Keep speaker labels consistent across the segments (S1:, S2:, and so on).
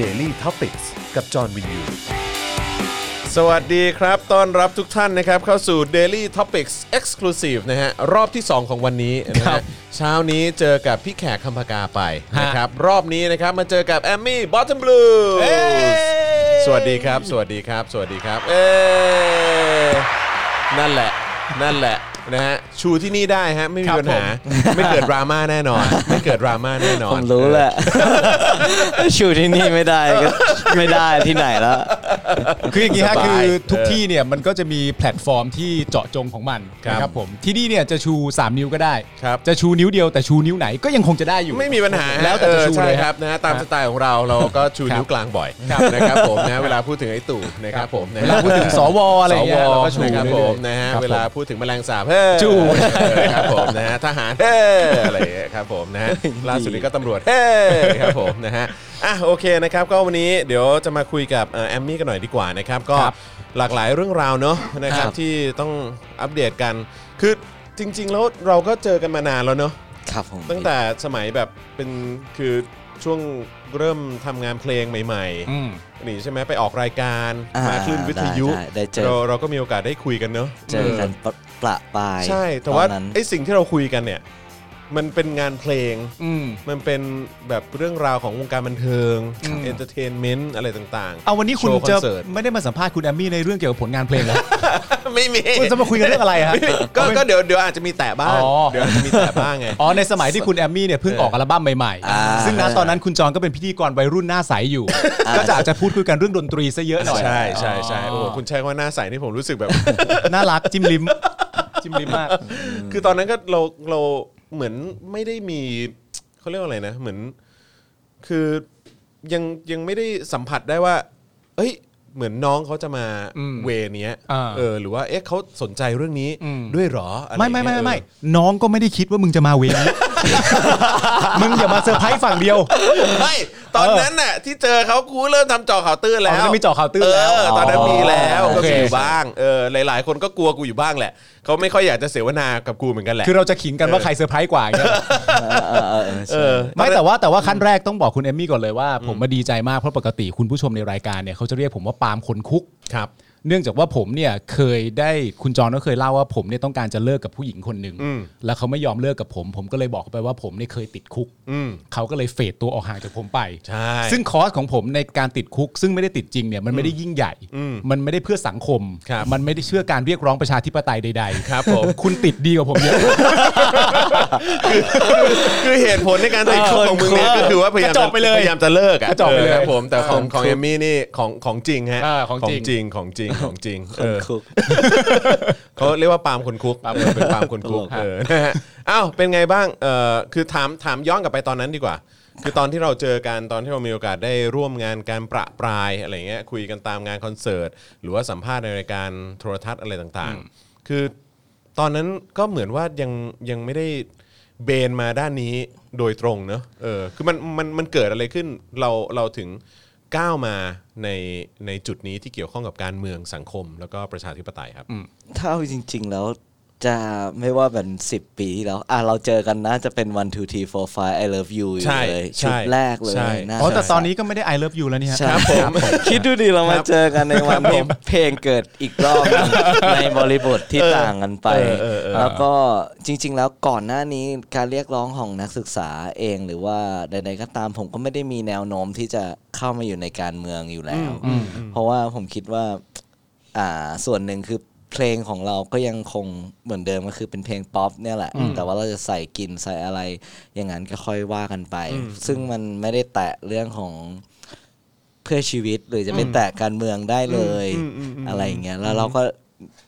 S1: Daily t o p i c กกับจอห์นวินยู
S2: สวัสดีครับ ต้อนรับทุกท่านนะครับ เข้าสู่ Daily Topics Exclusive นะฮะ รอบที่ 2 ของวันนี้นะ
S3: ครั
S2: ฮะ
S3: บ
S2: เช้านี้เจอกับพี่แขกคำพกาไป
S3: ฮะ
S2: นะครับ รอบนี้นะครับ มาเจอกับแอมมี่บอทเทมบลูสวัสดีครับ สวัสดีครับ สวัสดีครับ เอ้ยนั่นแหละ นั่นแหละนะฮะ ชูที่นี่ได้ฮะ ไม่มีปัญหา ไม่เกิดดราม่าแน่นอน ไม่เกิดดราม่าแน่นอ
S3: ผ
S2: น
S3: มรู้แหละ ชูที่นี่ไม่ได้ก็ไม่ได้ที่ไหนแล้ว
S4: คืออย่างนี้ฮะ
S2: สบาย
S4: คือทุก
S2: เออ
S4: ที่เนี่ยมันก็จะมีแพลตฟอร์มที่เจาะจงของมัน
S2: ครับ
S4: นะครับผมที่นี่เนี่ยจะชู 3 นิ้วก็ได้
S2: ครับ
S4: จะชูนิ้วเดียวแต่ชูนิ้วไหนก็ยังคงจะได้อยู่
S2: ไม่มีปัญหา
S4: แล้วแต่จะ
S2: ออ
S4: ชู
S2: ใช่
S4: เลย
S2: ครับนะฮะตามสไตล์ของเราเราก็ชูนิ้วกลางบ่อยนะครับผมนะเวลาพูดถึงไอ้ตู่นะครับผมนะ
S4: เวลาพูดถึงสวอะไรอย่างเงี้ย
S2: สว
S4: เราก็ชู
S2: นะครับผมนะฮะ
S4: ครับผม
S2: เวลาพูดถึงแมลงสาบเฮ้
S4: ชู
S2: ครับผมนะฮะทหารเฮ้อะไรอย่างเงี้ยครับผม นะฮะล่าสุดนี้ก็ตำรวจเฮ้ครับผมนะฮะอ่ะโอเคนะครับก็วันนี้เดี๋ยวจะมาคุยกับเอ่อแอมมี่กันหน่อยดีกว่านะครับก็หลากหลายเรื่องราวเนอะนะครับ
S3: ครับ
S2: ที่ต้องอัปเดตกันคือจริง ๆ แล้วเราก็เจอกันมานานแล้วเนอะ
S3: ครับผม
S2: ตั้งแต่สมัยแบบเป็นคือช่วงเริ่มทำงานเพลงใหม่
S4: อืม
S2: ๆนี่ใช่ไหมไปออกรายการ
S3: อ่
S2: มาคลื่นวิทยุ
S3: ได้ได้ได้เจอ
S2: เราเราก็มีโอกาสได้คุยกันเนอะ
S3: เจอกันปะประปราย
S2: ใช่ แต่ว่า
S3: อนนั้น
S2: ไอสิ่งที่เราคุยกันเนี่ย มันเป็นงานเพลง
S4: อืม
S2: มันเป็นแบบเรื่องราวของวงการบันเทิง
S4: อืม
S2: เอนเตอร์เทนเมนต์อะไรต่างๆ
S4: เอาวันนี้คุณ
S2: โช
S4: จะ
S2: อนเสิร์ต
S4: ไม่ได้มาสัมภาษณ์คุณแอมมี่ในเรื่องเกี่ยวกับผลงานเพลงแล้ว
S2: ไม่มี
S4: คุณจะมาคุยกันเรื่องอะไรฮะ
S2: ก็ก็เดี๋ยวเดี๋ยวอาจจะมีแตะบ้าง
S4: อ๋อ
S2: เดี๋ยวอาจจะมีแตะบ้างไง
S4: อ๋อในสมัยที่คุณแอมมี่เนี่ยเพิ่งออกอัลบั้มใหม่
S3: อ่า
S4: ๆ ซึ่งณตอนนั้นคุณจอนก็เป็นพิธีกรวัยรุ่นหน้าใสอยู่ ก็จะอาจจะพูดคุยกันเรื่องดนตรีซะเยอะหน่อย
S2: ใช่ใช่ใช่โอ้โหคุณใช้คำว่าหน้าใสนี่ผมรู้สึกแบบ
S4: น่ารักจิ้มลิ้มจิ้มลิ้มมาก
S2: คือตอนนั้นก็เราเราเหมือนไม่ได้มีเขาเรียกว่าอะไรนะ เหมือนคือยังยังไม่ได้สัมผัสได้ว่า เอ้ย เหมือนน้องเขาจะมา
S4: อืม
S2: เวเนี้ย
S4: อ่า
S2: เออหรือว่าเอ๊ะเขาสนใจเรื่องนี้
S4: อืม
S2: ด้วยเหรออะร
S4: ไม่ไม่ไม่
S2: เงี้
S4: ไม่
S2: ย
S4: ไม่น้องก็ไม่ได้คิดว่ามึงจะมาเวรนี้ มึงอย่ามาเซอร์ไพรส์ฝั่งเดียว
S2: เออไม่ตอนนั้นน่ะที่เจอเขากูเริ่มทำเจ่อข่าวตื้นแล้ว
S4: อ๋อมันมีเจาะข่าวตื้นแล้ว
S2: เออตอนนั้นมีแล้ว
S4: อ๋อ
S2: ก็
S4: โอเค
S2: มีอยู่บ้างเออหลาย ๆ คนก็กลัวกูอยู่บ้างแหละเขาไม่ค่อยอยากจะเสวนากับกูเหมือนกันแหละ
S4: คือเราจะขิงกันว่าใครเซอร์ไพรส์กว่าอย่างเงี้ย
S3: เออเออเออ
S2: เอ
S3: ใช่
S2: อ
S4: ไม่แต่ว่าแต่ว่าขั้นแรกต้องบอกคุณเอมมี่ก่อนเลยว่า ผมมาดีใจมากเพราะปกติคุณผู้ชมในรายการเนี่ยเขาจะเรียกผมว่าปาล์มคนคุก
S2: ครับ
S4: เนื่องจากว่าผมเนี่ยเคยได้คุณจอนก็เคยเล่าว่าผมเนี่ยต้องการจะเลิกกับผู้หญิงคนหนึ่ง
S2: อืม
S4: แล้วเขาไม่ยอมเลิกกับผม ผมก็เลยบอกเขาไปว่าผมเนี่ยเคยติดคุก
S2: อืม
S4: เขาก็เลยเฟดตัวออกห่างจากผมไป
S2: ใช่
S4: ซึ่งคอสของผมในการติดคุก ซึ่งไม่ได้ติดจริงเนี่ยมันไม่ได้ยิ่งใหญ่
S2: อืม
S4: มันไม่ได้เพื่อสังคม
S2: ครับ
S4: มันไม่ได้เชื่อการเรียกร้องประชาธิปไตยใดๆ
S2: ครับผม
S4: คุณติดดีกว่าผมเยอะ
S2: คือเหตุผลในการติดคุกของมึงเนี่ยก็คือว่าพยายาม
S4: กระจอกไปเลย
S2: พยายามจะเลิกอ่ะ
S4: กระจอกไปเลย
S2: ออครับผมแต่ของของ
S4: เออ
S2: เอมมี่นี่ของของจริงฮะ
S4: อ่าของจริง
S2: จริงของจริงของจริง
S3: ค
S2: เอน อ
S3: คุก
S2: เขาเรียกว่าปาล์มคนคุกเออเป็นปาล์มคนคุก
S3: ตลก
S2: เออ นะฮะอ้าวเป็นไงบ้างเออคือถามถามย้อนกลับไปตอนนั้นดีกว่า คือตอนที่เราเจอกันตอนที่เรามีโอกาสได้ร่วมงานการประปรายอะไรเงี้ยคุยกันตามงานคอนเสิร์ตหรือว่าสัมภาษณ์ในรายการโทรทัศน์อะไรต่างๆ คือตอนนั้นก็เหมือนว่ายังยังไม่ได้ เบนมาด้านนี้โดยตรงเนอะเออ คือมันมันมันเกิดอะไรขึ้น เราเราถึงก้าวมาในในจุดนี้ที่เกี่ยวข้องกับการเมืองสังคม แล้วก็ประชาธิปไตยครับ
S3: ถ้าเอาจริง ๆ แล้วจะไม่ว่าเป็นสิบปีที่แล้วอ่ะเราเจอกันนะจะเป็น one two three four five I love you อยู่
S2: ใช่
S3: เลย
S2: ใช่
S3: ชุดแรกเลย
S2: ใช่
S3: น่า
S4: อ๋อแต่
S3: สงสาร
S4: ตอนนี้ก็ไม่ได้ I love you แล้วนี่ฮะ
S3: ใช่
S2: ครับผม
S3: คิดดูดิเรามาเจอกันในวันที่เพลงเกิดอีกรอบหนึ่งในบริบทที่ต่างกันไป
S2: เออเออเออ
S3: แล้วก็จริง ๆ แล้วก่อนหน้านี้การเรียกร้องของนักศึกษาเองหรือว่าใดๆก็ตามผมก็ไม่ได้มีแนวโน้มที่จะเข้ามาอยู่ในการเมืองอยู่แล้ว เพราะว่าผมคิดว่า อ่าส่วนหนึ่งคือเพลงของเราก็ยังคงเหมือนเดิมก็คือเป็นเพลงป๊อปเนี่ยแหละ แต่ว่าเราจะใส่กลิ่นใส่อะไร อย่างนั้นก็ค่อยว่ากันไป ซึ่งมันไม่ได้แตะเรื่องของเพื่อชีวิตหรือจะไปแตะการเมืองได้เลย
S2: อืมอืมอืม
S3: อะไรอย่างเงี้ยแล้วเราก็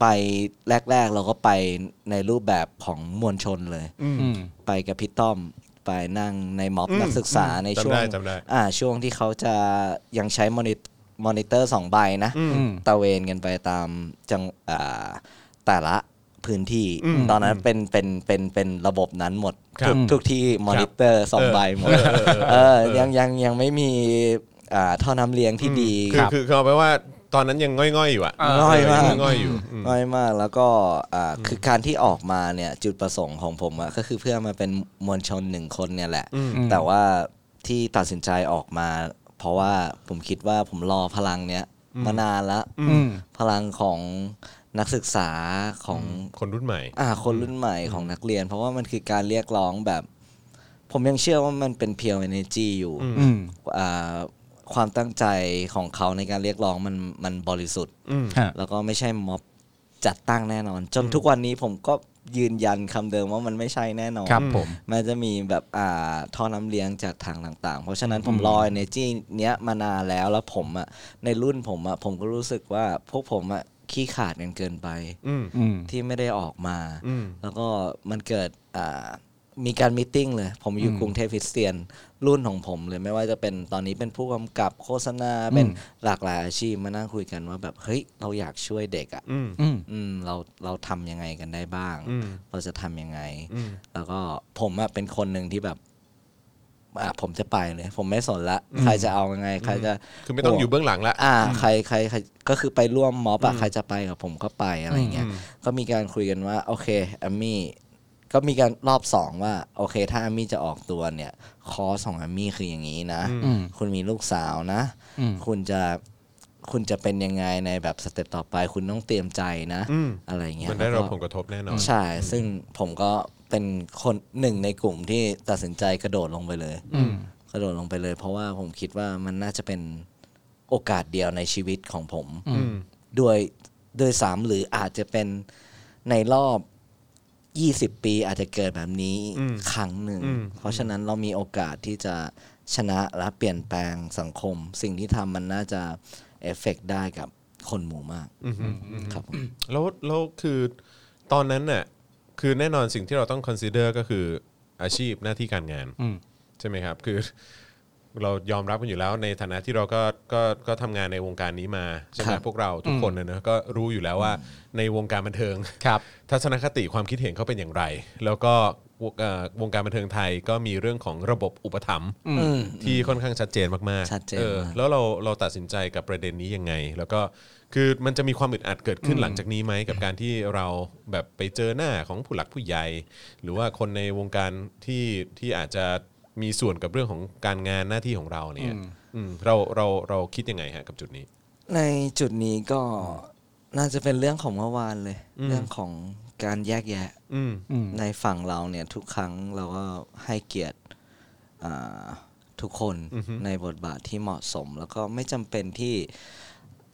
S3: ไปแรก ๆ เราก็ไปในรูปแบบของมวลชนเลย ไปกับพี่ต้อมไปนั่งในม็อบนักศึกษาใน
S2: จำ
S3: ช่ว
S2: ได้
S3: ง
S2: จำได้
S3: อ่าช่วงที่เขาจะยังใช้มอนิมอนิเตอร์สองใบนะ ตระเวนกันไปตามจังอ่าแต่ละพื้นที่ ตอนนั้นเป็นเป็นเป็นเป็นระบบนั้นหมด
S2: ครับ
S3: ทุกทุกที่มอนิเตอร์สอง
S2: เออ
S3: ใบหมด
S2: เออเออเออ
S3: เออยังยังยังไม่มีอ่าท่อน้ำเลี้ยงที่ดี
S2: คือคือคือเอาไปว่าตอนนั้นยังง่อยๆอยู่อะ
S3: ง่อยมาก
S2: ง่อยๆอยู่อืม
S3: น้อยมากแล้วก็อ่าคือการที่ออกมาเนี่ยจุดประสงค์ของผมอะก็คือเพื่อมาเป็นมวลชนหนึ่งคนเนี่ยแหละ แต่ว่าที่ตัดสินใจออกมา เพราะว่าผมคิดว่าผมรอพลังเนี้ยมานานละ
S4: อืม
S3: พลังของนักศึกษาของ
S2: คนรุ่นใหม่
S3: อ่าคนรุ่นใหม่ของนักเรียน เพราะว่ามันคือการเรียกร้องแบบ ผมยังเชื่อว่ามันเป็นเพียวเอเนจีอยู่
S4: อืม
S3: อ่าความตั้งใจของเขาในการเรียกร้องมันมันบริสุทธิ์
S2: อืม
S4: ฮะ
S3: แล้วก็ไม่ใช่ม็อบจัดตั้งแน่นอน จนทุกวันนี้ผมก็ยืนยันคำเดิมว่ามันไม่ใช่แน่นอน
S4: ครับผม
S3: แม้จะมีแบบอ่าท่อน้ำเลี้ยงจากทางต่างๆ เพราะฉะนั้นผมรอ energy เนี้ยมานานแล้วแล้วผมอะในรุ่นผมอะผมก็รู้สึกว่าพวกผมอะขี้ขาดกันเกินไป
S2: อืม
S4: อืม
S3: ที่ไม่ได้ออกมา
S2: อืม
S3: แล้วก็มันเกิดอ่ามีการมิทติ้งเลย ผมอยู่
S4: อืม
S3: กรุงเทพคริสเตียน รุ่นของผมเลยไม่ว่าจะเป็นตอนนี้เป็นผู้กำกับโฆษณาเป็น
S4: อืม
S3: หลากหลายอาชีพมานั่งคุยกันว่าแบบเฮ้ยเราอยากช่วยเด็กอะ
S2: อืม
S4: อืม
S3: อืมเราเราทำยังไงกันได้บ้าง
S2: อืม
S3: เราจะทำยังไง
S2: อืม
S3: แล้วก็ผมอะเป็นคนหนึ่งที่แบบอ่ะผมจะไปเลย ผมไม่สนละ ใครจะเอายังไง ใครจะ
S2: คือไม่ต้องอยู่
S3: โ
S2: เบื้องหลังละ
S3: อ่าใครใครใครก็คือไปร่วมม็อบอะใครจะไปกับผมก็ไปอะไรเงี้ย ก็มีการคุยกันว่า โอเคแอมมี่ก็มีการรอบสองว่า โอเค ถ้าแอมมี่จะออกตัวเนี่ย คอร์สของแอมมี่คืออย่างนี้นะ
S4: อืม
S3: คุณมีลูกสาวนะ
S4: อืม
S3: คุณจะคุณจะเป็นยังไงในแบบสเต็ปต่อไป คุณต้องเตรียมใจนะ
S2: อืม
S3: อะไรเงี้ย
S2: มันได้รับผล
S3: แล้ว
S2: กระทบแน่นอ
S3: ก็
S2: น
S3: ใช่ ซึ่งผมก็เป็นคนหนึ่งในกลุ่มที่ตัดสินใจกระโดดลงไปเลย
S4: อืม
S3: กระโดดลงไปเลย เพราะว่าผมคิดว่ามันน่าจะเป็นโอกาสเดียวในชีวิตของผม
S2: อืม
S3: ด้วยด้วยสามหรืออาจจะเป็นในรอบ 20 ปีอาจจะเกิดแบบนี้
S2: อืม
S3: ครั้งหนึ่ง
S2: อืม
S3: เพราะฉะนั้นเรามีโอกาสที่จะชนะและเปลี่ยนแปลงสังคม สิ่งที่ทำมันน่าจะเอฟเฟกได้กับคนหมู่มากครับผม
S2: แล้วแล้วคือตอนนั้นน่ะคือแน่นอนสิ่งที่เราต้อง consider ก็คืออาชีพหน้าที่การงาน
S4: อืม
S2: ใช่ไหมครับ คือ เรายอมรับกันอยู่แล้วในฐานะที่เราก็ก็ก็ทำงานในวงการนี้มาใช่ไหม
S3: ครับ
S2: พวกเราทุกคนนะเนอะก็รู้อยู่แล้วว่าในวงการบันเทิง
S4: ครับ
S2: ทัศนคติความคิดเห็นเขาเป็นอย่างไร แล้วก็วงเอ่อวงการบันเทิงไทยก็มีเรื่องของระบบอุปถัมภ์
S4: อืม
S3: อืม
S2: ที่ค่อนข้างชัดเจนมากๆ
S3: ชัดเจน
S2: ออ
S3: มาก
S2: แล้วเราเราตัดสินใจกับประเด็นนี้ยังไง แล้วก็คือมันจะมีความอึดอัดเกิดขึ้นหลังจากนี้ไหมกับการที่เราแบบไปเจอหน้าของผู้หลักผู้ใหญ่ หรือว่าคนในวงการที่ที่อาจจะมีส่วนกับเรื่องของการงานหน้าที่ของเราเนี่ยอืมเราเราเราคิดยังไงฮะกับจุดนี้
S3: ในจุดนี้ก็น่าจะเป็นเรื่องของเมื่อวานเลย เรื่องของการแยกแยะ
S2: อืม
S4: อืม
S3: ในฝั่งเราเนี่ยทุกครั้งเราก็ให้เกียรติอ่าทุกคน
S2: อือฮึ
S3: ในบทบาทที่เหมาะสม แล้วก็ไม่จำเป็นที่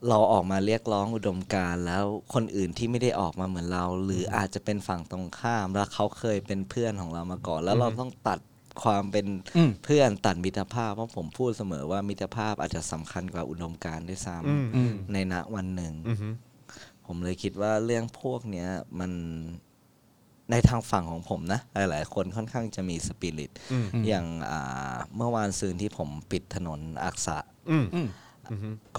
S3: เราออกมาเรียกร้องอุดมการณ์แล้วคนอื่นที่ไม่ได้ออกมาเหมือนเรา หรืออาจจะเป็นฝั่งตรงข้าม แล้วเขาเคยเป็นเพื่อนของเรามาก่อน แล้วเราต้องตัดความเป็น
S4: อืม
S3: เพื่อนตัดมิตรภาพเพราะผมพูดเสมอว่ามิตรภาพอาจจะสำคัญกว่าอุดมการณ์ด้วยซ้
S2: อืม
S4: อืม
S3: ำในณวันหนึ่ง
S2: อืม
S3: ผมเลยคิดว่าเรื่องพวกเนี้ยมันในทางฝั่งของผมนะ หลาย ๆ คนค่อนข้างจะมีสปิริต
S2: อืม
S3: อย่างอ่าเมื่อวานซืนที่ผมปิดถนนอักษะ
S2: อืม
S4: อืม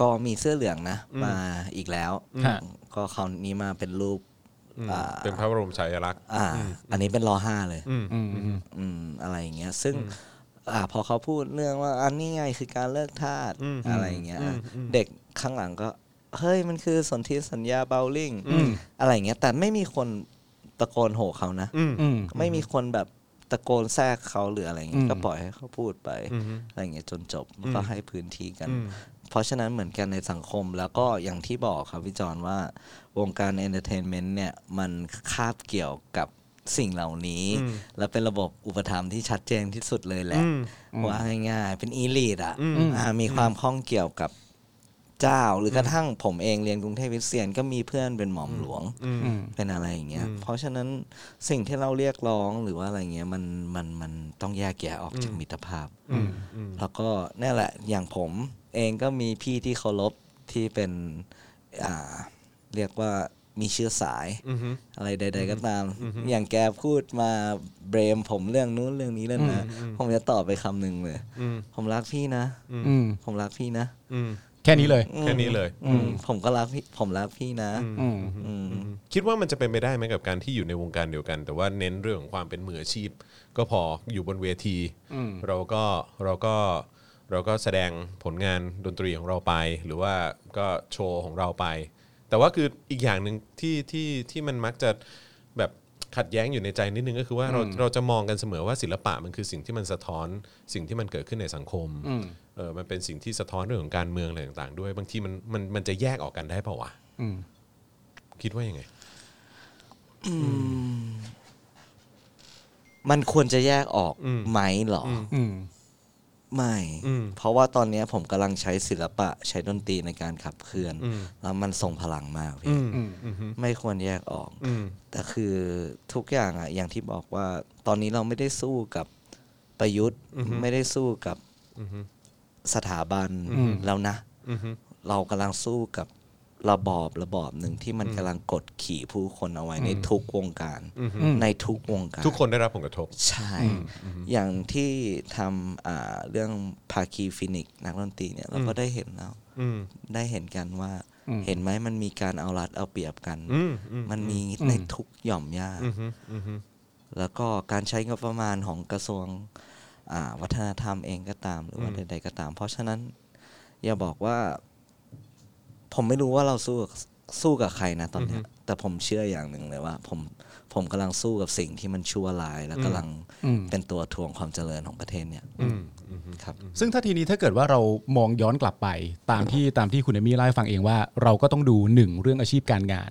S3: ก็มีเสื้อเหลืองนะ มาอีกแล้ว
S4: ฮะ
S3: ก็คราวนี้มาเป็นรูป
S2: อืม
S3: อ่า
S2: เป็นพระบรมฉายาลักษณ์
S3: อ่า อันนี้เป็นรอห้าเลย
S2: อืม
S4: อืมอืม
S3: อืมอะไรอย่างเงี้ยซึ่งอ่าพอเขาพูดเรื่องว่าอันนี้ไงคือการเลิกทาสอะไรอย่างเงี้ยเด็กข้างหลังก็ เฮ้ยมันคือสนธิสัญญาเบลลิง
S4: อืม
S3: อะไรอย่างเงี้ยแต่ไม่มีคนตะโกนโห่เขานะ
S2: อืม
S4: อืม
S3: ไม่มีคนแบบตะโกนแทรกเขาหรืออะไรอย่างเงี้
S4: อื
S3: ย
S4: ม
S3: ก็ปล่อยให้เขาพูดไป
S2: อือฮึ
S3: อะไรอย่างเงี้ยจนจบ
S2: อืม
S3: ก็ให้พื้นที่กัน
S2: อืม
S3: เพราะฉะนั้นเหมือนกันในสังคมแล้วก็อย่างที่บอกครับพี่จอนว่าวงการเอนเตอร์เทนเมนต์เนี่ยมันคาบเกี่ยวกับสิ่งเหล่านี้
S2: อืม
S3: และเป็นระบบอุปถัมภ์ที่ชัดเจนที่สุดเลยแหละ
S2: อืม
S3: ว่าง่ายๆ เป็นอีลีดอ่ะ
S2: อืม
S3: อ่ามีความข้องเกี่ยวกับเจ้า หรือกระทั่งผมเองเรียนกรุงเทพคริสเตียนก็มีเพื่อนเป็นหม่อมหลวง
S2: อืม
S4: อืม
S3: เป็นอะไรอย่างเงี้ย
S2: อืม
S3: เพราะฉะนั้นสิ่งที่เราเรียกร้องหรือว่าอะไรเงี้ยมันมันมันต้องแยกแยะออกจากมิตรภาพ
S2: อืมอืม
S3: แล้วก็นั่นแหละอย่างผมเองก็มีพี่ที่เคารพที่เป็นอ่าเรียกว่ามีเชื้อสาย
S2: อืม
S3: อะไรใด ๆ ก็ตาม อย่างแกพูดมาเบรมผมเรื่องนู้นเรื่องนี้เรื่องนั้นผมจะตอบไปคำหนึ่งเลย
S2: อืม
S3: ผมรักพี่นะ
S4: อืม
S3: ผมรักพี่นะ
S2: อืม
S4: แค่นี้เลย
S2: แค่นี้เลย
S3: อืมผมก็รักพี่ผมรักพี่นะ
S4: อืม
S3: อืม
S2: คิดว่ามันจะเป็นไปได้ไหมกับการที่อยู่ในวงการเดียวกัน แต่ว่าเน้นเรื่องของความเป็นมืออาชีพ ก็พออยู่บนเวที
S4: อืม
S2: เราก็เราก็เราก็แสดงผลงานดนตรีของเราไป หรือว่าก็โชว์ของเราไป แต่ว่าคืออีกอย่างหนึ่งที่ที่ที่มันมักจะแบบ ขัดแย้งอยู่ในใจนิดนึงก็คือว่าเราเราจะมองกันเสมอว่าศิลปะมันคือสิ่งที่มันสะท้อนสิ่งที่มันเกิดขึ้นในสังคมเออมันเป็นสิ่งที่สะท้อนเรื่องของการเมืองอะไรต่างๆ ด้วย บางทีมันมันมันจะแยกออกกันได้เปล่าวะคิดว่ายังไง
S3: มันควรจะแยกออก
S2: อืม
S3: ไหมเหรอ
S4: อืม
S3: ไม่
S2: อืม
S3: เพราะว่าตอนเนี้ยผมกำลังใช้ศิลปะใช้ดนตรีในการขับเคลื่อน
S2: อืม
S3: แล้วมันทรงพลังมาก
S2: อื
S3: พี่
S2: ม
S4: อืม
S2: อืม
S3: ไม่ควรแยกออก
S2: อืม
S3: แต่คือทุกอย่างอะอย่างที่บอกว่าตอนนี้เราไม่ได้สู้กับประยุทธ์
S2: อือฮึ
S3: ไม่ได้สู้กับ
S2: อืม
S3: สถาบัน
S4: อืม
S3: แล้วนะ
S2: อืม
S3: เรากำลังสู้กับระบอบระบอบหนึ่งที่มันกำลังกดขี่ผู้คนเอาไว้ในทุกวงการ
S2: อือฮึ
S3: ในทุกวงการ
S2: ทุกคนได้รับผลกระทบ
S3: ใช่ อย่างที่ทำอ่าเรื่องภาคีฟินิกส์นักดนตรีเนี่ยเราก็ได้เห็นแล้ว
S2: อืม
S3: ได้เห็นกันว่า
S4: อืม
S3: เห็นไหมมันมีการเอารัดเอาเปรียบกัน
S2: อืมอืม
S3: มันมีในทุกหย่อมย่า
S2: อืมอืมอืม
S3: แล้วก็การใช้งบประมาณของกระทรวงอ่าวัฒนธรรมเองก็ตาม หรือว่า
S2: อืม
S3: ใดๆก็ตาม เพราะฉะนั้น อย่าบอกว่า ผมไม่รู้ว่าเราสู้กับสู้กับใครนะตอนเนี้ยแต่ผมเชื่ออย่างหนึ่งเลยว่า ผมผมกำลังสู้กับสิ่งที่มันชั่วร้าย และกำลัง
S4: อืม
S3: เป็นตัวทวงความเจริญของประเทศเนี่ย
S2: อืมอืม
S3: ครับ
S4: ซึ่งถ้าทีนี้ถ้าเกิดว่าเรามองย้อนกลับไป ตามที่ตามที่คุณเอมี่เล่าให้ฟังเองว่า เราก็ต้องดูหนึ่งเรื่องอาชีพการงาน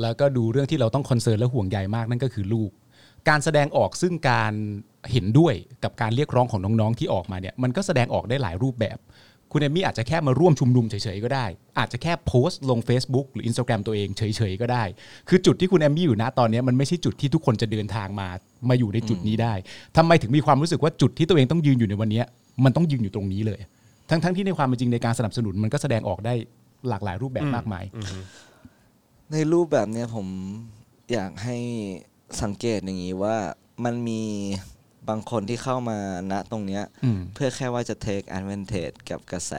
S4: แล้วก็ดูเรื่องที่เราต้องคอนเซิร์นและห่วงใยมากนั่นก็คือลูก การแสดงออกซึ่งการเห็นด้วยกับการเรียกร้องของน้องๆที่ออกมาเนี่ยมันก็แสดงออกได้หลายรูปแบบ คุณเอมี่อาจจะแค่มาร่วมชุมนุมเฉยๆก็ได้ อาจจะแค่โพสต์ลง Facebook หรือ Instagram ตัวเองเฉยๆก็ได้ คือจุดที่คุณเอมี่อยู่นะตอนเนี้ยมันไม่ใช่จุดที่ทุกคนจะเดินทางมา มาอยู่ในจุดนี้ได้ทำไมถึงมีความรู้สึกว่าจุดที่ตัวเองต้องยืนอยู่ในวันเนี้ยมันต้องยืนอยู่ตรงนี้เลย ทั้งๆที่ในความเป็นจริงในการสนับสนุนมันก็แสดงออกได้หลากหลายรูปแบบมากมาย
S3: ในรูปแบบเนี้ยผมอยากให้สังเกตอย่างนี้ว่ามันมีบางคนที่เข้ามาณตรงเนี้ย
S4: อืม
S3: เพื่อแค่ว่าจะ take advantage กับกระแส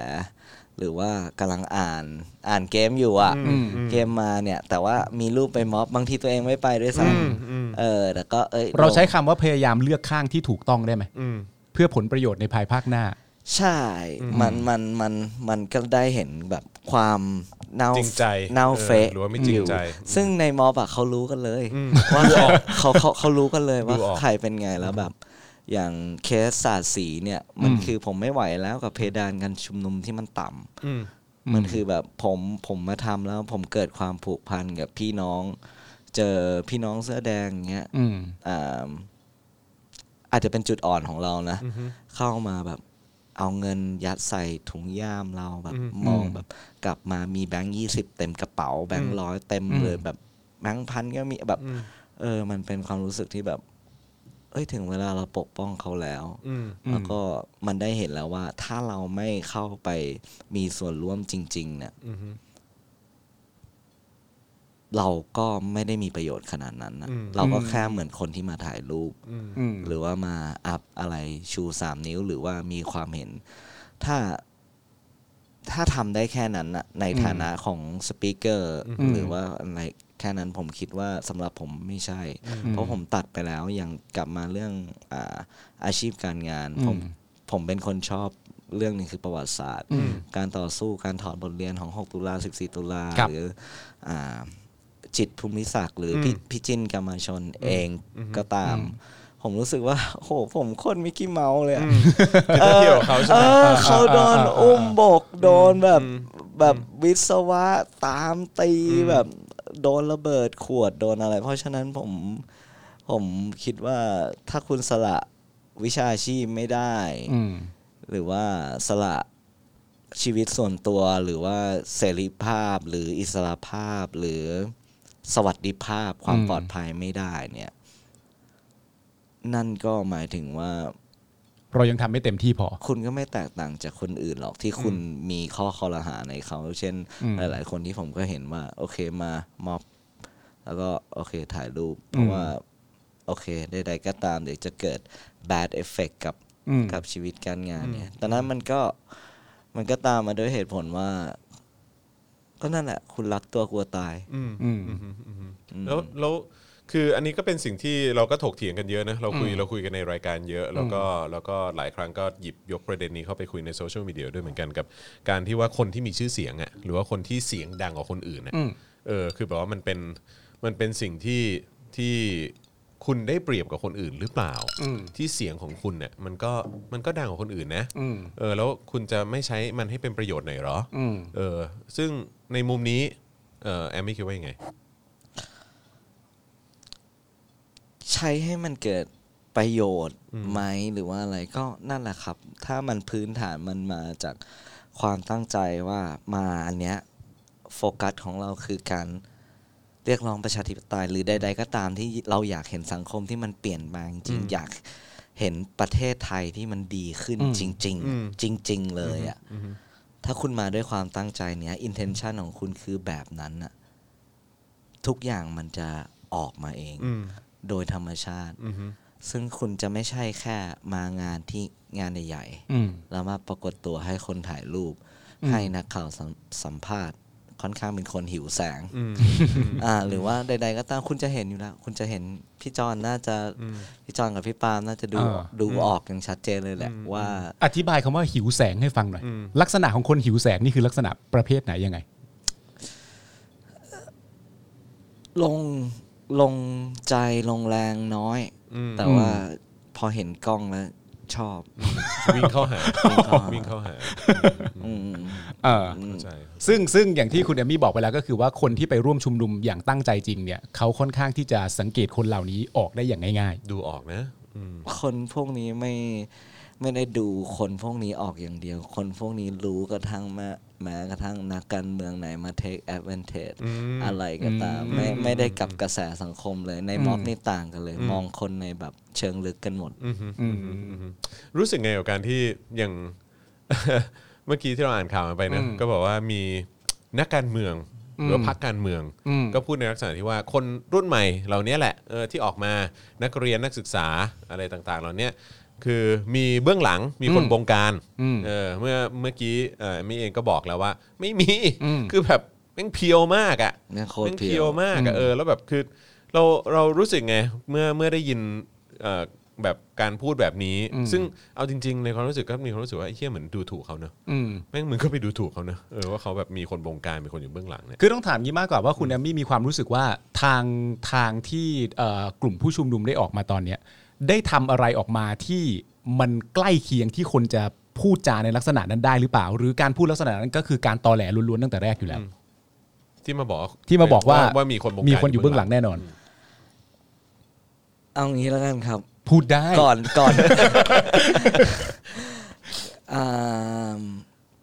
S3: หรือว่ากำลังอ่านอ่านเกมอยู่อ่ะ
S4: อืม
S3: เกมมาเนี่ย แต่ว่ามีรูปไปม็อบบางทีตัวเองไม่ไปด้วยซ้ำเออแต่ก็เอ้ย
S4: เราใช้
S3: ลง
S4: คำว่าพยายามเลือกข้างที่ถูกต้องได้ไหม
S2: อืม
S4: เพื่อผลประโยชน์ในภายภาคหน้า
S3: ใช่มันมันมันมันก็ได้เห็นแบบความเน่า
S2: จริงใจ
S3: เน่า
S2: เออ
S3: เฟะ
S2: หรือว่าไม่จริงใจ
S3: อยู่ซึ่งในม็อบอะเขารู้กันเลยว่าเขาเขาเขารู้กันเลยว่า
S2: ดูออก
S3: ใครเป็นไงแล้วแบบ อย่างเคสศาสตร์สีเนี่ย มันคือผมไม่ไหวแล้วกับเพดานการชุมนุมที่มันต่ำ
S2: อืม
S3: มันคือแบบผมผมมาทำแล้วผมเกิดความผูกพันกับพี่น้อง เจอพี่น้องเสื้อแดงเงี้ย
S4: อืม
S3: อ่าอาจจะเป็นจุดอ่อนของเรานะ เข้ามาแบบเอาเงินยัดใส่ถุงย่ามเราแบบ
S2: อืม
S3: มองแบบกลับมามีแบงค์ยี่สิบเต็มกระเป๋า แบงค์ร้อยเต็ม
S4: อืม
S3: เลยแบบแบงค์พันก็มีแบบ
S2: อืม
S3: เออ มันเป็นความรู้สึกที่แบบ เอ้ยถึงเวลาเราปกป้องเขาแล้ว
S2: อืม
S4: อืม
S3: แล้วก็มันได้เห็นแล้วว่าถ้าเราไม่เข้าไปมีส่วนร่วมจริง ๆ เนี่ย
S2: อืม
S3: เราก็ไม่ได้มีประโยชน์ขนาดนั้นนะ
S2: อืม
S3: เราก็แค่เหมือนคนที่มาถ่ายรูป
S2: อืม
S4: อืม
S3: หรือว่ามาอัพอะไรชูสามนิ้วหรือว่ามีความเห็น ถ้าถ้าทำได้แค่นั้นนะใน
S4: อืม
S3: ฐานะของสปีกเกอร์
S4: อืม
S3: หรือว่าอะไรแค่นั้นผมคิดว่าสำหรับผมไม่ใช่
S4: อืม
S3: เพราะผมตัดไปแล้วอย่างกลับมาเรื่องอาอาชีพการงาน
S4: อืม
S3: ผมผมเป็นคนชอบเรื่องหนี้คือประวัติศาสตร์
S4: อืม
S3: การต่อสู้การถอดบทเรียนของ 6 ตุลา 14 ตุลา
S4: ครับ
S3: หรืออาจิตรภูมิศักดิ์หรืออพี่พี่จินกามาชนเองก็ตาม ผมรู้สึกว่า โอ้โห ผมโคนมิกกี้เมาส์เลยอะ
S2: คือถ้าเที่ยวกับเขาใช่
S3: เอ
S2: ไหม
S3: อเขาโดน
S4: อ่าอ่าอ่า
S3: อุ้มบก โดนแบบแบบวิศวะตามตีแบบโดนระเบิดขวดโดนอะไร เพราะฉะนั้นผมผมคิดว่าถ้าคุณสละวิชาชีพไม่ได้
S4: อืม
S3: หรือว่าสละชีวิตส่วนตัวหรือว่าเสรีภาพหรืออิสระภาพหรือสวัสดิภาพความ
S4: อืม
S3: ปลอดภัยไม่ได้เนี่ย นั่นก็หมายถึงว่า
S4: เรายังทำไม่เต็มที่พอ
S3: คุณก็ไม่แตกต่างจากคนอื่นหรอกที่คุณมีข้อคอรหาในเขา เช่น
S4: อืม
S3: หลาย ๆ คนที่ผมก็เห็นว่า โอเคมาม็อบ แล้วก็โอเคถ่ายรูป เพราะ
S4: อืม
S3: ว่า โอเคใดๆก็ตามเดี๋ยวจะเกิด bad effect กับ
S4: อืม
S3: กับชีวิตการงานเนี่ย ตอนนั้นมันก็มันก็ตามมาด้วยเหตุผลว่า ก็นั่นแหละ คุณรักตัวกลัวตาย
S2: อืม
S4: อืม
S2: อืมอืมแล้วแล้วคืออันนี้ก็เป็นสิ่งที่เราก็ถกเถียงกันเยอะนะเราคุยเราคุยกันในรายการเยอะ แล้วก็แล้วก็หลายครั้งก็หยิบยกประเด็นนี้เข้าไปคุยในโซเชียลมีเดียด้วยเหมือนกันกับการที่ว่าคนที่มีชื่อเสียงอ่ะหรือว่าคนที่เสียงดังกว่าคนอื่นอ่ะ
S4: อืม
S2: เออคือแบบว่ามันเป็นมันเป็นสิ่งที่ที่ คุณได้เปรียบกับคนอื่นหรือเปล่า
S4: อืม
S2: ที่เสียงของคุณเนี่ยมันก็มันก็ดังกว่าคนอื่นนะ
S4: อืม
S2: เออแล้วคุณจะไม่ใช้มันให้เป็นประโยชน์หน่อยเหรอ
S4: อืม
S2: เออซึ่งในมุมนี้เออแอมไม่คิดว่ายังไง
S3: ใช้ให้มันเกิดประโยชน์ไหมหรือว่าอะไรก็นั่นแหละครับ ถ้ามันพื้นฐานมันมาจากความตั้งใจว่ามาอันเนี้ยโฟกัสของเราคือการเรียกร้องประชาธิปไตยหรือใด ๆ ก็ตามที่เราอยากเห็นสังคมที่มันเปลี่ยนแปลงจริงๆอยากเห็นประเทศไทยที่มันดีขึ้นจริง
S2: อืม
S3: ๆ จริง ๆ เลยอ่ะถ้าคุณมาด้วยความตั้งใจเนี้ย intention ของคุณคือแบบนั้นอ่ะทุกอย่างมันจะออกมาเอง
S2: อืม
S3: โดยธรรมชาติ
S2: อืมฮึ
S3: ซึ่งคุณจะไม่ใช่แค่มางานที่งานใหญ่
S4: อืม
S3: ๆแล้วมาปรากฏตัวให้คนถ่ายรูป
S4: อืม
S3: ให้นักข่าวสัมสัมภาษณ์ ค่อนข้างเป็นคนหิวแสง
S2: อืม
S3: อ่า หรือว่าใด ๆ ก็ตามคุณจะเห็นอยู่แล้ว คุณจะเห็นพี่จอนน่าจะ
S2: อืม
S3: พี่จอนกับพี่ปาล์มน่าจะดู
S4: อ่า
S3: ดูออกอย่างชัดเจนเลยแหละ ว่า
S4: อธิบายคำว่าหิวแสงให้ฟังหน่อย
S2: อืม
S4: ลักษณะของคนหิวแสงนี่คือลักษณะประเภทไหนยังไง
S3: ลงลงใจลงแรงน้อย
S2: อืม
S3: แต่ว่าพอเห็นกล้องแล้วชอบ
S2: วิ่งเข้าหา
S3: วิ่งเข้าหา
S2: วิ่งเข้าหา
S3: อืม
S4: เอออ
S2: เข้าใจ
S4: ซึ่งซึ่งอย่างที่คุณเอมมี่บอกไปแล้วก็คือว่าคนที่ไปร่วมชุมนุมอย่างตั้งใจจริงเนี่ยเขาค่อนข้างที่จะสังเกตคนเหล่านี้ออกได้อย่างง่าย
S2: ดูออกนะอืม
S3: คนพวกนี้ไม่ไม่ได้ดูคนพวกนี้ออกอย่างเดียว คนพวกนี้รู้กระทั่งแม้แม้กระทั่งนักการเมืองไหนมา take advantage
S2: อืม
S3: อะไรก็ตาม
S4: อืม
S3: ไม่ไม่ได้กับกระแสสังคมเลยในม็อบ
S4: อืม
S3: นี่ต่างกันเลย มองคนในแบบเชิงลึกกันหมด
S2: อือฮึ
S4: ๆอืม
S2: อือฮึรู้สึกไงกับการที่อย่าง เมื่อกี้ที่เราอ่านข่าวกันไปนะ
S4: อืม
S2: ก็บอกว่ามีนักการเมือง
S4: อื
S2: ห
S4: ม
S2: รือว่าพรรคการเมือง
S4: อืม
S2: ก็พูดในลักษณะที่ว่าคนรุ่นใหม่เหล่านี้แหละเออที่ออกมานักเรียนนักศึกษาอะไรต่างๆ เหล่านี้คือมีเบื้องหลังมีคน
S4: อืม
S2: บงการ
S4: อืม
S2: เออเมื่อเมื่อกี้เออมี่เองก็บอกแล้วว่า ไม่มี
S4: อืม
S2: คือแบบแม่งเพียวมากอ่ะ
S3: แม่งโคตรเพียว
S2: แม่งมากอะ
S4: อืม
S2: เออแล้วแบบคือเราเรารู้สึกไงเมื่อเมื่อได้ยินเอ่อแบบการพูดแบบนี้
S4: อืม
S2: ซึ่งเอาจริง ๆ ในความรู้สึกก็มีความรู้สึกว่าไอ้เหี้ยเหมือนดูถูกเขาเนอะ
S4: อืม
S2: แม่งมึงก็ไปดูถูกเขาเนอะเออว่าเขาแบบมีคนบงการมีคนอยู่เบื้องหลังเนี่ย
S4: คือต้องถามงี้มากกว่าว่าคุณแอมมี่มีความรู้สึกว่าทางทางที่เอ่อกลุ่มผู้ชุมนุมได้ออกมาตอนเนี้ยได้ทำอะไรออกมาที่มันใกล้เคียงที่คนจะพูดจาในลักษณะนั้นได้หรือเปล่า หรือการพูดลักษณะนั้นก็คือการตอแหลล้วนๆตั้งแต่แรกอยู่แล้ว
S2: อืม ที่มาบอก
S4: ที่มาบอกว่า
S2: ว่ามีคนบงการ
S4: มีคนอยู่เบื้องหลังแน่นอน
S3: เอางี้แล้วกันครับ
S4: พูดได้
S3: ก่อนก่อน อ่าม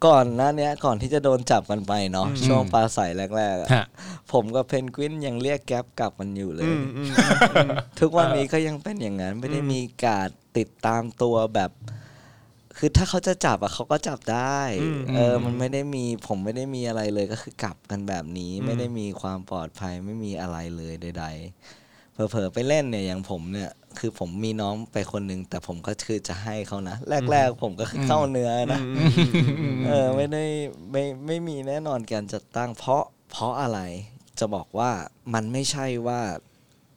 S3: ก่อนหน้าเนี้ยก่อนที่จะโดนจับกันไปเนาะช่วงปลาใสแรกๆอะ
S4: ฮะ
S3: ผมกับเพนกวินยังเรียกแก๊ปกลับมันอยู่เลย
S2: อืมอืม
S3: ทุกวันนี้ก็ยังเป็นอย่างนั้นไม่ได้มีการติดตามตัวแบบ คือถ้าเขาจะจับอะเขาก็จับได้ เออ มันไม่ได้มีผมไม่ได้มีอะไรเลยก็คือกลับกันแบบนี้ ไม่ได้มีความปลอดภัยไม่มีอะไรเลยใด ๆ เผลอๆไปเล่นเนี่ยอย่างผมเนี่ย คือผมมีน้องไปคนหนึ่งแต่ผมก็คือจะให้เขานะแรก ๆ ผมก็คือเข้าเนื้อนะ เออไม่ได้ไม่ไม่มีแน่นอนการจัดตั้ง เพราะเพราะอะไรจะบอกว่ามันไม่ใช่ว่า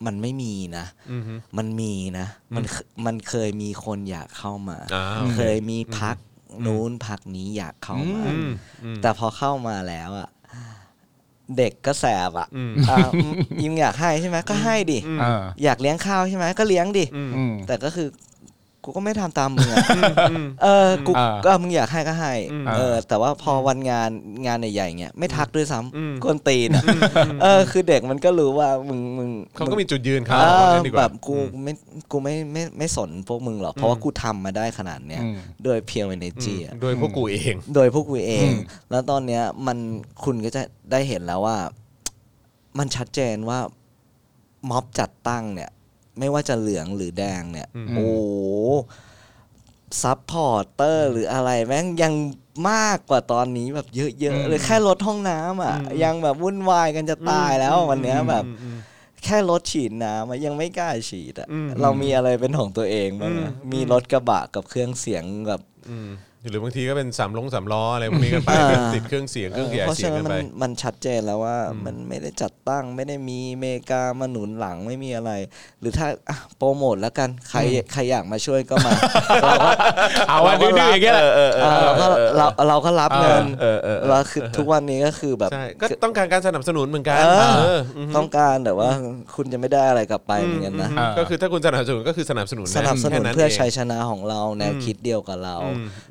S3: มันไม่มีนะ
S2: อืมอืม
S3: มันมีนะ มันเคมันเคยมีคนอยากเข้ามา
S2: อ่าโอ
S3: เค
S2: เค
S3: ยมีพักนู้นพักนี้อยากเข้ามา
S2: อืมอืม
S3: แต่พอเข้ามาแล้วอ่ะ เด็กก็แสบอ่ะ
S2: อืม
S3: อ่ะยิมอยากให้ใช่ไหมก็ให้ดิ
S4: อ่า
S3: อยากเลี้ยงข้าวใช่ไหมก็เลี้ยงดิ
S2: อืม
S4: อืม
S3: แต่ก็คือ กูก็ไม่ทำตามมึงอะ
S2: อืม
S3: เออ กู
S4: อ่า
S3: ก็มึงอยากให้ก็ให้
S2: อืม
S3: เออ แต่ว่าพอวันงานงานใหญ่ๆเงี้ยไม่ทักด้วยซ้
S2: อืม
S3: ำกวนตีนอะเออ คือเด็กมันก็รู้ว่ามึงมึง
S2: เขาก็มีจุดยืนเขา
S3: เอ
S2: เอา
S3: อ
S2: งั้นดีก
S3: แบ
S2: ว่า
S3: บกูไม่กูไม่ไม่ไม่สนพวกมึงหรอก เพราะว่ากูทำมาได้ขนาดเนี้ย
S4: อืม
S3: โดยเพียวเอเนจี
S2: โดยพวกกูเอง
S3: โดยพวกกูเอง แล้วตอนเนี้ยมันคุณก็จะได้เห็นแล้วว่า มันชัดเจนว่าม็อบจัดตั้งเนี่ย ไม่ว่าจะเหลืองหรือแดงเนี่ย โอ้โหซัพพอร์เตอร์หรืออะไรแม่งยังมากกว่าตอนนี้แบบเยอะๆเลยแค่รถห้องน้ำอ่ะ ยังแบบวุ่นวายกันจะตายแล้ววันเนี้ยแบบ
S2: อืม
S3: แค่รถฉีดน้ำอะยังไม่กล้าฉีดอะ
S2: อืม
S3: เรามีอะไรเป็นของตัวเองบ้างอะมีรถกระบะกับเครื่องเสียงแบบ
S2: อืม หรือบางทีก็เป็นสามลงสามล้ออะไรพวกนี้กันไป
S3: อ่า
S2: ก็ติดเครื่องเสียงเครื่องขยาย
S3: เพราะ
S2: เสีย
S3: ฉะ
S2: ง
S3: นั้
S2: กัน น
S3: มั
S2: ไป
S3: นมันชัดเจนแล้วว่ามันไม่ได้จัดตั้งไม่ได้มีอเมริกามาหนุนหลังไม่มีอะไร หรือถ้าอ่ะโปรโมทแล้วกันใครใครอยากมาช่วยก็ มา เราก็
S4: เอาอะดื้อๆอย่างเงี้ยแหละ
S3: อ่าเราก็เราเราก็รับเงิน
S2: เออเออเออ
S3: เราคือทุกวันนี้ก็คือแบบ
S2: ใช่ก็ต้องการการสนับสนุนเหมือนกัน
S3: เออ
S2: เอออืม
S3: ต้องการแต่ว่าคุณจะไม่ได้อะไรกลับไปเหมือนกันนะ
S4: อ่า
S2: ก็คือถ้าคุณสนับสนุนก็คือสนับสนุนะ
S3: สนับสนุ
S2: แค่
S3: นเพื่อ
S2: อง
S3: ชัยชนะของเราแนวคิดเดียวกับเรา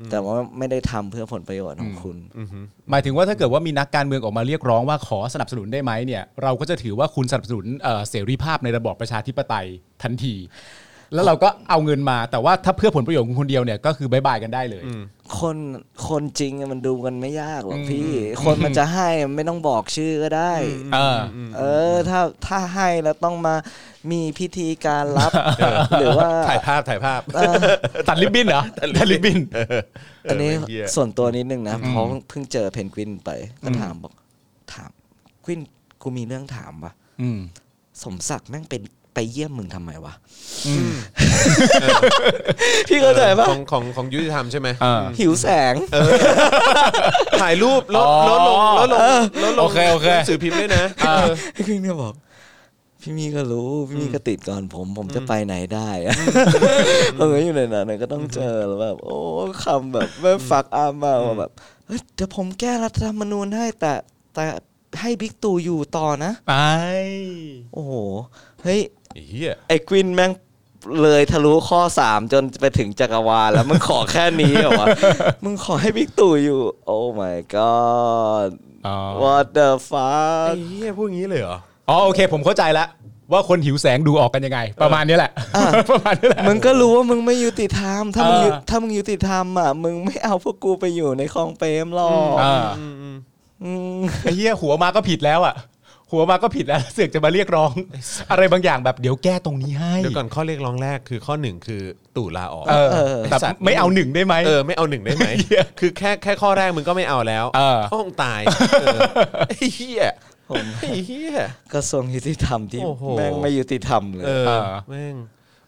S3: แต่ว่าไม่ได้ทำเพื่อผลประโยชน์ของคุณ
S4: หมายถึงว่าถ้าเกิดว่ามีนักการเมืองออกมาเรียกร้องว่าขอสนับสนุนได้ไหมเนี่ยเราก็จะถือว่าคุณสนับสนุนเอ่อเสรีภาพในระบอบประชาธิปไตยทันที แล้วเราก็เอาเงินมาแต่ว่าถ้าเพื่อผลประโยชน์ของคนเดียวเนี่ยก็คือบายบายกันได้เลย
S3: คนคนจริงอะมันดูกันไม่ยากหรอกพี่ คนมันจะให้อะไม่ต้องบอกชื่อก็ได้
S4: เออ
S3: เออถ้าถ้าให้แล้วต้องมามีพิธีการรับหรือว่า
S2: ถ่ายภาพถ่ายภาพ
S3: เออ
S4: ตัดลิบบินเหรอตัดลิบบิน
S3: อันนี้
S2: เออเหี้ย
S3: ส่วนตัวนิดนึงนะเพราะเพิ่งเจอเพนกวินไปก็ถามบอกถามกวินกูมีเรื่องถามว่ะ
S4: อืม
S3: สมศักดิ์แม่งเป็นไปเยี่ยมมึงทำไมวะ
S4: อืม
S3: พี่เข้าใจปะ
S2: ของของของยุติธรรมใช่ไหม
S4: เออ
S3: หิวแสง
S2: ถ่ายรูปลด
S4: อ๋อ
S2: ลดลงลดลงลดลง
S4: โอเคโอเค
S2: หนังสื่อพิมพ์ด้วยนะ
S4: เออ
S3: พี่คิงเนี่ยบอก พี่มีก็รู้ พี่มีก็ติดก่อนผม ผมจะไปไหนได้อะ เอออยู่ในนั้นนะก็ต้องเจอแล้วแบบ โอ้คำแบบแม่ฟักอาร์มมากว่าแบบเฮ้ยเดี๋ยวผมแก้รัฐธรรมนูญให้แต่แต่ให้บิ๊กตู่อยู่ต่อนะ
S4: ไป
S3: โอ้โห เฮ้ย
S2: ไอ้เหี้ย
S3: ไอ้กวินแม่งเลยทะลุข้อสามจนไปถึงจักรวาลแล้วมึงขอแค่นี้เหรอ วะ มึงขอให้บิ๊กตู่อยู่ โอ้ my god
S4: อ๋อ
S3: what the
S2: ไอ้
S3: fuck
S2: เหี้ยพูดอย่างนี้เลยเหรอ
S4: อ๋อโอเค ผมเข้าใจละว่าคนหิวแสงดูออกกันยังไง ประมาณนี้แหละ ประมาณนี้แหละ
S3: มึงก็รู้ว่ามึงไม่ยุติธรรม ถ้ามึงยุ
S4: เออ
S3: ถ้ามึงยุติธรรมอ่ะ มึงไม่เอาพวกกูไปอยู่ในคลองเปรมหรอก
S4: อ่า
S3: อืม
S4: ไอ้เหี้ยหัวมาก็ผิดแล้วอ่ะ หัวมาก็ผิดแล้วเสือกจะมาเรียกร้อง อะไรบางอย่างแบบเดี๋ยวแก้ตรงนี้ให้
S2: เดี๋ยวก่อนข้อเรียกร้องแรกคือข้อหนึ่งคือตู่ลาออก
S4: เออแต่
S2: ไอ้สัตว์
S4: ไม่เอาหนึ่งได้ไหม
S2: เออไม่เอาหนึ่งได้ไหม
S4: เหี้ย
S2: คือแค่แค่ข้อแรกมึงก็ไม่เอาแล้ว
S4: เออ
S2: ห้องตายเออไอ้เหี้ย
S3: ผม
S2: ไอ้เหี้ย
S3: กระทรวงยุติธรรมที่
S2: โอ้โห
S3: แม่งไม่ยุติธรรมเลย
S2: เออ
S4: เออ
S2: แม่ง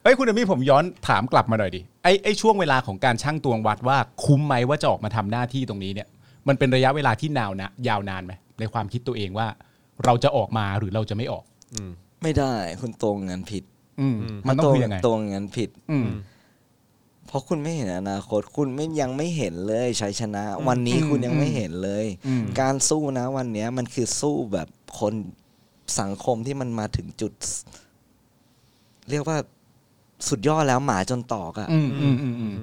S4: เอ้ยคุณอมี่ผมย้อนถามกลับมาหน่อยดิไอ้ไอ้ช่วงเวลาของการช่างตวงวัดว่าคุ้มไหมว่าจะออกมาทำหน้าที่ตรงนี้เนี่ย มันเป็นระยะเวลาที่นาวนะยาวนานไหมในความคิดตัวเองว่า เราจะออกมาหรือเราจะไม่ออก
S3: ไม่ได้คุณตรงงานผิด
S4: อืมมันต้อง
S3: ตรง
S4: คือยังไง
S3: ตรงงานผิด
S4: อืม
S3: เพราะคุณไม่เห็นอนาคต คุณไม่ยังไม่เห็นเลยชัยชนะ วันนี้คุณยังไม่เห็นเลย
S4: อืม
S3: การสู้นะวันเนี้ยมันคือสู้แบบคนสังคมที่มันมาถึงจุด เรียกว่าสุดยอดแล้วหมาจนตอกอะ
S4: อืมอืมอืมอืม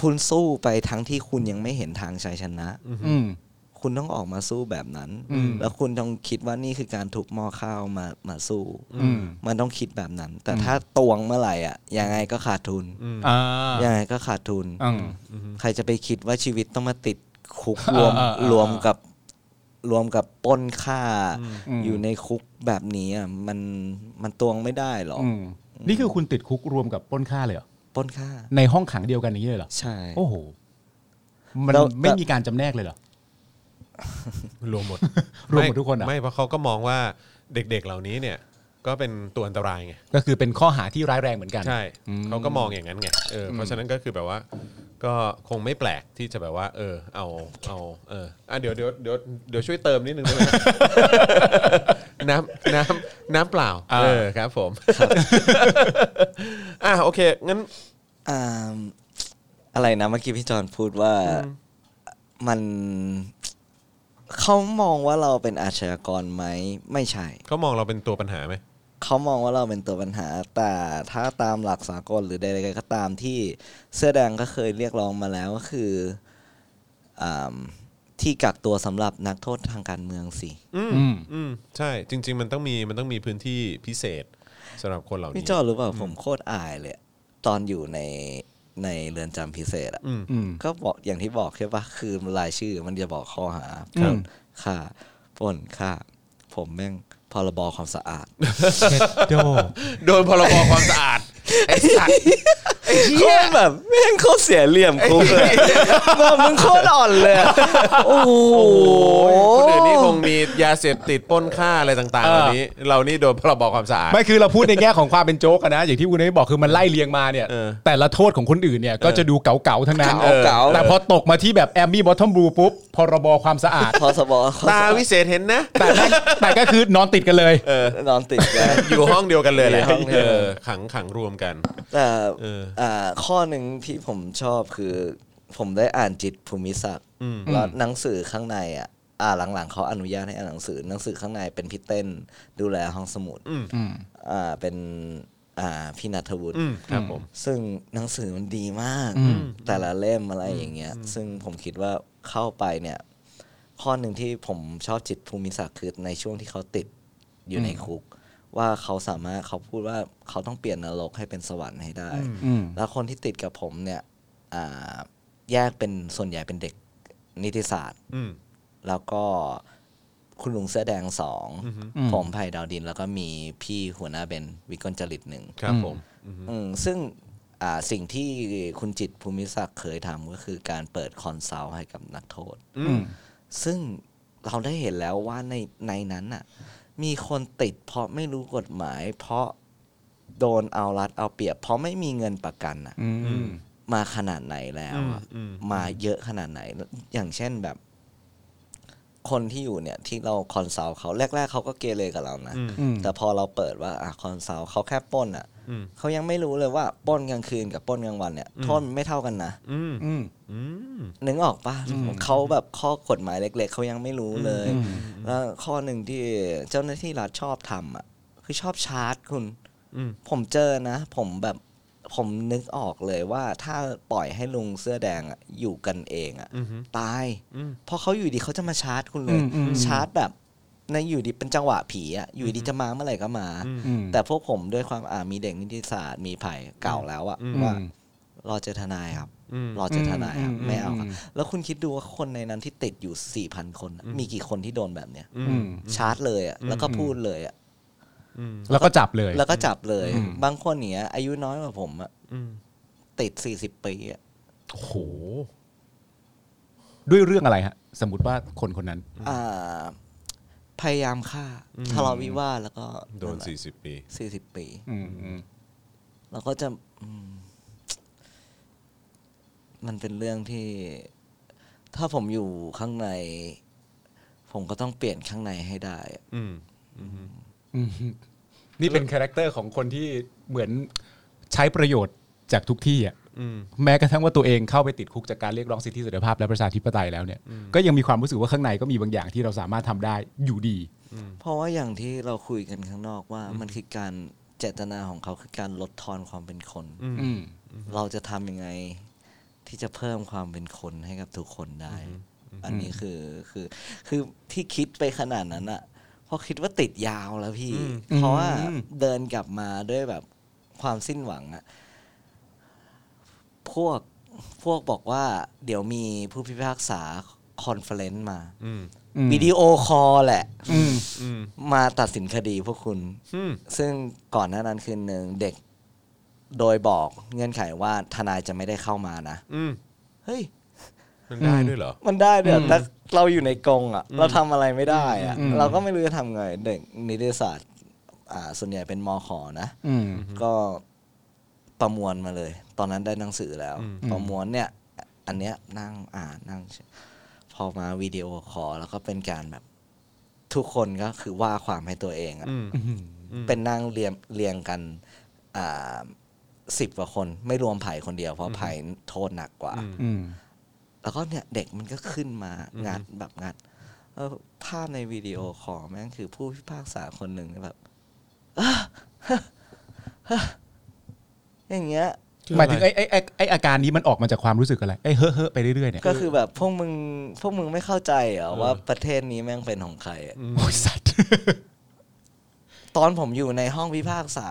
S3: คุณสู้ไปทั้งที่คุณยังไม่เห็นทางชัยชนะ
S4: อืม
S3: คุณต้องออกมาสู้แบบนั้น
S4: อืม
S3: แล้วคุณต้องคิดว่านี่คือการถูกหม้อข้าวมามาสู้
S4: อืม
S3: มันต้องคิดแบบนั้น แต่ถ้าตวงเมื่อไหร่อ่ะยังไงก็ขาดทุน
S4: อ่า
S3: ยังไงก็ขาดทุน
S4: อืม
S3: ใครจะไปคิดว่าชีวิตต้องมาติดคุก
S4: เออ
S3: รวม
S4: เออเออ
S3: รวมกับรวมกับปล้นค่า
S4: อืม
S3: อยู่ในคุกแบบนี้อ่ะมันมันตวงไม่ได้หรอก
S4: อืมนี่คือคุณติดคุกรวมกับปล้นฆ่าเลยเหรอ
S3: ปล้นค่า
S4: ในห้องขังเดียวกันอย่างนี้เลยเหรอ
S3: ใช่
S4: โอ้โห มัน
S3: เรา
S4: ไม่มีการจำแนกเลยเหรอ
S2: รวมหมด
S4: รวมหมดทุกคนเหรอ
S2: ไม่เพราะเขาก็มองว่าเด็กๆเหล่านี้เนี่ย ก็เป็นตัวอันตรายไง
S4: ก็คือเป็นข้อหาที่ร้ายแรงเหมือนกัน
S2: ใช่
S4: อืม
S2: เขาก็มองอย่างนั้นไงเออเพราะฉะนั้นก็คือแบบว่า ก็คงไม่แปลกที่จะแบบว่า เออ เอาเอาเอออ่ะเดี๋ยวเดี๋ยวเดี๋ยวเดี๋ยวช่วยเติมนิดนึงได้ไหมฮะ น้ำน้ำน้ำเปล่าเออครับผมอ่ะโอเคงั้น
S3: อ่าอะไรนะเมื่อกี้พี่จอนพูดว่ามันเขามองว่าเราเป็นอาชญากรไหมไม่ใช่
S2: เขามองเราเป็นตัวปัญหาไหม
S3: เขามองว่าเราเป็นตัวปัญหา แต่ถ้าตามหลักสากลหรือใดๆก็ตามที่เสื้อแดงก็เคยเรียกร้องมาแล้วก็คืออาที่กักตัวสำหรับนักโทษทางการเมืองสิ
S4: อืม
S2: อืมใช่ จริง ๆ มันต้องมีมันต้องมีพื้นที่พิเศษสำหรับคนเหล่านี้
S3: พี่จอรู้เปล่าผมโคตรอายเลย ตอนอยู่ในในเรือนจำพิเศษอะ
S2: อืม
S4: อืม
S3: ก็บอกอย่างที่บอกใช่ปะคือรายชื่อมันจะบอกข้อหา
S4: ครับ
S3: ปล้นค่าปล้นค่า ผมแม่งพรบความสะอาด
S4: เช็ดโด
S2: โดนพรบความสะอาด ไอ้สัตว์ไอ้
S3: เฮียแบบแม่งโคตรเสียเหลี่ยมกูเลยแบบมึงโคตรอ่อนเลยอะโอ้โห
S2: คนอื่นนี่คงมียาเสพติดปล้นฆ่าอะไรต่างๆ
S4: เออ
S2: เหล่านี้ เรานี่โดนพรบความสะอาด
S4: ไม่คือเราพูดในแง่ของความเป็นโจ๊กอะนะ อย่างที่คุณนายบอกคือมันไล่เลียงมาเนี่ย
S2: เออ
S4: แต่ละโทษของคนอื่นเนี่ยก็จะดูเก๋าๆทั้งนั้น
S3: เออเก๋า
S4: แต่พอตกมาที่แบบแอมมี่บอททอมบลูปุ๊บพรบความสะอาด
S3: พอสบอ
S2: ตาวิเศษเห็นนะ
S4: แต่แม่งแต่ก็คือนอนติดกันเลย
S3: นอนติดกัน
S2: อยู่ห้องเดียวกันเลยแหละ
S3: อยู่ห้องเดี
S2: เอ
S3: ยว
S2: อขังขังรวมกัน
S3: แต่
S2: เอออ่
S3: ่าข้อหนึ่งที่ผมชอบคือ ผมได้อ่านจิตภูมิศักดิ์แล้วหนังสือข้างในอ่ะอ่าหลังๆเขาอนุญาตให้อ่านหนังสือ หนังสือข้างในเป็นพี่เต้นดูแลห้องสมุดอ่าเป็นอ่าพี่นัทวุฒิ
S2: อืมครับผม
S3: ซึ่งหนังสือมันดีมาก แต่ละเล่มอะไรอย่างเงี้ย ซึ่งผมคิดว่าเข้าไปเนี่ย ข้อหนึ่งที่ผมชอบจิตภูมิศักดิ์คือในช่วงที่เขาติดอยู่ในคุก ว่าเขาสามารถเขาพูดว่าเขาต้องเปลี่ยนนรกให้เป็นสวรรค์ให้ได้
S4: อืม
S3: แล้วคนที่ติดกับผมเนี่ยอ่าแยกเป็นส่วนใหญ่เป็นเด็กนิติศาสตร์
S2: อืม
S3: แล้วก็คุณลุงเสื้อแดงสอง
S4: อืม
S3: ผมไผ่ดาวดิน แล้วก็มีพี่หัวหน้าเบนวิกลจริตหนึ่ง
S2: ครับผม
S3: อืมซึ่งอ่าสิ่งที่คุณจิตรภูมิศักดิ์เคยทำก็คือการเปิดคอนซัลท์ให้กับนักโทษ ซึ่งเราได้เห็นแล้วว่าในในนั้นน่ะ มีคนติดเพราะไม่รู้กฎหมาย เพราะโดนเอารัดเอาเปรียบ เพราะไม่มีเงินประกันน่ะ
S4: อืม
S3: มาขนาดไหนแล้วอะ
S2: อืมอืม
S3: มาเยอะขนาดไหน อย่างเช่นแบบ คนที่อยู่เนี่ย ที่เราคอนซัลท์เขาแรก ๆเขาก็เกเรกับเรานะ
S4: อืม
S3: แต่พอเราเปิดว่าอ่ะคอนซัลท์เขาแค่ปล้นอ่ะ
S2: อืม
S3: เขายังไม่รู้เลยว่าปล้นกลางคืนกับปล้นกลางวันเนี่ยโทษมันไม่เท่ากันนะ
S2: อืม
S4: อืม
S2: อืม
S3: นึกออกปะเขาแบบข้อกฎหมายเล็ก ๆเขายังไม่รู้เลย แล้วข้อหนึ่งที่เจ้าหน้าที่รัฐชอบทำอ่ะ คือชอบชาร์จคุณ
S2: อืม
S3: ผมเจอนะ ผมแบบผมนึกออกเลยว่าถ้าปล่อยให้ลุงเสื้อแดงอะอยู่กันเองอ่ะ ตาย เพราะเขาอยู่ดีเขาจะมาชาร์จคุณเลย
S4: อืมอืม
S3: ชาร์จแบบในอยู่ดีเป็นจังหวะผีอ่ะอยู่ดีจะมาเมื่อไหร่ก็มา
S4: อืม
S3: แต่พวกผมด้วยความอ่ามีเด็กนิติศาสตร์มีไผ่เก่าแล้วอะว่า รอเจอทนายครับ
S2: อืม
S3: รอเจอทนายครับ
S4: อืม
S3: ไม่เอาครับ
S4: อืม
S3: แล้วคุณคิดดูว่าคนในนั้นที่ติดอยู่สี่พันคนน่ะมีกี่คนที่โดนแบบเนี้ย
S2: อื
S4: อื
S2: ม
S4: ม
S3: ชาร์จเลยอะแล้วก็พูดเลยอะ
S2: อืม
S4: แล้วก็จับเลย
S3: แล้วก็จับเลย
S4: อืม
S3: บางคนเนี้ยอายุน้อยกว่าผมอะ
S2: อืม
S3: ติดสี่สิบปีอะ
S4: โอ้โห ด้วยเรื่องอะไรฮะ สมมติว่าคนคนนั้น
S3: อ่า พยายามฆ่าทะเลาะวิวาทแล้วก็
S2: โดนสี่สิบปี
S3: สี่สิบปี
S4: อืมอืม
S3: แล้วก็จะอืมมันเป็นเรื่องที่ ถ้าผมอยู่ข้างใน ผมก็ต้องเปลี่ยนข้างในให้ได้อะ
S2: อืม
S4: นี่เป็นคาแรคเตอร์ของคนที่เหมือนใช้ประโยชน์จากทุกที่อ่ะ
S2: อืม
S4: แม้กระทั่งว่าตัวเองเข้าไปติดคุกจากการเรียกร้องสิทธิเสรีภาพและประชาธิปไตยแล้วเนี่ย ก็ยังมีความรู้สึกว่าข้างในก็มีบางอย่างที่เราสามารถทำได้อยู่ดี
S3: เพราะว่าอย่างที่เราคุยกันข้างนอกว่า มันคือการเจตนาของเขาคือการลดทอนความเป็นคน
S4: อืม
S3: เราจะทำยังไง ที่จะเพิ่มความเป็นคนให้กับทุกคนได้ อันนี้คือคือ คือที่คิดไปขนาดนั้นอะเพราะคิดว่าติดยาวแล้วพี่ เพราะว่า
S4: อืม
S3: เดินกลับมาด้วยแบบความสิ้นหวังอะพวกพวกบอกว่า เดี๋ยวมีผู้พิพากษาคอนเฟลเลนซ์มา
S2: อืม
S3: วิดีโอคอลแหละ
S4: อืม
S2: อืม
S3: มาตัดสินคดีพวกคุณ
S2: อืม
S3: ซึ่งก่อนหน้านั้นคืนหนึ่งเด็กโดยบอกเงื่อนไขว่าทนายจะไม่ได้เข้ามานะ
S2: อืม
S3: เฮ้ย
S2: มันได้ด้วยเหรอ
S3: มันได้เดี๋ย
S4: อืม
S3: แต่เราอยู่ในกรงอ่ะ เราทำอะไรไม่ได้อ่ะ
S4: อืม
S3: เราก็ไม่รู้จะทำไง เด็กนิติศาสตร์ อ่า ส่วนใหญ่เป็นมอขอนะ
S4: อืม
S3: ก็ประมวลมาเลย ตอนนั้นได้หนังสือแล้ว ประมวลเนี่ย อันเนี้ยนั่งอ่านนั่ง พอมาวิดีโอคอลแล้วก็เป็นการแบบ ทุกคนก็คือว่าความให้ตัวเองอะ
S2: อืม
S3: เป็นนั่งเรียงเรียงกัน อ่าสิบกว่าคน ไม่รวมไผ่คนเดียว เพราะไผ่โทษหนักกว่า
S4: อืม
S3: แล้วก็เนี่ยเด็กมันก็ขึ้นมางัดแบบงัดเออภาพในวิดีโอของแม่งคือผู้พิพากษาคนหนึ่งแบบ อ่ะฮะฮะอย่างเงี้ย
S4: หมายถึงไอ้ไอ้ไอ้ไอ้อาการนี้มันออกมาจากความรู้สึกอะไรไอ้เฮ้อเฮ้อไปเรื่อยๆเนี่ย
S3: ก็คือแบบพวกมึงพวกมึงไม่เข้าใจเหรอว่าประเทศนี้แม่งเป็นของใครอะ
S4: โอ้ยสัตว์
S3: ตอนผมอยู่ในห้องพิพากษา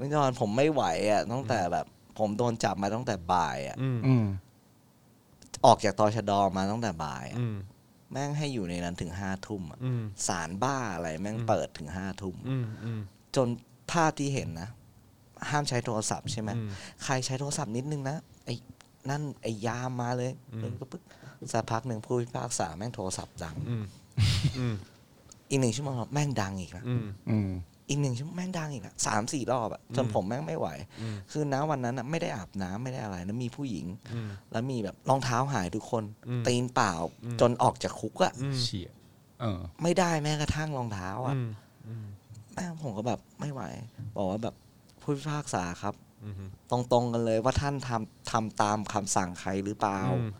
S3: วิจารณ์ผมไม่ไหวอ่ะตั้งแต่แบบ ผมโดนจับมาตั้งแต่บ่ายอ่ะ
S2: อืม
S4: อืม
S3: ออกจากตชดมาตั้งแต่บ่ายอะ
S2: อืม
S3: แม่งให้อยู่ในนั้นถึงห้าทุ่มอะ
S2: อืม
S3: สารบ้าอะไรแม่งเปิดถึงห้าทุ่ม
S2: อืม อืม
S3: จนภาพที่เห็นนะ ห้ามใช้โทรศัพท์ใช่ไหมใครใช้โทรศัพท์นิดนึงนะไอ้นั่นไอ้ยามมาเลยปึ๊บปึ๊บสักพักหนึ่งผู้พิพากษาแม่งโทรศัพท์ดัง
S2: อืมอืม
S3: อีกหนึ่งชั่วโมงแม่งดังอีกนะ
S2: อืม
S4: อืม
S3: อีกหนึ่งชั่วโมงแม่งดังอีกนะสามสี่รอบอะจนผมแม่งไม่ไหว คือน้าวันนั้นอะไม่ได้อาบน้ำไม่ได้อะไรแล้วมีผู้หญิง
S2: อืม
S3: แล้วมีแบบรองเท้าหายทุกคน
S2: อืม
S3: ตีนเปล่าจนออกจากคุกอะ
S2: อืม
S4: เฉียเออ
S3: ไม่ได้แม้กระทั่งรองเท้าอะ
S2: อืม
S3: แม่ผมก็แบบไม่ไหว บอกว่าแบบผู้พิพากษาครับ
S2: อืมอืม
S3: ตรงๆกันเลยว่าท่านทำทำตามคำสั่งใครหรือเปล่า
S2: อืม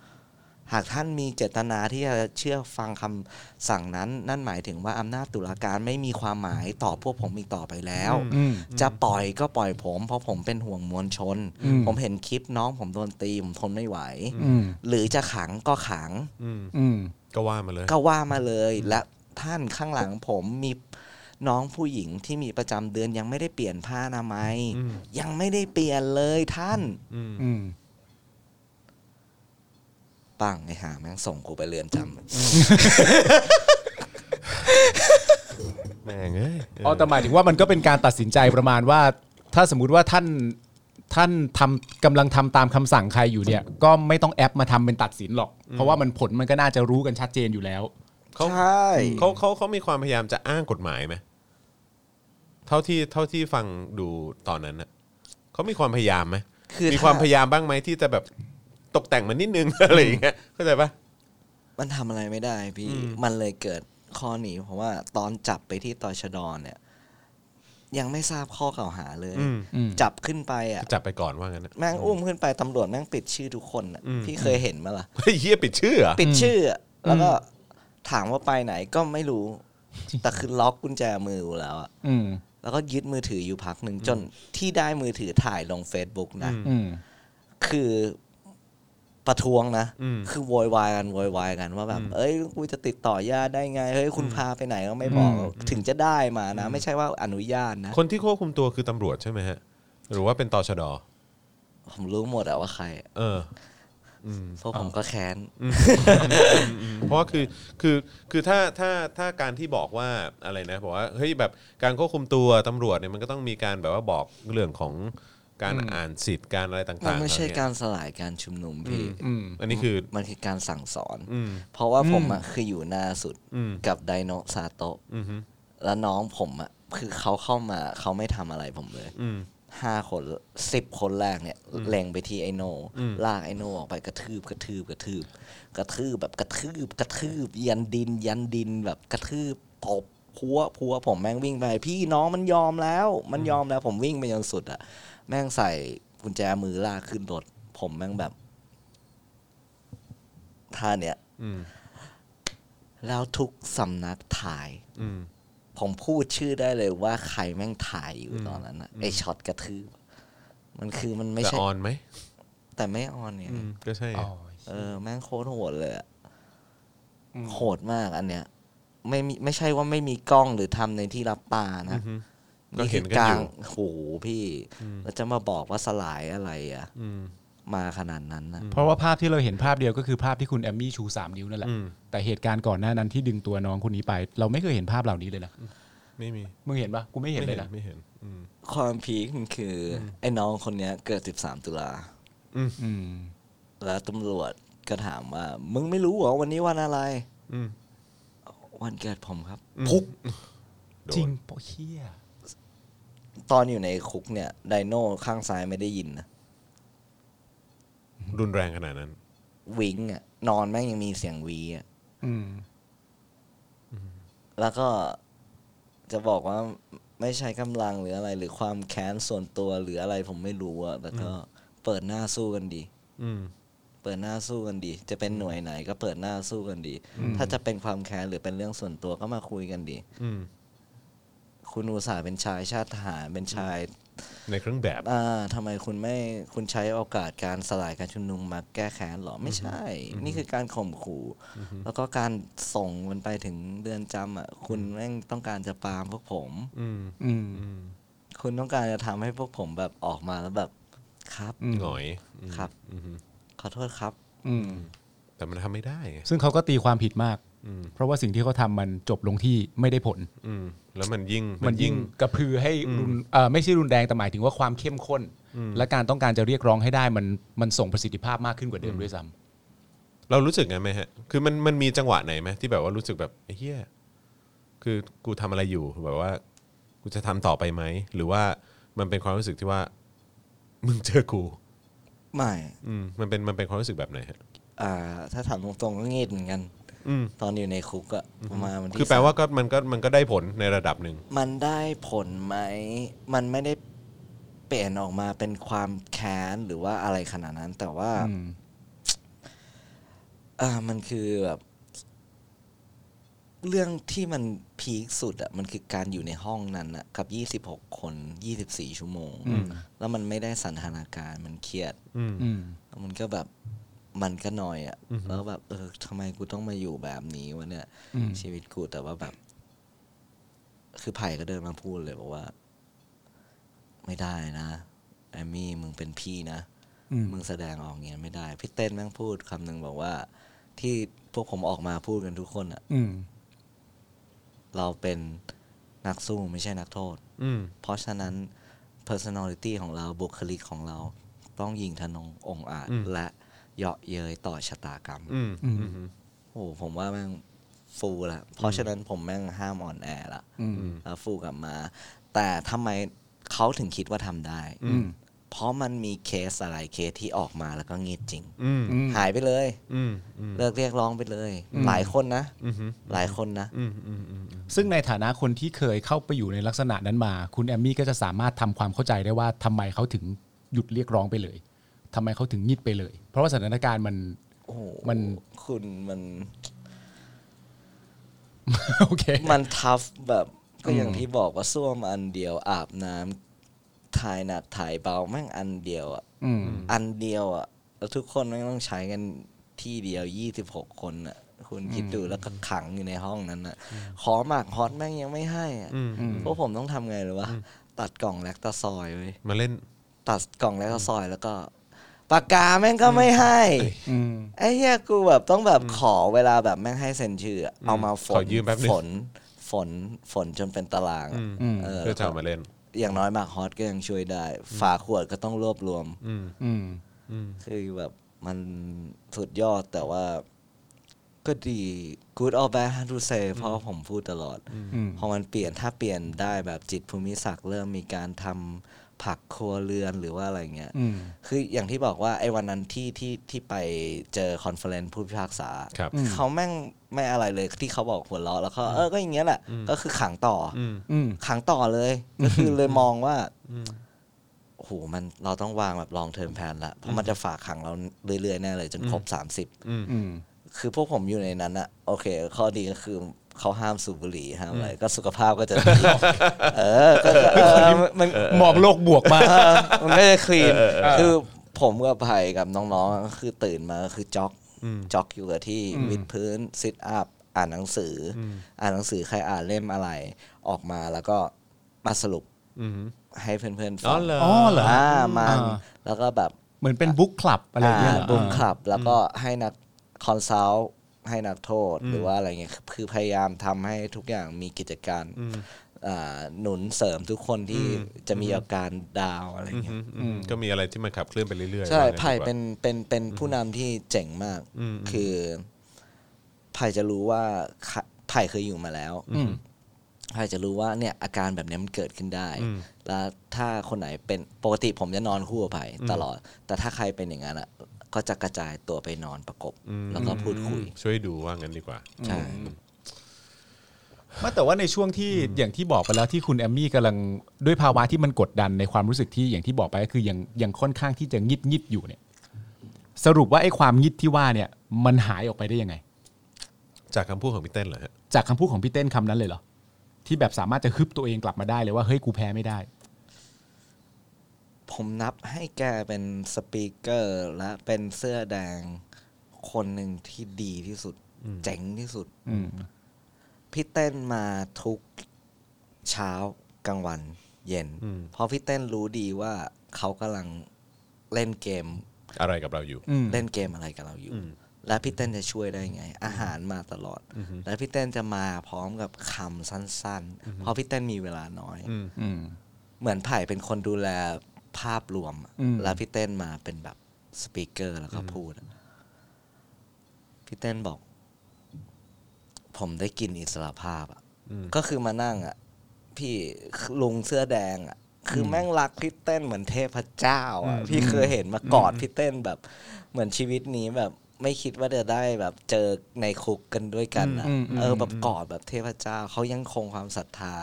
S3: หากท่านมีเจตนาที่จะเชื่อฟังคำสั่งนั้น นั่นหมายถึงว่าอำนาจตุลาการไม่มีความหมายต่อพวกผมอีกต่อไปแล้ว
S4: อืม
S3: จะปล่อยก็ปล่อยผม เพราะผมเป็นห่วงมวลชน
S4: อืม
S3: ผมเห็นคลิปน้องผมโดนตีผมทนไม่ไหว
S4: อืม
S3: หรือจะขังก็ขัง
S2: อืม
S4: อืม
S2: ก็ว่ามาเลย
S3: ก็ว่ามาเลย และท่านข้างหลังผมมีน้องผู้หญิงที่มีประจำเดือนยังไม่ได้เปลี่ยนผ้าอนามัย
S2: อืม
S3: ยังไม่ได้เปลี่ยนเลยท่าน
S2: อืม
S4: อืม
S3: ปังไอ้ห่าแม่งส่งกูไปเรือนจ
S2: แม่งเอ้ย
S4: อ๋อแต่หมายถึงว่ามันก็เป็นการตัดสินใจประมาณว่า ถ้าสมมติว่าท่านท่านทำกำลังทำตามคำสั่งใครอยู่เนี่ย ก็ไม่ต้องแอปมาทำเป็นตัดสินหรอก เพราะว่ามันผลมันก็น่าจะรู้กันชัดเจนอยู่แล้ว
S3: ำ
S2: เขา
S3: ใช่
S2: เขาเขาเขามีความพยายามจะอ้างกฎหมายไหมเท่าที่เท่าที่ฟังดูตอนนั้นน่ะเขามีความพยายามไหม
S3: คือ
S2: มีความ
S3: ถ้
S2: พยายามบ้างไหมที่จะแบบตกแต่งมันนิดนึง อะไรอย่างเงี้ยเข้าใจปะ
S3: มันทำอะไรไม่ได้พี่
S2: อืม
S3: มันเลยเกิดข้อหนีเพราะว่าตอนจับไปที่ตอชดอนเนี่ย ยังไม่ทราบข้อกล่าวหาเลย
S2: อืม
S4: อืม
S3: จับขึ้นไปอ่ะ
S2: จับไปก่อนว่างั้นนะ
S3: แม่งอุ้มขึ้นไปตำรวจแม่งปิดชื่อทุกคนอะพี่เคยเห็นมาล่ะ
S2: เฮยเหียปิดชื่อเหรอ
S3: ปิดชื่ออะแล้วก็ถามว่าไปไหนก็ไม่รู้ แต่คือล็อกกุญแจมืออยู่แล้วอะ
S4: อืม
S3: แล้วก็ยึดมือถืออยู่พักหนึ่งจนที่ได้มือถือถ่ายลง Facebook นะ
S4: อืม
S3: คือประท้วงนะ คือโวยวายกันโวยวายกันว่าแบบ เอ้ยกูจะติดต่อญาติได้ไง เฮ้ยคุณพาไปไหนก็ไม่บอก ถึงจะได้มานะ ไม่ใช่ว่าอนุญาตนะ
S2: คนที่ควบคุมตัวคือตำรวจใช่ไหมฮะ หรือว่าเป็นตชด
S3: ผมรู้หมดอะว่าใครอะ
S2: เออ
S3: เพราะผมก็แค้น
S2: เพราะว่าคือคือคือถ้าถ้าถ้าการที่บอกว่าอะไรนะบอกว่าเฮ้ยแบบการควบคุมตัวตำรวจเนี่ยมันก็ต้องมีการแบบว่าบอกเรื่องของการอ่านสิทธิ์การอะไรต่างๆ
S3: มันไม่ใช่
S2: เหล่นี้
S3: การสลายการชุมนุมพี่
S4: อืม
S2: อันนี้คือ
S3: มันคือการสั่งสอน
S2: อืม
S3: เพราะว่าผมอะคืออยู่หน้าสุด
S2: อืม
S3: กับไดโนซาโตะ
S2: อืมฮึ
S3: แล้วน้องผมอะคือเขาเข้ามาเขาไม่ทำอะไรผมเลย
S2: อืม
S3: ห้าคนสิบคนแรกเนี่ยแรงไปที่ไอโนลากไอโนออกไปกระทืบกระทืบกระทืบ กระทืบแบบกระทืบกระทืบ ยันดิน ยันดินแบบกระทืบตบพัวพัวผมแม่งวิ่งไป พี่น้องมันยอมแล้ว มันยอมแล้ว ผมวิ่งไปจนสุดอะแม่งใส่กุญแจมือลากขึ้นรถผมแม่งแบบท่าเนี่ย
S2: อืม
S3: แล้วทุกสำนักถ่าย
S2: อืม
S3: ผมพูดชื่อได้เลยว่าใครแม่งถ่ายอยู่ตอนนั้นอะไอช็อตกระทืบมันคือมันไม่
S2: แต่
S3: ใช่
S2: ออนไหม
S3: แต่ไม่ออนเนี่ย
S2: อืมก็ใช่ไง
S3: เออแม่งโคตรโหดเลยอะโหดมากอันเนี้ย ไม่มีไม่ใช่ว่าไม่มีกล้องหรือทำในที่รับตานะ
S2: อืม ก็
S3: นี่
S2: เห็
S3: คื
S2: น
S3: อ
S2: กันอ
S3: ก
S2: ยู่
S3: ลางโหพี่ แล้วจะมาบอกว่าสลายอะไรอะ
S2: อืม
S3: มาขนาดนั้นนะ
S4: เพราะว่าภาพที่เราเห็นภาพเดียวก็คือภาพที่คุณแอมมี่ชู 3 นิ้วนั่นแหละ
S2: อืม
S4: แต่เหตุการณ์ก่อนหน้านั้นที่ดึงตัวน้องคนนี้ไป เราไม่เคยเห็นภาพเหล่านี้เลยนะ
S2: ไม่มี
S4: มึงเห็นปะกูไม่เห็น
S2: ไม่
S4: เล
S2: เห็น
S4: ยนะ
S2: ไม่เห็น อืม
S3: ความพีคมันคืออไอ้น้องคนเนี้ยเกิด 13 ตุลา
S4: อืม
S3: แล้วตำรวจก็ถามว่า มึงไม่รู้เหรอวันนี้วันอะไร
S2: อืม
S3: วันเกิดผมครับ
S2: พุก
S4: จริงปะเชี่ย
S3: ตอนอยู่ในคุกเนี่ยไดโน่ข้างซ้ายไม่ได้ยินนะ
S2: รุนแรงขนาดนั้น
S3: วิงอะนอนแม่งยังมีเสียงวีอะ
S4: อืม
S3: แล้วก็จะบอกว่าไม่ใช้กำลังหรืออะไร หรือความแค้นส่วนตัวหรืออะไรผมไม่รู้อะแต่ก็เปิดหน้าสู้กันดี
S2: อืม
S3: เปิดหน้าสู้กันดี จะเป็นหน่วยไหนก็เปิดหน้าสู้กันดี ถ้าจะเป็นความแค้นหรือเป็นเรื่องส่วนตัวก็มาคุยกันดี
S2: อืม
S3: คุณอุตส่าห์เป็นชายชาติทหารเป็นชาย
S2: ในเครื่องแบบ
S3: อ่าทำไมคุณไม่คุณใช้โอกาสการสลายการชุมนุมมาแก้แค้นเหรอ ไม่ใช่ นี่คือการข่มขู่ แล้วก็การส่งมันไปถึงเรือนจำอ่ะคุณแม่งต้องการจะปรามพวกผม
S2: อืม
S4: อืม
S2: อืม
S3: คุณต้องการจะทำให้พวกผมแบบออกมาแล้วแบบครับ
S4: อืม
S2: หงอยอืม
S3: ครับ
S2: อืม
S3: ขอโทษครับ
S4: อืม
S2: แต่มันทำไม่ได้ไง
S4: ซึ่งเขาก็ตีความผิดมาก เพราะว่าสิ่งที่เขาทำมันจบลงที่ไม่ได้ผล
S2: อืมแล้วมันยิ่ง
S4: มันยิ่งกระพือให้รุนเอ่อไม่ใช่รุนแรงแต่หมายถึงว่าความเข้มข้น และการต้องการจะเรียกร้องให้ได้มันมันส่งประสิทธิภาพมากขึ้นกว่าเดิมด้วยซ้
S2: เรารู้สึกไงไหมฮะ คือมันมันมีจังหวะไหนไหมที่แบบว่ารู้สึกแบบไอ้เฮียคือกูทำอะไรอยู่แบบว่า กูจะทำต่อไปไหม หรือว่ามันเป็นความรู้สึกที่ว่า มึงเจอกู
S3: ไม่
S2: อืมมันเป็นมันเป็นความรู้สึกแบบไหนฮะ
S3: อ่า ถ้าถามตรงๆก็เงียบเหมือนกัน
S2: อืม
S3: ตอนอยู่ในคุกอะประมาณวันที่
S2: คือแปลว่าก็มันก็มันก็ได้ผลในระดับหนึ่ง
S3: มันได้ผลไหม มันไม่ได้เปลี่ยนออกมาเป็นความแค้นหรือว่าอะไรขนาดนั้น แต่ว่า
S4: ำอืม
S3: อ่ามันคือแบบเรื่องที่มันพีคสุดอะมันคือการอยู่ในห้องนั้นอะกับยี่สิบหกคนยี่สิบสี่ชั่วโมง แล้วมันไม่ได้สันทนาการมันเครียด
S2: อืม
S4: อืม
S3: มันก็แบบมันก็หน่อยอะ
S2: อือฮึ
S3: แล้วแบบเออทำไมกูต้องมาอยู่แบบนี้วะเนี่ย
S4: อืม
S3: ชีวิตกูแต่ว่าแบบ คือไผ่ก็เดินมาพูดเลยบอกว่า ไม่ได้นะแอมมี่มึงเป็นพี่นะ
S4: อืม
S3: มึงแสดงออกเงี้ยไม่ได้ พี่เต้นแม่งพูดคำหนึ่งบอกว่า ที่พวกผมออกมาพูดกันทุกคนอะ
S4: อืม
S3: เราเป็นนักสู้ไม่ใช่นักโทษ
S2: อืม
S3: เพราะฉะนั้น personality ของเราบุคลิกของเรา ต้องยิงธนงองอาจ
S2: อืม
S3: และเยาะเย้ยต่อชะตากรรม
S2: อืมอืม
S3: โอ้โหผมว่าแม่งฟูละเพราะฉะนั้นผมแม่งห้ามอ่อนแอละ
S4: อืม
S3: แล้วฟูกลับมา แต่ทำไมเขาถึงคิดว่าทำได้
S4: อืม
S3: เพราะมันมีเคสอะไรเคสที่ออกมาแล้วก็งีดจริง
S2: อืม
S4: อืม
S3: หายไปเลย
S2: อืมอืม
S3: เลิกเรียกร้องไปเลย
S4: อืม
S3: หลายคนนะ
S2: อืมอืม
S3: หลายคนนะ
S2: อืมอืมอืม
S4: ซึ่งในฐานะคนที่เคยเข้าไปอยู่ในลักษณะนั้นมา คุณแอมมี่ก็จะสามารถทำความเข้าใจได้ว่าทำไมเขาถึงหยุดเรียกร้องไปเลยทำไมเขาถึงงิดไปเลย เพราะว่าสถานการณ์มัน
S3: โอ้โห
S4: มัน
S3: คุณมัน
S4: โอเค
S3: มันทัฟแบบก็
S4: อืม
S3: อย่างที่บอกว่าส้วมอันเดียวอาบน้ำถ่ายหนักถ่ายเบาแม่งอันเดียวอ่ะ
S4: อืม
S3: อันเดียวอ่ะแล้วทุกคนแม่งต้องใช้กันที่เดียวยี่สิบหกคนอ่ะคุณคิดดูแล้วก็ขังอยู่ในห้องนั้นอ่ะขอหมากฮอตแม่งยังไม่ให้อ่ะ
S2: อืมอืม
S3: พวกผมต้องทำไงหรือวะตัดกล่องแลคตาซอยเว้ย
S2: มาเล่น
S3: ตัดกล่องแลคตาซอยแล้วก็ปากกาแม่งก็ไม่ให้
S4: อืม
S3: ไอ้เฮียกูแบบต้องแบบขอเวลาแบบแม่งให้เซ็นชื่ออะเอามาฝ
S2: ข
S3: น
S2: อยืมแป๊บนึง
S3: ฝนฝนฝนจนเป็นตารางอะ
S2: อืม
S4: อืม
S3: เออ
S2: เพื่อจะเอามาเล่น
S3: อย่างน้อยหมากฮอตก็ยังช่วยได้ ฝาขวดก็ต้องรวบรวม
S2: อืม
S4: อืม
S2: อืม
S3: คือแบบมันสุดยอดแต่ว่าก็ดี good or bad hard to say เพราะผมพูดตลอด
S4: อืม
S3: พอมันเปลี่ยนถ้าเปลี่ยนได้แบบจิตภูมิศักดิ์เริ่มมีการทำผักครัวเรือนหรือว่าอะไรเงี้ย
S4: อืม
S3: คืออย่างที่บอกว่าไอ้วันนั้นที่ที่ที่ไปเจอคอนเฟอเรนซ์ผู้พิพากษา
S2: ครับ
S3: เขาแม่งไม่อะไรเลยที่เขาบอกหัวเราะแล้วเขาเออก็อย่างเงี้ยแหละ ก็คือขังต่ออ
S2: อืม
S4: อืม
S3: ขังต่อเลย ก็คือเลยมองว่าโอ้โหมันเราต้องวางแบบลองเทอมแพนละเพราะมันจะฝากขังเราเรื่อยๆแน่เลยจนครบสามสิบ
S2: อืม
S4: อืม
S3: คือพวกผมอยู่ในนั้นอะโอเค ข้อดีก็คือเขาห้ามสูบบุหรี่ห้ามอะไรก็สุขภาพก็จะ ดีเออก็ก็เออมัน
S4: มองโลกบวกมาก
S3: เออมันก็จะคลีนคือผมกับไผ่กับน้องๆก็คือตื่นมาก็คือจ็อก
S2: อืม
S3: จ็อกอยู่กับที่
S4: อืม
S3: วิดพื้นซิทอัพอ่านหนังสือออ่านหนังสือใครอ่านเล่มอะไรออกมาแล้วก็มาสรุป
S2: อืม
S3: ให้เพื่อนๆฟั
S2: อ๋อเหรอ
S4: อ๋อเหรออ่
S3: อ่ามัน
S4: อ่า
S3: แล้วก็แบบ
S4: เหมือนเป็นบุ๊กคลับอะไรอย่างเงี้ยเหรอ
S3: บุมคลับ แล้วก็ให้นักคอนซัลท์ให้นักโทษหรือว่าอะไรเงี้ยคือคือพยายามทำให้ทุกอย่างมีกิจการอ่าหนุนเสริมทุกคนที่จะมีอาการดาวน์อะไรเงี้ย
S2: อืมอืมก็มีอะไรที่มันขับเคลื่อนไปเรื่อยๆ
S3: ใช่
S2: ว่างั้น
S3: ไผ่
S2: ดีกว่า
S3: เป็นเป็นเป็นผู้นำที่เจ๋งมาก
S2: อืมอืม
S3: คือไผ่จะรู้ว่าใครไผ่เคยอยู่มาแล้ว
S4: อืม
S3: ไผ่จะรู้ว่าเนี่ยอาการแบบเนี้ยมันเกิดขึ้นได้
S2: อืม
S3: แล้วถ้าคนไหนเป็นปกติผมจะนอนคู่กับไผ่ตลอด แต่ถ้าใครเป็นอย่างนั้นอ่ะ ก็จะกระจายตัวไปนอนประกบ แล้วก็พูดคุย
S2: ช่วยดูว่างั้นดีกว่า
S3: ใช่
S4: ไม่แต่ว่าในช่วงที่อย่างที่บอกไปแล้วที่คุณแอมมี่กำลังด้วยภาวะที่มันกดดันในความรู้สึกที่อย่างที่บอกไปก็คือยังยังค่อนข้างที่จะงิดงิดอยู่เนี่ย สรุปว่าไอ้ความงิดที่ว่าเนี่ย มันหายออกไปได้ยังไง
S2: จากคำพูดของพี่เต้นเหรอฮะ
S4: จากคำพูดของพี่เต้นคำนั้นเลยเหรอที่แบบสามารถจะฮึบตัวเองกลับมาได้เลยว่าเฮ้ยกูแพ้ไม่ได้
S3: ผมนับให้แกเป็นสปีกเกอร์ และเป็นเสื้อแดงคนหนึ่งที่ดีที่สุด เจ๋งที่สุด
S4: อืม
S3: พี่เต้นมาทุกเช้ากลางวันเย็น เพราะพี่เต้นรู้ดีว่าเขากำลังเล่นเกม
S2: อะไรกับเราอยู่
S4: อืม
S3: เล่นเกมอะไรกับเราอยู่ และพี่เต้นจะช่วยได้ไง อาหารมาตลอด และพี่เต้นจะมาพร้อมกับคำสั้นๆ เพราะพี่เต้นมีเวลาน้อย
S4: อืม
S3: เหมือนไผ่เป็นคนดูแลภาพรวมอะ
S4: อืม
S3: แล้วพี่เต้นมาเป็นแบบสปีกเกอร์แล้วก็พูดอะพี่เต้นบอก ผมได้กินอิสระภาพอ่ะ ก็คือมานั่งอ่ะ พี่ลุงเสื้อแดงอ่ะ คือแม่งรักพี่เต้นเหมือนเทพเจ้าอ่ะ พี่เคยเห็นมากอดพี่เต้นแบบ เหมือนชีวิตนี้แบบ ไม่คิดว่าจะได้แบบเจอในคุกกันด้วยกันอ่ะ
S4: อืมอืม
S3: เออแบบกอดแบบเทพเจ้าเขายังคงความศรัทธา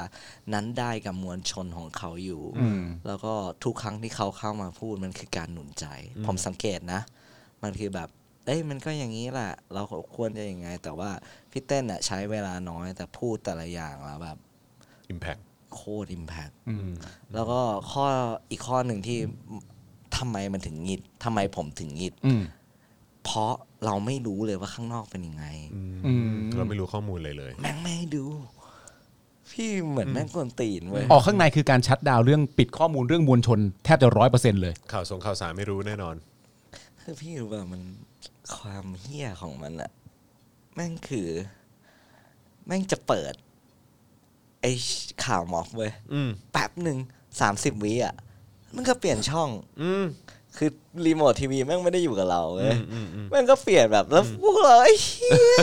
S3: นั้นได้กับมวลชนของเขาอยู่
S4: อืม
S3: แล้วก็ทุกครั้งที่เขาเข้ามาพูดมันคือการหนุนใจ ผมสังเกตนะ มันคือแบบ เอ้ยมันก็อย่างนี้แหละ เราควรจะยังไง แต่ว่าพี่เต้นอะใช้เวลาน้อยแต่พูดแต่ละอย่างแล้วแบบ
S2: อิมแพค
S3: โคตรอิมแพคแล้วก็ข้ออีกข้อหนึ่งที่ทำไมมันถึงงิดทำไมผมถึงงิด
S4: อืม
S3: เพราะเราไม่รู้เลยว่าข้างนอกเป็นยังไง
S4: อืม
S2: เราไม่รู้ข้อมูลเลยเลย
S3: แม่งไม่ให้ดู พี่เหมือนแม่งกวนตีนเว้ย
S4: ออกข้างในคือการชัดดาวน์เรื่องปิดข้อมูลเรื่องมวลชน แทบจะร้อยเปอร์เซ็นต์เลย
S2: ข่าวสงข่าวสารไม่รู้แน่นอน
S3: คือพี่รู้ป่ะมันความเฮี้ยของมันอะแม่งคือ แม่งจะเปิด ไอข่าวม็อบเว้ย
S2: อืม
S3: แป๊บหนึ่งสามสิบวิอะมันก็เปลี่ยนช่อง
S2: อืม
S3: คือรีโมททีวีแม่งไม่ได้อยู่กับเราเว้ย
S2: อืมอืม
S3: แม่งก็เปลี่ยนแบบแล้วพวกเราไอ้เฮี้ย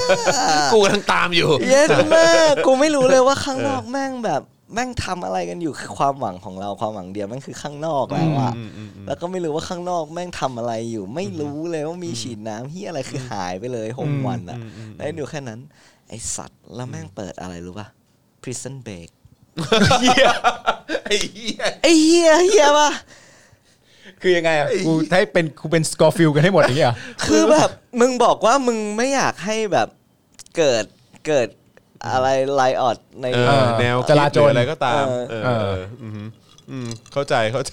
S2: กูกำลังตามอยู่
S3: เย็นมาก กูไม่รู้เลยว่าข้างนอกแม่งแบบแม่งทำอะไรกันอยู่คือความหวังของเราความหวังเดียวแม่งคือข้างนอกแล้วอะแล้วก็ไม่รู้ว่าข้างนอกแม่งทำอะไรอยู่ ไม่รู้เลยว่ามีฉีดน้ำเฮียอะไรคือหายไปเลยหกวันอะได้ดูแค่นั้น ไอสัตว์แล้วแม่งเปิดอะไรรู้ป่ะ prison break
S2: ไอ้เหี้ย
S3: ไอเฮียเฮียป่ะ
S4: คือยังไงอ่ะกูให้เป็นกูเป็นสกอร์ฟิลกันให้หมดอย่างเงี้ยเหรอ
S3: คือแบบมึงบอกว่ามึงไม่อยากให้แบบเกิดเกิดอะไรไลออดใน
S2: เออ แนว
S4: จราจ
S2: คิดห
S4: ร
S2: ออะไรก็ตาม
S3: เอ
S2: เออ
S3: อ
S2: เอออืมอืม เข้าใจ เข้าใจ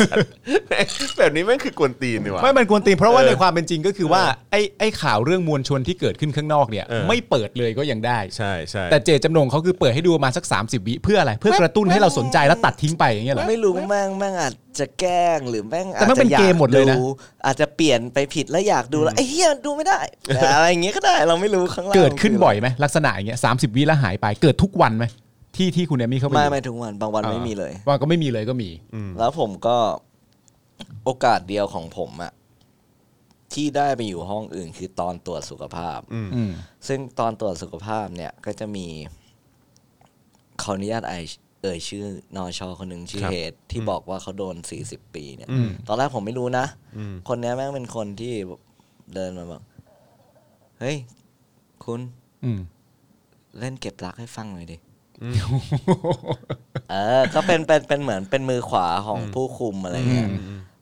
S2: สัตว์แบบนี้แม่งคือกวนตีนดีว่ะ
S4: ไม่มันกวนตีนเพราะว่า
S2: เออ
S4: ในความเป็นจริงก็คือว่าไอ้ไอ้ข่าวเรื่องมวลชนที่เกิดขึ้นข้างนอกเนี่ย
S2: เออ
S4: ไม่เปิดเลยก็ยังได้
S2: ใช่ใช่
S4: แต่เจตจำนงเขาคือเปิดให้ดูประมาณสัก 30 วิเพื่ออะไร เพื่อกระตุ้นให้เราสนใจแล้วตัดทิ้งไปอย่างเงี้ยเหรอ
S3: ไม่รู้แม่งแม่งอาจจะแกล้งหรือแม่ง
S4: แต่
S3: อาจ
S4: มันเป็
S3: จะ
S4: น
S3: อยา
S4: เก
S3: ก
S4: มหมดเลยนะ
S3: ดูอาจจะเปลี่ยนไปผิดแล้วอยากดูแล้วไอ้เฮียดูไม่ ได้แต่อะไรอย่างเงี้ยก็ได้เราไม่รู้ข้างล่าง
S4: เกิดขึ้นบ่อยไหมลักษณะอย่างเงี้ยสาวิแล้วหายไปเกิดทุกวันไหมที่ที่คุณแอมมี่เข้าไป
S3: ไม่
S4: อยู่
S3: ไม่ทุกวันบางวันไม่มีเลย
S4: ว่าก็ไม่มีเลยก็มี
S3: แล้วผมก็โอกาสเดียวของผมอะที่ได้ไปอยู่ห้องอื่นคือตอนตรวจสุขภาพ
S4: อืม
S3: ซึ่งตอนตรวจสุขภาพเนี่ยก็จะมีขออนุญาตไอายเอ่ยชื่อนอชอคนหนึ่งชื่อเฮดที่บอกว่าเขาโดน 40 ปีเนี่ย ตอนแรกผมไม่รู้นะ คนเนี้ยแม่งเป็นคนที่เดินมาบอก เฮ้ย คุณ
S4: อืม
S3: เล่นเก็บรักให้ฟังหน่อยดิ เออ ก็เป็นเป็นเป็นเหมือนเป็นมือขวาของผู้คุมอะไรเงี้ย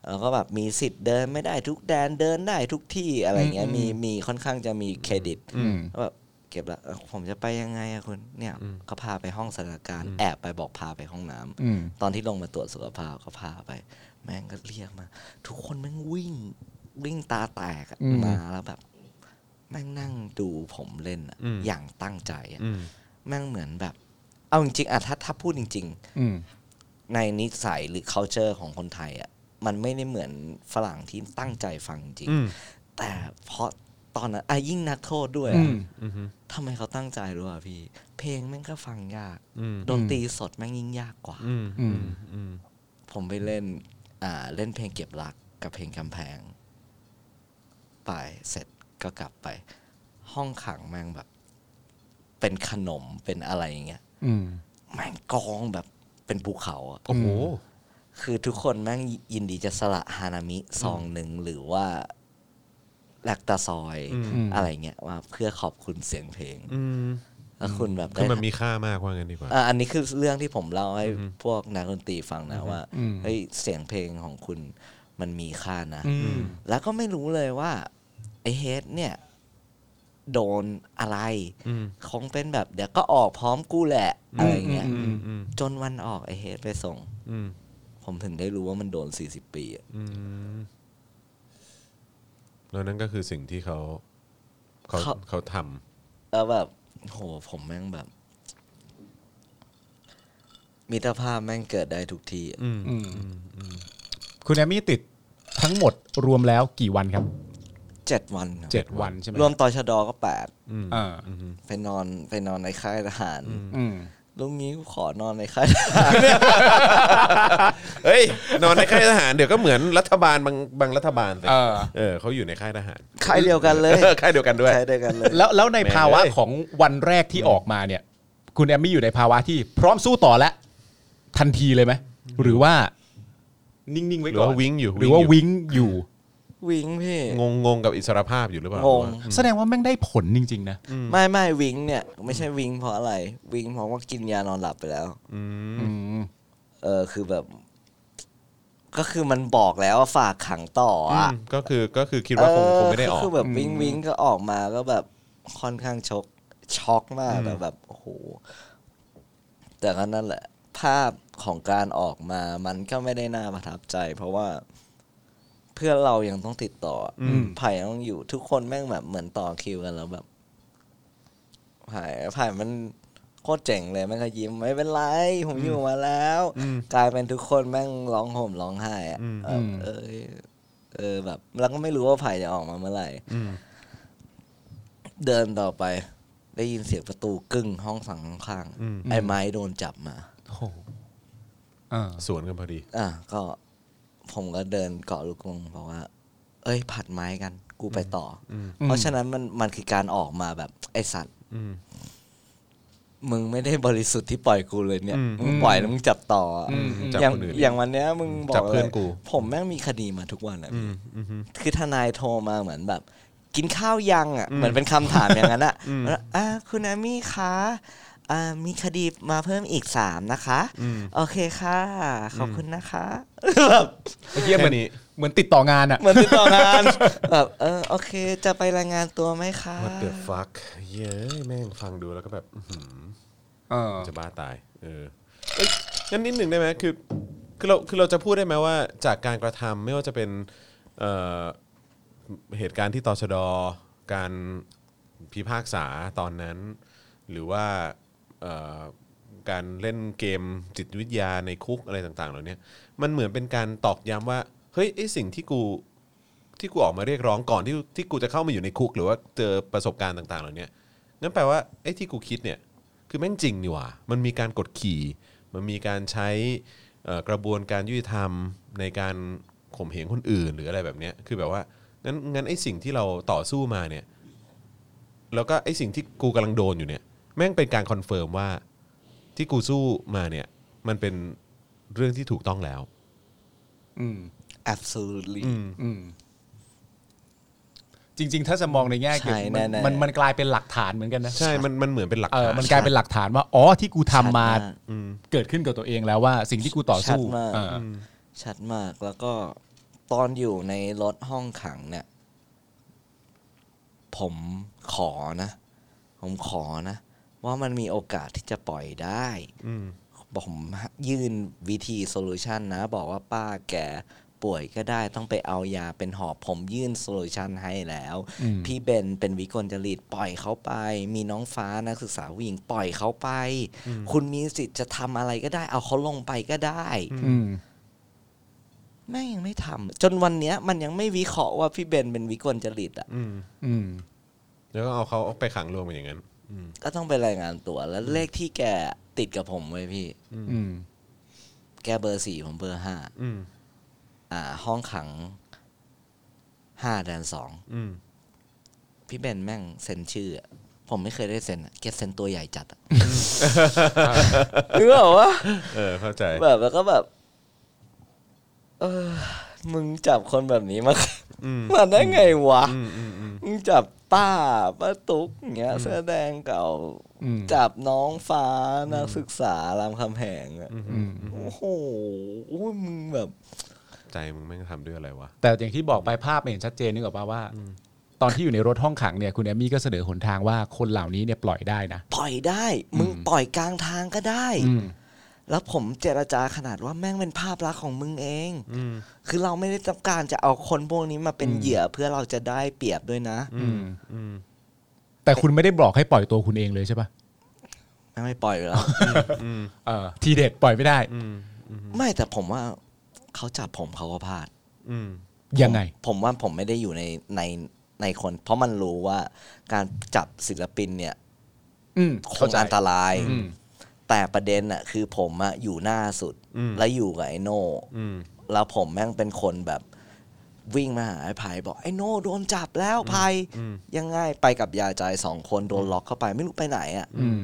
S3: แล้วก็แบบมีสิทธิ์เดินไม่ได้ทุกแดนเดินได้ทุกที่อะไรเงี้ย มีมีค่อนข้างจะมีเครดิต
S4: อืม
S3: แบบเก็บละเออผมจะไปยังไงอะคุณเนี่ยก็พาไปห้องสถานการณ์แอบไปบอกพาไปห้องน้ำ
S4: อืม
S3: ตอนที่ลงมาตรวจสุขภาพก็พาไป แม่งก็เรียกมา ทุกคนแม่งวิ่งวิ่งตาแตกอะ
S4: อืม
S3: มาแล้วแบบ แม่งนั่งดูผมเล่นอะอย่างตั้งใจอะแม่งเหมือนแบบ เอาจริงๆอะถ้าถ้าพูดจริง ๆ
S4: อืม
S3: ในนิสัยหรือ culture ของคนไทยอ่ะมันไม่ได้เหมือนฝรั่งที่ตั้งใจฟังจริง แต่เพราะตอนนั้นอ่ะยิ่งนักโทษด้วย
S4: อืม
S3: อ่ะทำไมเขาตั้งใจรู้อ่ะพี่ เพลงแม่งก็ฟังยากดนตรีสดแม่งยิ่งยากกว่า
S4: อืม
S3: ผมไปเล่น อ่าเล่นเพลงเก็บรักกับเพลงกำแพง ไปเสร็จก็กลับไป ห้องขังแม่งแบบ เป็นขนมเป็นอะไรอย่างเงี้ย
S4: อืม
S3: แม่งกองแบบเป็นภูเขาอ่ะ
S2: โอ้โห
S3: คือทุกคนแม่งยินดีจะสละฮานามิซองหนึ่งหรือว่าแลคตาซอย
S4: อืม
S3: อะไรเงี้ยว่าเพื่อขอบคุณเสียงเพลง
S2: อืม
S3: แล้วคุณแบบ
S2: คือมัน
S3: ได้
S2: มีค่ามากว่างั้นดีกว่า
S3: อ่ะอันนี้คือเรื่องที่ผมเล่าให้พวกนักดนตรีฟังนะว่าเฮ้ยเสียงเพลงของคุณมันมีค่านะ
S4: อืม
S3: แล้วก็ไม่รู้เลยว่า ไอเฮดเนี่ย โดนอะไรคงเป็นแบบ เดี๋ยวก็ออกพร้อมกูแหละ อะไรเงี้ย
S4: อืม
S2: อืม
S3: จนวันออกไอเฮดไปส่ง
S2: อืม
S3: ผมถึงได้รู้ว่ามันโดนสี่สิบปีอะ
S2: อืมแล้วนั่นก็คือสิ่งที่เขาเขา
S3: เขา
S2: เขาท
S3: แล้วแบบโหผมแม่งแบบ มิตรภาพแม่งเกิดได้ทุกที่อะ
S4: อืมคุณแอมมี่ติดทั้งหมดรวมแล้วกี่วันครับ
S3: เจ็ดวันครับ
S4: เจ็ดวันใช่ไหม
S3: รวมต่อชะดอก็แปด
S4: อ่า
S3: ไปนอนไปนอนในค่ายทหาร
S4: อืม
S3: ลูกนี้กูขอนอนในค่ายทหาร
S2: เฮ้ยนอนในค่ายทหารเดี๋ยวก็เหมือนรัฐบาลบางบางรัฐบาลสิ
S4: เออ
S2: เออเขาอยู่ในค่ายทหาร
S3: ค่ายเดียวกันเลย
S2: เออค่ายเดียวกันด้วย
S3: ใช้ด้วยกันเลย
S4: แล้วแล้วใน
S2: แม่ง
S4: ภาวะ
S2: เอ้ย
S4: ของวันแรกที่ออกมาเนี่ย คุณแอมมี่อยู่ในภาวะที่พร้อมสู้ต่อแล้วทันทีเลยไหมหรือว่า นิ่งๆ
S2: ห
S4: ไว้
S2: รือ
S4: ก่อน
S2: ว่าวิ่งอยู่
S4: หรือว่า
S2: ยู่
S4: วิ่งอยู่
S3: วิงพี่
S2: งงงงกับอิสรภาพอยู่หรือเปล่าง
S3: ง
S4: แสดงว่าแม่งได้ผลจริงๆนะ
S3: ไม่ไม่วิงเนี่ย ไม่ใช่วิงเพราะอะไร วิงเพราะว่ากินยานอนหลับไปแล้ว
S4: อืม
S3: เออคือแบบ ก็คือมันบอกแล้วว่าฝากขังต่อ
S2: อื
S3: อ่ะ
S2: มก็คือก็คือคิดว่าคงคงไม่ได้ออก
S3: ก็คือแบบวิงวิงก็ออกมาก็แบบค่อนข้างช็อกช็อกมากแบบแบบโอ้โหแต่ก็นั่นแหละ ภาพของการออกมา มันก็ไม่ได้น่าประทับใจ เพราะว่า เพื่อนเรายังต้องติดต่ออไผ่ยังต้องอยู่ ทุกคนแม่งแบบเหมือนต่อคิวกันแล้วแบบไผ่ไผ่มันโคตรเจ๋งเลยแม่งก็ยิ้มไม่เป็นไร ผมอยู่มาแล้ว กลายเป็นทุกคนแม่งร้องห่มร้องไห้อะแบบเออเออแบบเราก็ไม่รู้ว่าไผ่จะออกมาเมื่อไหร่เดินต่อไป ได้ยินเสียงประตูกึ้งห้องสั่งข้างๆไอ้ไม้โดนจับมา
S4: โอ้โหอ่า
S2: สวนกันพอดี
S3: อ่ะก็ผมก็เดินเกาะลูกกรงบอกว่า เอ้ย ผัดไม้กัน กูไปต่ออเพราะฉะนั้นมันมันคือการออกมาแบบ ไอสัตว์มึงไม่ได้บริสุทธิ์ที่ปล่อยกูเลยเนี่ยมึงปล่อยแล้วมึงจับต่ออะ
S2: จับ
S3: อย่าง
S2: คนอื่น
S3: อย่างวันเนี้ย มึงบอ
S2: จับ
S3: ก
S2: เพื่
S3: เล
S2: อน
S3: ย
S2: กู
S3: ผมแม่งมีคดีมาทุกวันอะพี่คือทนายโทรมาเหมือนแบบ กินข้าวยังอ่ะเหมือนเป็นคำถาม อย่างนั้นอ่ะแล้วอ่ะคุณอามี่คะอ่ามีคดีมาเพิ่มอีกสามนะคะ โอเคค่ะ ขอบคุณนะคะแบบ
S4: ไอ้เหี้ยเหมือน
S2: แค่นี้
S4: เหมือนติดต่องานอ่ะ
S3: เหมือนติดต่องานแบบเออโอเค จะไปรายงานตัวไหมคะ
S2: What the fuck เย้ยแม่งฟังดูแล้วก็แบบอื้อหื
S4: เออ
S2: อจะบ้าตาย เออเอ้ยงั้นนิดหนึ่งได้ไหมคือคือเราคือเราจะพูดได้ไหมว่าจากการกระทำไม่ว่าจะเป็นเอ่อเหตุการณ์ที่ตชดการพิพากษาตอนนั้น หรือว่าเอ่อการเล่นเกมจิตวิทยาในคุกอะไรต่างๆเหล่านี้มันเหมือนเป็นการตอกย้ำว่าเฮ้ยไอสิ่งที่กู ที่กูออกมาเรียกร้องก่อนที่ที่กูจะเข้ามาอยู่ในคุก หรือว่าเจอประสบการณ์ต่าง ๆ เหล่าเนี้ยงั้นแปลว่าไอ้ที่กูคิดเนี่ยคือแม่งจริงนี่หว่า มันมีการกดขี่ มันมีการใช้เอ่อกระบวนการยุติธรรมในการข่มเหงคนอื่นหรืออะไรแบบเนี้ยคือแบบว่างั้นงั้นไอ้สิ่งที่เราต่อสู้มาเนี่ยแล้วก็ไอ้สิ่งที่กูกำลังโดนอยู่เนี่ยแม่งเป็นการคอนเฟิร์มว่าที่กูสู้มาเนี่ยมันเป็นเรื่องที่ถูกต้องแล้ว
S4: อืม
S3: absolutely
S4: อืมจริง ๆ ถ้าจะมองในแง่เกี่ยว
S3: ใช่
S4: มัน
S3: แน่ๆ
S4: มันมันกลายเป็นหลักฐานเหมือนกันนะ
S2: ใช่ มันมันเหมือนเป็นหลัก
S4: เออ
S2: ฐาน
S4: มันกลายเป็นหลักฐานว่าอ๋อที่กูทำมา
S3: ชัดก
S4: เกิดขึ้นกับตัวเองแล้วว่า สิ่งที่กูต่อสู้
S3: ชัดมาก
S4: เอออ
S3: ชัดมากแล้วก็ตอนอยู่ในรถห้องขังเนี่ย ผมขอนะ ผมขอนะ ว่ามันมีโอกาสที่จะปล่อยได้บอกผมยื่นวิธีโซลูชันนะ บอกว่าป้าแกป่วยก็ได้ต้องไปเอายาเป็นหอบผมยื่นโซลูชันให้แล้ว พี่เบนเป็นวิกลจริตปล่อยเขาไป มีน้องฟ้านักศึกษาผู้หญิงปล่อยเขาไป คุณมีสิทธิ์จะทำอะไรก็ได้ เอาเขาลงไปก็ได้
S4: อืม
S3: แม่งยังไม่ทำจนวันเนี้ยมันยังไม่วิเคราะห์ว่าพี่เบนเป็นวิกลจริตอ่ะ
S4: อืม
S2: แล้วก็เอาเขาไปขังรวมกันอย่างนั้น
S3: ก็ต้องไปรายงานตัวแล้วเลขที่แกติดกับผมไว้ยพี่
S4: อืม
S3: แกเบอร์สี่ผมเบอร์ห้า
S2: อืม
S3: อ่า ห้องขังห้าแดนสอง
S2: อืม
S3: พี่เบนแม่งเซ็นชื่ออะผมไม่เคยได้เซ็นอะแกเซ็นตัวใหญ่จั ดอะนึกออกวะ
S2: เออ เข้าใจ
S3: แบบแล้วก็แบบ เออ มึงจับคนแบบนี้มา
S2: อืม
S3: มาได้ไงวะ
S2: อืมอืมอืม
S3: มึงจับป้าป้าตุ๊กเงี้ยเสื้อแดงเก่า
S4: อืม
S3: จับน้องฟ้านักศึกษารามคำแหงอะ
S4: อืม
S3: โอ้โหอุ้ยมึงแบบ
S2: ใจมึงแม่งทำด้วยอะไรวะ
S4: แต่อย่างที่บอกไปภาพมันเห็นชัดเจนนึกออกป่าวว่า ตอนที่อยู่ในรถห้องขังเนี่ยคุณแอมมี่ก็เสนอหนทางว่าคนเหล่านี้เนี่ยปล่อยได้นะ
S3: ปล่อยได้ มึงปล่อยกลางทางก็ได้
S4: อืม
S3: แล้วผมเจรจาขนาดว่าแม่งเป็นภาพลักษณ์ของมึงเอง คือเราไม่ได้ต้องการจะเอาคนพวกนี้มาเป็นเหยื่อเพื่อเราจะได้เปรียบด้วยนะ
S4: อืม แต่คุณไม่ได้บอกให้ปล่อยตัวคุณเองเลยใช่ปะ
S3: แม่งไม่ปล่อยอยู่แล้ว
S4: เออทีเด็ดปล่อยไม่ได้
S3: ไม่แต่ผมว่าเขาจับผมเขาก็พลาด
S2: อืม
S4: ยังไง
S3: ผมว่าผมไม่ได้อยู่ในใน ในคน เพราะมันรู้ว่าการจับศิลปินเนี่ย
S4: อืม
S3: ค
S4: เข้าง ใจ
S3: อันตราย
S4: อืม
S3: แต่ประเด็นอะคือผมอะอยู่หน้าสุด และอยู่กับไอโน่แล้วผมแม่งเป็นคนแบบวิ่งมาหาไอ้ไผ่บอกไอ้โน่โดนจับแล้วไผ่ยังไงไปกับยาใจสองคนโดนล็อกเข้าไปไม่รู้ไปไหนอะ
S4: อืม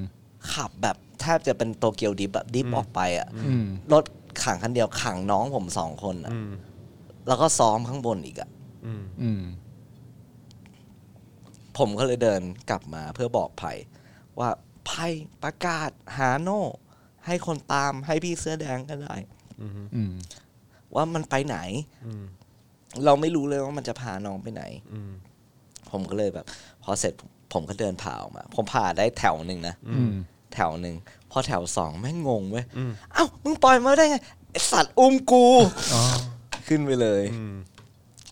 S3: ขับแบบแทบจะเป็นโตเกียวดิฟอะดิฟออกไปอะ
S4: อืม
S3: รถขังคันเดียวขังน้องผมสองคนอะแล้วก็ซ้อมข้างบนอีกอะ
S4: อืม
S3: ผมก็เลยเดินกลับมาเพื่อบอกไผ่ว่าไผ่ประกาศหาโน่ ให้คนตามให้พี่เสื้อแดงก็ได้
S4: อืม
S3: ว่ามันไปไหน เราไม่รู้เลยว่ามันจะพาน้องไปไหน ผมก็เลยแบบ พอเสร็จผมผมก็เดินผ่าออกมา ผมผ่าได้แถวหนึ่งนะ
S4: อืม
S3: แถวหนึ่งพอแถวสองแม่งงงเว้ยเอ้ามึงปล่อยมาได้ไงไอ้สัตว์อุ้มกูขึ้นไปเลย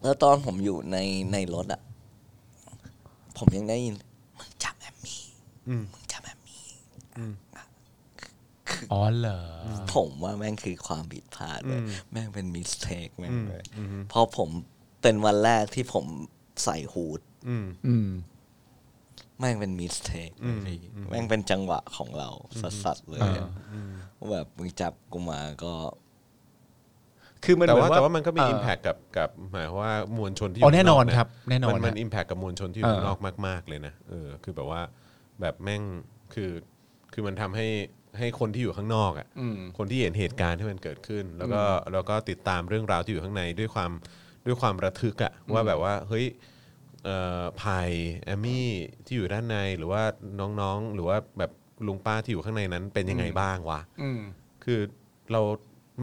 S3: แล้วตอนผมอยู่ในในรถอะผมยังได้ยินมึงจับแอมมี่มึงจับแอมมี่
S4: อ๋อเหรอ
S3: ผมว่าแม่งคือความผิดพลาดเลยแม่งเป็นมิสเทคแม่งเลยเพอผมเป็นวันแรกที่ผมใส่ฮูด
S4: อืม
S3: แม่งเป็นมิสเทคแม่งเป็นจังหวะของเราสัสๆเลยอะแบบมึงจับกูมาก็
S4: คือมัน
S2: แต่
S4: เหมือ
S2: ว่าน
S4: ว่า
S2: แต่ว่ามันก็มี
S4: เอ่อ
S2: อิมแพคกับกับหมายความว่ามวลชนที่
S4: อ๋อแน่นอนครับ
S2: ยู่ข้างกเย
S4: แน่นอน
S2: มันมัน
S4: ฮะ
S2: อิมแพคกับมวลชนที่อยู่
S4: เออ
S2: ข้างนอกมาก ๆ เลยนะเออคือแบบว่าแบบแม่งคือคือมันทำให้ให้คนที่อยู่ข้างนอกอ่ะคนที่เห็นเหตุการณ์ที่มันเกิดขึ้น แล้วก็แล้วก็ติดตามเรื่องราวที่อยู่ข้างในด้วยความด้วยความระทึกอ่ะว่าแบบว่าเฮ้ยเอ่อไผ่แอมมี่ที่อยู่ด้านในหรือว่าน้องๆ หรือว่าแบบลุงป้าที่อยู่ข้างในนั้นเป็นยังไงบ้างวะ
S4: อืม
S2: คือเรา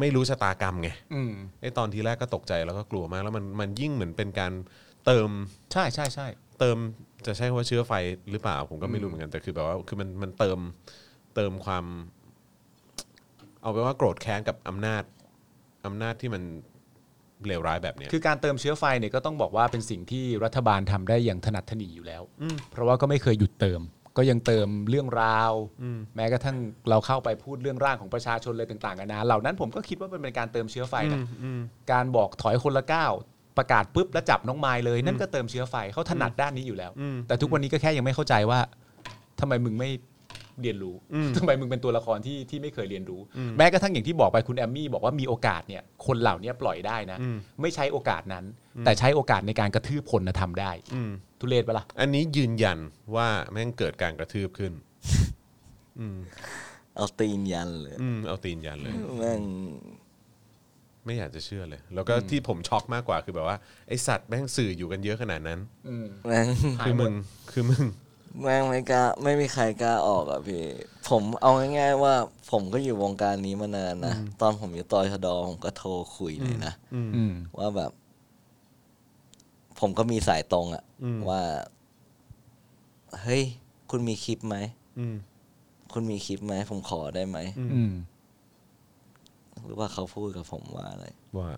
S2: ไม่รู้ชะตากรรมไง
S4: อืม
S2: ไอ้ตอนทีแรกก็ตกใจแล้วก็กลัวมาก แล้วมันมันยิ่งเหมือนเป็นการเติม
S4: ใช่ใช่ใช่
S2: เติมจะใช้คำว่าเชื้อไฟหรือเปล่าผมก็ไม่รู้เหมือนกันแต่คือแบบว่าคือมันมันเติมเติมความ เอาไปนว่าโกรธแค้นกับอำนาจอำนาจที่มันเลวร้ายแบบเนี้ย
S4: คือการเติมเชื้อไฟเนี่ยก็ต้องบอกว่าเป็นสิ่งที่รัฐบาลทำได้อย่างถนัดถนีอยู่แล้ว เพราะว่าก็ไม่เคยหยุดเติม ก็ยังเติมเรื่องราว แม้กระทั่งเราเข้าไปพูดเรื่องร่างของประชาชนเลยต่างๆกันานะเหล่านั้นผมก็คิดว่ามันเป็นการเติมเชื้อไฟนะการบอกถอยคนละก้าวประกาศปุ๊บแล้วจับน้องไม้เลย นั่นก็เติมเชื้อไฟเขาถนัดด้านนี้อยู่แล้ว แต่ทุกวันนี้ก็แค่ยังไม่เข้าใจว่าทำไมมึงไม่เรียนรู้ทำไมมึงเป็นตัวละครที่ที่ไม่เคยเรียนรู้ แม้กระทั่งอย่างที่บอกไปคุณแอมมี่บอกว่ามีโอกาสเนี่ยคนเหล่านี้ปล่อยได้นะ ไม่ใช้โอกาสนั้น แต่ใช้โอกาสในการกระทืบคนนะทำได้ทุเรศปะล่ะ
S2: อันนี้ยืนยันว่าแม่งเกิดการกระทืบขึ้น
S3: เอาตีนยันเลย
S2: อืมเอาตีนยันเลย
S3: แม่ง
S2: ไม่อยากจะเชื่อเลย แล้วก็ที่ผมช็อกมากกว่าคือแบบว่าไอสัตว์แม่งสื่ออยู่กันเยอะขนาดนั้น
S3: แม่ง
S2: คือมึงคือมึง
S3: แม่งไม่กล้าไม่มีใครกล้าออกอ่ะพี่ ผมเอาง่ายๆว่า ผมก็อยู่วงการนี้มานานนะ ตอนผมอยู่ตอชดผมก็โทรคุยเลยนะ
S4: อืม
S3: ว่าแบบ ผมก็มีสายตรงอะว่า เฮ้ย คุณมีคลิปไหม
S2: อืม
S3: คุณมีคลิปไหมผมขอได้ไหม
S4: อืม
S3: หรือว่าเขาพูดกับผมว่าอะไร
S2: ว่า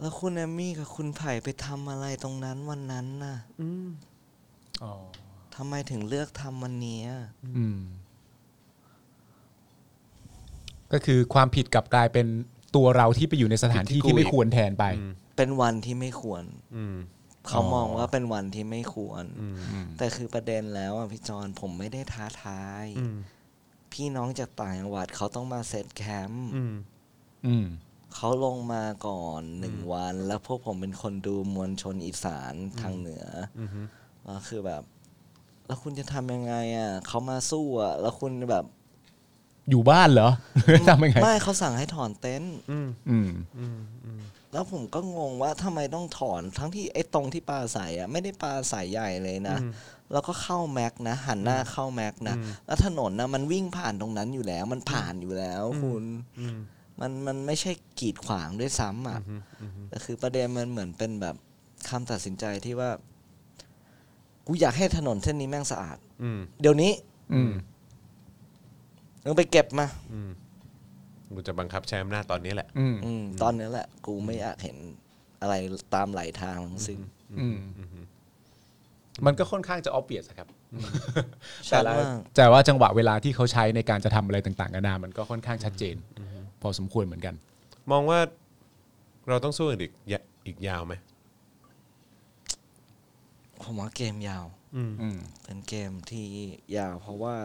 S3: แล้วคุณแอมมี่กับคุณไผ่ไปทำอะไรตรงนั้นวันนั้นน่ะ
S4: อ๋อ
S3: ทำไมถึงเลือกทำวันเนี้ย
S4: อืม ก็คือความผิดกลับกลายเป็นตัวเราที่ไปอยู่ในสถานที่ที่ไม่ควรแทนไป
S3: เป็นวันที่ไม่ควร
S2: อืม
S3: เขามองว่าเป็นวันที่ไม่ควร แต่คือประเด็นแล้วอ่ะพี่จอนผมไม่ได้ท้าทาย พี่น้องจากต่างจังหวัดเขาต้องมาเซตแคมป์
S2: อืม
S4: อืม
S3: เขาลงมาก่อนหนึ่งวัน แล้วพวกผมเป็นคนดูมวลชนอีสานทางเหนืออแล้วคือแบบ แล้วคุณจะทำยังไงอ่ะเขามาสู้อ่ะ แล้วคุณแบบ
S4: อยู่บ้านเหรอ ทำยังไง
S3: ไม่เขาสั่งให้ถอนเต็นท์
S4: อืม
S3: แล้วผมก็งงว่าทำไมต้องถอนทั้งที่ไอ้ตรงที่ปลาใสอ่ะไม่ได้ปลาใสใหญ่เลยนะ แล้วก็เข้าแม็กนะหันหน้าเข้าแม็กนะแล้วถนนนะมันวิ่งผ่านตรงนั้นอยู่แล้ว มันผ่านอยู่แล้ว คุณมันมันไม่ใช่กีดขวางด้วยซ้ำอ่ะแต่คือประเด็นมันเหมือนเป็นแบบคำตัดสินใจที่ว่ากูอยากให้ถนนเส้นนี้แม่งสะอาด
S2: อืม
S3: เดี๋ยวนี้
S4: อืม
S3: มึงไปเก็บมา
S2: กูจะบังคับใช้อำนาจตอนนี้แหละ
S4: อืม
S3: อืมตอนนี้แหละ กูไม่อยากเห็นอะไรตามไหลทางทั้งสิ้น
S4: อืม มันก็ค่อนข้างจะออ v เ o u ียสครับ
S3: ชั
S4: แต่
S3: ด
S4: ละ
S3: มาก
S4: แต่ว่าจังหวะเวลาที่เขาใช้ในการจะทำอะไรต่างๆกันานามันก็ค่อนข้างชัดเจน พอสมควรเหมือนกัน
S2: มองว่าเราต้องสู้กันอีกยะอีกยาวไหม
S3: ผมว่าเกมยาว
S2: อืม
S4: อืม
S3: เป็นเกมที่ยาวเพราะว่า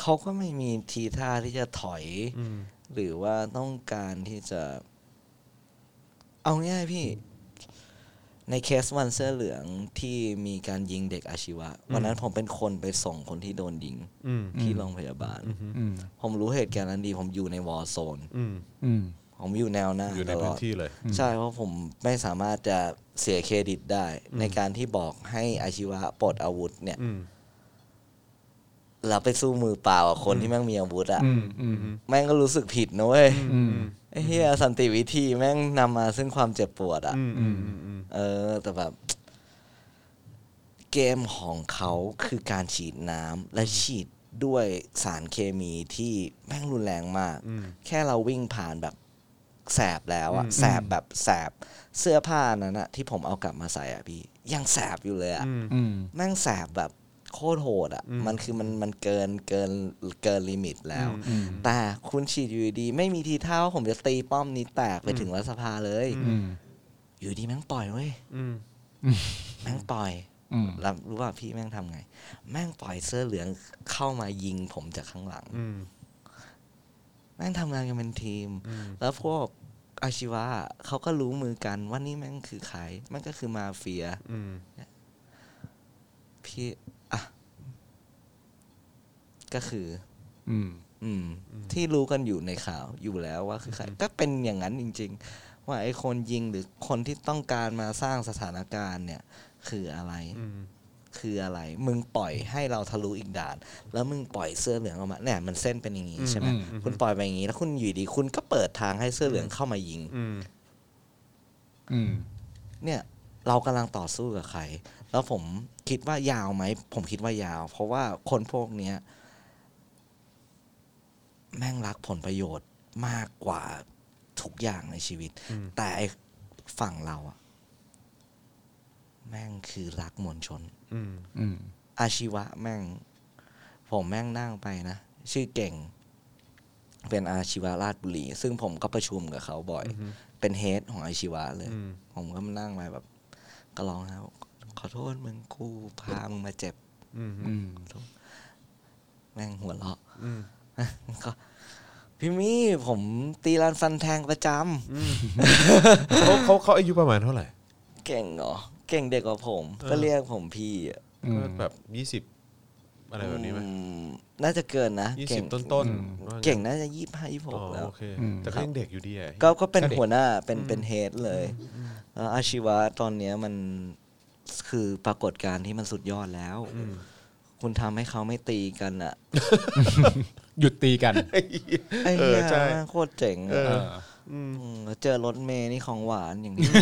S3: เขาก็ไม่มีทีท่าที่จะถอย
S2: อืม
S3: หรือว่าต้องการที่จะ เอาง่ายๆพี่ ในเคสวันเสื้อเหลืองที่มีการยิงเด็กอาชีวะ วันนั้นผมเป็นคนไปส่งคนที่โดนยิง
S2: อืม
S3: ที่โรงพยาบาล
S4: อืม
S3: ผมรู้เหตุการณ์นั้นดี ผมอยู่ในวอร์โซน
S2: อืม
S4: อืม
S3: ผมอยู่แนวหน้า
S2: อยู่ใน
S3: ตล
S2: พื้
S3: อน ด
S2: ที่เลย
S3: ใช่เพราะผมไม่สามารถจะเสียเครดิตได้ ในการที่บอกให้อาชีวะปลดอาวุธเนี่ย
S2: อืม
S3: เราไปสู้มือเปล่ากับคนที่แม่งมีอาวุธอ่ะ
S4: อืมอืม
S3: แม่งก็รู้สึกผิดนะเว้ย
S4: อืม
S3: ไอ้เฮียสันติวิธีแม่งนำมาซึ่งความเจ็บปวดอ่ะ
S2: อืมอืมอืมอืม
S3: เออ แต่แบบ เกมของเขาคือการฉีดน้ำและฉีดด้วยสารเคมีที่แม่งรุนแรงมาก
S2: อืม
S3: แค่เราวิ่งผ่านแบบแสบแล้วอะแสบแบบแสบเสื้อผ้านั้นอะที่ผมเอากลับมาใส่อะพี่ ยังแสบอยู่เลยอะ
S2: อืม
S4: อืม
S3: แม่งแสบแบบโคตรโหดอะ
S2: อืม
S3: มันคือมันมันเกินเกินเกินลิมิตแล้ว
S4: อืม
S3: แต่คุณฉีดอยู่ดีๆไม่มีทีท่าว่าผมจะตีป้อมนี้แตกไปถึงรัฐสภาเลย
S4: อืม
S3: อยู่ดีแม่งปล่อยเว้ย
S2: อืม
S3: แม่งปล่อย
S4: อืม
S3: แล้วรู้ว่าพี่แม่งทำไง แม่งปล่อยเสื้อเหลืองเข้ามายิงผมจากข้างหลัง
S2: อืม
S3: แม่งทำงานกันเป็นทีม แล้วพวกอาชีวะเขาก็รู้มือกันว่านี่แม่งคือใครแม่งก็คือมาเฟีย
S2: อืม
S3: พี่อ่ะก็คือ
S4: อืม
S3: อืม ที่รู้กันอยู่ในข่าวอยู่แล้วว่าคือใคร ก็เป็นอย่างนั้นจริง ๆ ว่าไอ้คนยิงหรือคนที่ต้องการมาสร้างสถานการณ์เนี่ย คืออะไร
S2: อืม
S3: คืออะไร มึงปล่อยให้เราทะลุอีกด่าน แล้วมึงปล่อยเสื้อเหลืองออกมาเนี่ยมันเส้นเป็นอย่างนี้ใช่ไหม
S4: อืม
S3: คุณปล่อยไปอย่างนี้ แล้วคุณอยู่ดีคุณก็เปิดทางให้เสื้อเหลืองเข้ามายิง
S2: อืม
S4: อืม
S3: เนี่ยเรากำลังต่อสู้กับใคร แล้วผมคิดว่ายาวไหม ผมคิดว่ายาว เพราะว่าคนพวกเนี้ย แม่งรักผลประโยชน์มากกว่าทุกอย่างในชีวิต
S2: อืม
S3: แต่ไอ้ฝั่งเราอะแม่งคือรักมวลชน
S2: อืม
S4: อืม
S3: อาชีวะแม่ง ผมแม่งนั่งไปนะ ชื่อเก่ง เป็นอาชีวะราชบุรี ซึ่งผมก็ประชุมกับเขาบ่อย เป็นเฮดของอาชีวะเลย
S2: อืม
S3: ผมก็มานั่งไปแบบ ก็ร้องไห้บอกขอโทษมึงกูพามึงมาเจ็บ
S2: อืม
S4: อืม
S3: แม่งหัวเราะ
S2: อืม
S3: ก็ พี่มี่ผมตีรันฟันแทงประจ
S2: เขาเขาเขาอายุประมาณเท่าไหร่
S3: ำเก่งเหรอ เก่งเด็กกว่าผม ก็เรียกผมพี่อะ
S4: อืม
S2: ก็แบบยี่สิบอะไรแบบนี้ไหม
S3: อืมน่าจะเกินนะ
S2: ยี่
S3: เก่
S2: สิ
S3: ง
S2: บต้นต้นๆว่าไ
S3: เก่งน่าจะยี่ห้ายี่ห
S2: อ๋อก
S3: แล้ว
S2: โอเค
S4: อืม
S2: แต่ก็ยังเด็กอยู่ดีอ่ะ
S3: ก็ก็เป็น
S4: ก็เด็ก
S3: หัวหน้าเป็นเป็นเฮดเลยแล้วอาชีวะตอนเนี้ยมันคือปรากฏการณ์ที่มันสุดยอดแล้ว
S2: อืม
S3: คุณทำให้เขาไม่ตีกันอ่ะ
S4: หยุดตีกัน
S3: ไอ้
S2: เอ
S3: เหี้
S2: อย ใช่
S3: แม่งโคตรเจ๋งอะ
S2: เออ
S3: มแล้วเจอรถเมย์นี่ของหวานอย่างนี้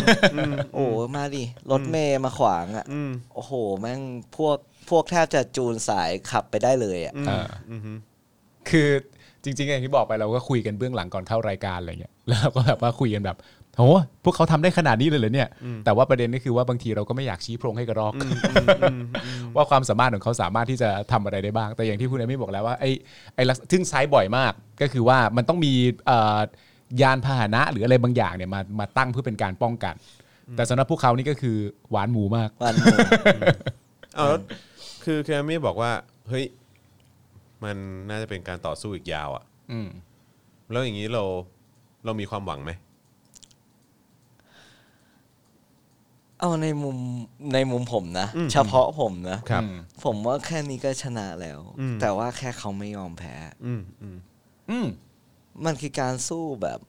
S3: โอ้มาดิรถเมย์มาขวางอ่ะ
S2: อืม
S3: โอ้โห แม่งพวกพวกแทบจะจูนสายขับไปได้เลยอ่ะ
S2: อืม
S4: เออ
S2: อืม
S4: คือจริงๆอย่างที่บอกไปเราก็คุยกันเบื้องหลังก่อนเข้ารายการอะไรเงี้ย แล้วเราก็แบบว่าคุยกันแบบโหพวกเขาทำได้ขนาดนี้เลยเหรอเนี่ย แต่ว่าประเด็นก็คือว่าบางทีเราก็ไม่อยากชี้โพรงให้กระรอก ว่าความสามารถของเขาสามารถที่จะทำอะไรได้บ้าง แต่อย่างที่คุณเอมี่บอกแล้วว่าไอ้ไอ้ลักษซึ่งใช้บ่อยมาก ก็คือว่ามันต้องมีเอ่อยานพาหนะหรืออะไรบางอย่างเนี่ยมามาตั้งเพื่อเป็นการป้องกัน แต่สำหรับพวกเขานี่ก็คือหวานหมูมาก
S3: วันหนึ่ง
S2: เอาแล้วคือแคมมี่บอกว่า เฮ้ย มันน่าจะเป็นการต่อสู้อีกยาวอ่ะ
S4: อืม
S2: แล้วอย่างนี้เราเรามีความหวังไหม
S3: เอาในมุมในมุมผมนะ เฉพาะผมนะ
S2: ครับ
S3: ผมว่าแค่นี้ก็ชนะแล้ว
S2: อืม
S3: แต่ว่าแค่เขาไม่ยอมแพ้
S2: อืมอืม
S4: อืม
S3: มันคือการสู้แบบ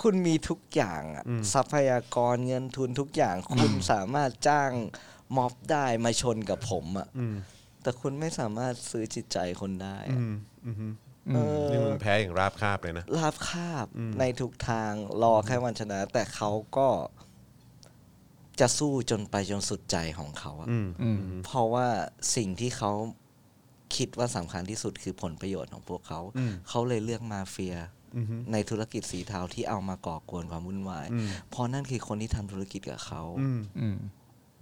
S3: คุณมีทุกอย่างอะทรัพยากรเงินทุนทุกอย่าง คุณสามารถจ้างม็อบได้มาชนกับผมอะ
S2: อืม
S3: แต่คุณไม่สามารถซื้อจิตใจคนได้
S2: อืม
S3: อะ
S2: อืม
S3: เอ
S2: นี่
S3: อ
S2: มึงแพ้อย่างราบคาบเลยนะ
S3: ราบคาบในทุกทางรอแค่วันชนะ แต่เขาก็จะสู้จนไปจนสุดใจของเขาอะ
S2: อืม
S4: อืม
S3: เพราะว่าสิ่งที่เขาคิดว่าสำคัญที่สุดคือผลประโยชน์ของพวกเขา เขาเลยเลือกมาเฟีย
S2: อืม
S3: ในธุรกิจสีเทาที่เอามาก่อกวนความวุ่นวาย เพราะนั่นคือคนที่ทำธุรกิจกับเขา
S2: อืม
S4: อืม